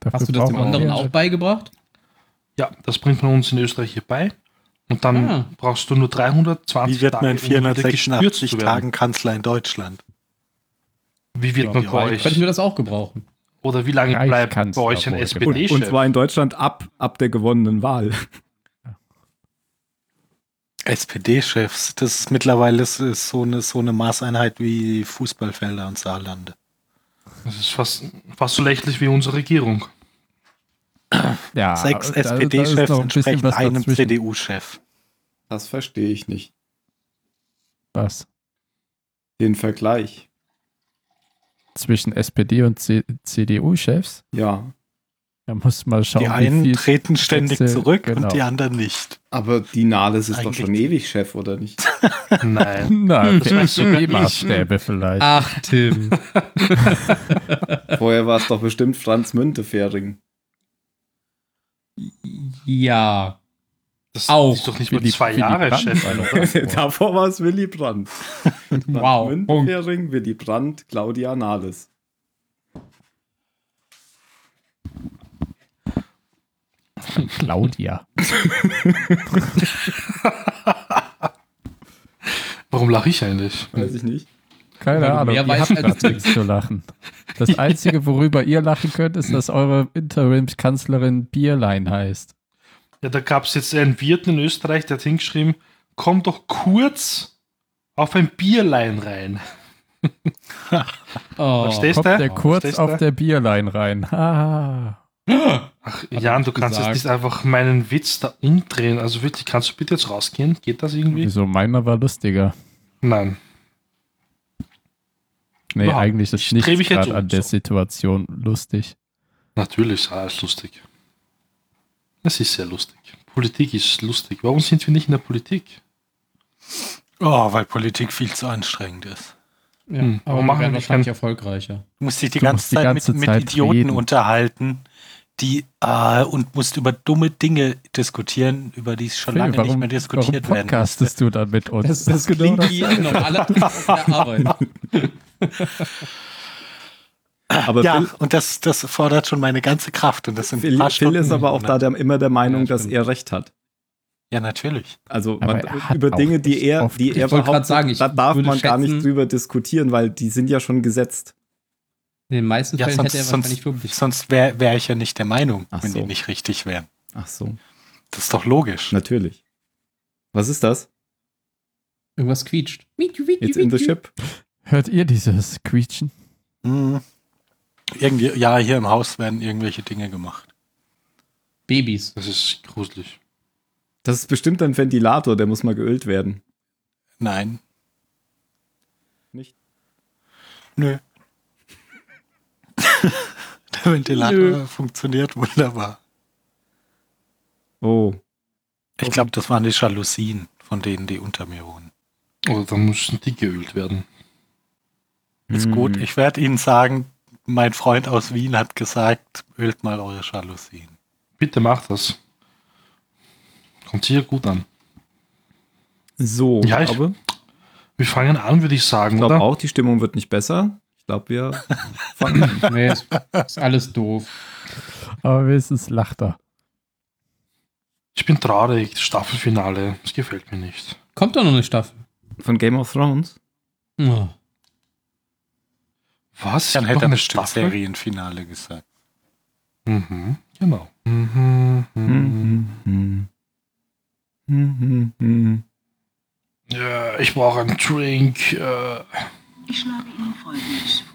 Speaker 3: Dafür
Speaker 6: Hast du das dem
Speaker 3: brauchen wir-
Speaker 6: anderen auch beigebracht?
Speaker 5: Ja, das bringt man uns in Österreich hier bei. Und dann ah. brauchst du nur 320
Speaker 7: Wie wird man in
Speaker 5: Tage, um wieder
Speaker 7: 486
Speaker 5: zu werden.
Speaker 7: Tagen Kanzler in Deutschland?
Speaker 5: Wie wird man bei euch?
Speaker 6: Könnten wir das auch gebrauchen?
Speaker 5: Oder wie lange
Speaker 3: Reich
Speaker 5: bleibt bei
Speaker 3: Kanzler
Speaker 5: euch ein
Speaker 3: wurde
Speaker 5: SPD-Chef?
Speaker 4: Und zwar in Deutschland ab, ab der gewonnenen Wahl.
Speaker 7: SPD-Chefs, das ist mittlerweile das ist so, eine, so eine Maßeinheit wie Fußballfelder und Saarlande.
Speaker 5: Das ist fast, fast so lächerlich wie unsere Regierung.
Speaker 3: Ja,
Speaker 7: Sechs
Speaker 3: Ah, da- da ist noch
Speaker 7: SPD-Chefs
Speaker 3: ein bisschen
Speaker 7: entsprechen
Speaker 3: was
Speaker 7: einem
Speaker 3: dazwischen.
Speaker 7: CDU-Chef.
Speaker 4: Das verstehe ich nicht.
Speaker 3: Was?
Speaker 4: Den Vergleich.
Speaker 3: Zwischen SPD und C CDU-Chefs?
Speaker 4: Ja.
Speaker 3: Da muss man schauen,
Speaker 7: Die einen
Speaker 3: wie viel
Speaker 7: treten ständig
Speaker 3: Sätze-
Speaker 7: zurück
Speaker 3: genau.
Speaker 7: und die anderen nicht.
Speaker 4: Aber die Nahles ist doch
Speaker 7: Eigentlich-
Speaker 4: schon ewig Chef, oder nicht?
Speaker 5: Nein.
Speaker 3: Na,
Speaker 5: Das weiß sogar ich.
Speaker 3: B-Maßstäbe vielleicht.
Speaker 6: Ach, Tim.
Speaker 4: Vorher war es doch bestimmt Franz Müntefering.
Speaker 6: ja.
Speaker 5: Das
Speaker 6: Auch
Speaker 5: ist doch nicht mal
Speaker 3: Willy-
Speaker 5: zwei
Speaker 3: Willy
Speaker 5: Jahre
Speaker 3: Brandt
Speaker 5: Chef.
Speaker 3: war noch davor.
Speaker 4: Davor war es Willy Brandt.
Speaker 6: Wow. Punkt.
Speaker 4: Müntefering, Willy Brandt, Claudia Nahles.
Speaker 3: Claudia.
Speaker 5: Warum lache ich eigentlich?
Speaker 4: Weiß ich nicht.
Speaker 3: Keine Ahnung,
Speaker 6: mehr
Speaker 3: ihr
Speaker 6: weiß
Speaker 3: habt
Speaker 6: als
Speaker 3: grad
Speaker 6: Tim.
Speaker 3: nichts zu lachen. Das Einzige, worüber ihr lachen könnt, ist, dass eure Interimskanzlerin Bierlein heißt.
Speaker 5: Ja, da gab es jetzt einen Wirt in Österreich, der hat hingeschrieben, komm doch kurz auf ein Bierlein rein.
Speaker 6: Oh.
Speaker 5: Verstehst
Speaker 3: Kommt der
Speaker 5: du?
Speaker 3: kurz
Speaker 5: Verstehst
Speaker 3: auf
Speaker 5: du?
Speaker 3: der Bierlein rein. Haha.
Speaker 5: Ach, Jan, du kannst jetzt
Speaker 6: gesagt.
Speaker 5: nicht einfach meinen Witz da umdrehen. Also wirklich, kannst du bitte jetzt rausgehen? Geht das irgendwie?
Speaker 3: Wieso? Meiner war lustiger.
Speaker 5: Nein.
Speaker 3: Nee,
Speaker 5: Ja,
Speaker 3: eigentlich ist
Speaker 5: strebe
Speaker 3: nichts
Speaker 5: ich jetzt
Speaker 3: gerade
Speaker 5: um,
Speaker 3: an der
Speaker 5: so.
Speaker 3: Situation lustig.
Speaker 5: Natürlich, ah, ist lustig. Es ist sehr lustig. Politik ist lustig. Warum sind wir nicht in der Politik?
Speaker 7: Oh, weil Politik viel zu anstrengend ist.
Speaker 6: Ja,
Speaker 5: Hm.
Speaker 6: aber
Speaker 5: Warum
Speaker 6: wir
Speaker 5: machen
Speaker 6: werden
Speaker 5: wir
Speaker 6: wahrscheinlich
Speaker 5: kein-
Speaker 6: erfolgreicher.
Speaker 7: Du musst dich die
Speaker 3: Du
Speaker 7: ganze
Speaker 3: musst die
Speaker 7: Zeit
Speaker 3: ganze
Speaker 7: mit,
Speaker 3: Zeit
Speaker 7: mit Idioten
Speaker 3: reden.
Speaker 7: unterhalten, die äh, und musst über dumme Dinge diskutieren, über die es schon
Speaker 3: Phil,
Speaker 7: lange
Speaker 3: warum,
Speaker 7: nicht mehr
Speaker 3: warum
Speaker 7: diskutiert werden.
Speaker 3: podcastest du dann mit uns?
Speaker 6: Das, genau
Speaker 3: genau
Speaker 6: das klingt wie noch alle auf der Arbeit.
Speaker 4: Aber
Speaker 7: Ja,
Speaker 4: Phil,
Speaker 7: und das, das fordert schon meine ganze Kraft. Und das sind ein
Speaker 4: Phil,
Speaker 7: paar ne?
Speaker 4: Phil ist
Speaker 7: Stunden.
Speaker 4: aber auch da der, immer der Meinung,
Speaker 6: Ja,
Speaker 4: dass
Speaker 6: stimmt.
Speaker 4: er recht hat.
Speaker 7: Ja, natürlich.
Speaker 4: Also
Speaker 3: Aber
Speaker 4: man,
Speaker 3: er hat
Speaker 4: über
Speaker 3: auch
Speaker 4: Dinge, die
Speaker 3: echt
Speaker 4: er,
Speaker 3: oft-
Speaker 4: die er
Speaker 6: Ich wollte gerade
Speaker 4: behauptet,
Speaker 6: sagen, ich
Speaker 4: da darf
Speaker 6: würde
Speaker 4: man gar nicht
Speaker 6: schätzen-
Speaker 4: drüber diskutieren, weil die sind ja schon gesetzt.
Speaker 6: In den meisten
Speaker 7: Ja,
Speaker 6: Fällen
Speaker 7: sonst,
Speaker 6: hätte er wahrscheinlich wirklich.
Speaker 7: sonst, sonst wäre wär ich ja nicht der Meinung,
Speaker 4: Ach
Speaker 7: wenn
Speaker 4: so. Ne-
Speaker 7: die nicht richtig wären.
Speaker 4: Ach so,
Speaker 7: Das ist doch logisch.
Speaker 4: natürlich. Was ist das?
Speaker 6: Irgendwas quietscht.
Speaker 4: It's in the ship.
Speaker 3: Hört ihr dieses Quietschen?
Speaker 7: Hm. Irgendwie, ja, hier im Haus werden irgendwelche Dinge gemacht.
Speaker 6: Babys.
Speaker 5: Das ist gruselig.
Speaker 4: Das ist bestimmt ein Ventilator, der muss mal geölt werden.
Speaker 7: Nein.
Speaker 4: Nicht?
Speaker 7: Nö. der Ventilator
Speaker 6: Nö.
Speaker 7: funktioniert wunderbar.
Speaker 4: Oh,
Speaker 7: Ich glaube, das waren die Jalousien, von denen die unter mir wohnen.
Speaker 5: Oder da müssen die geölt werden.
Speaker 7: Ist gut.
Speaker 5: Mhm.
Speaker 4: Hm.
Speaker 7: Ich werde Ihnen sagen, mein Freund aus Wien hat gesagt, ölt mal eure Jalousien.
Speaker 5: Bitte mach das. Kommt sicher gut an.
Speaker 4: so.
Speaker 5: Ja, ich-
Speaker 4: aber
Speaker 5: Wir fangen an, würde ich sagen,
Speaker 4: ich
Speaker 5: oder?
Speaker 4: glaube auch, die Stimmung wird nicht besser. Ich glaube, wir fangen an.
Speaker 6: Nee, ist, ist alles doof.
Speaker 3: Aber wenigstens lacht er.
Speaker 5: Ich bin traurig. Das Staffelfinale. Das gefällt mir nicht.
Speaker 6: Kommt doch noch eine Staffel.
Speaker 4: von Game of Thrones.
Speaker 6: Oh.
Speaker 5: Was?
Speaker 7: Dann
Speaker 5: Gibt
Speaker 7: hätte
Speaker 5: noch
Speaker 7: er
Speaker 5: eine
Speaker 7: bestimmt Serienfinale gesagt.
Speaker 5: Mhm. Genau. Mhm.
Speaker 4: Hm. Mhm. Mhm. Mhm.
Speaker 5: Ja, ich brauche einen Drink. Äh,
Speaker 10: Ich schlage Ihnen Folgendes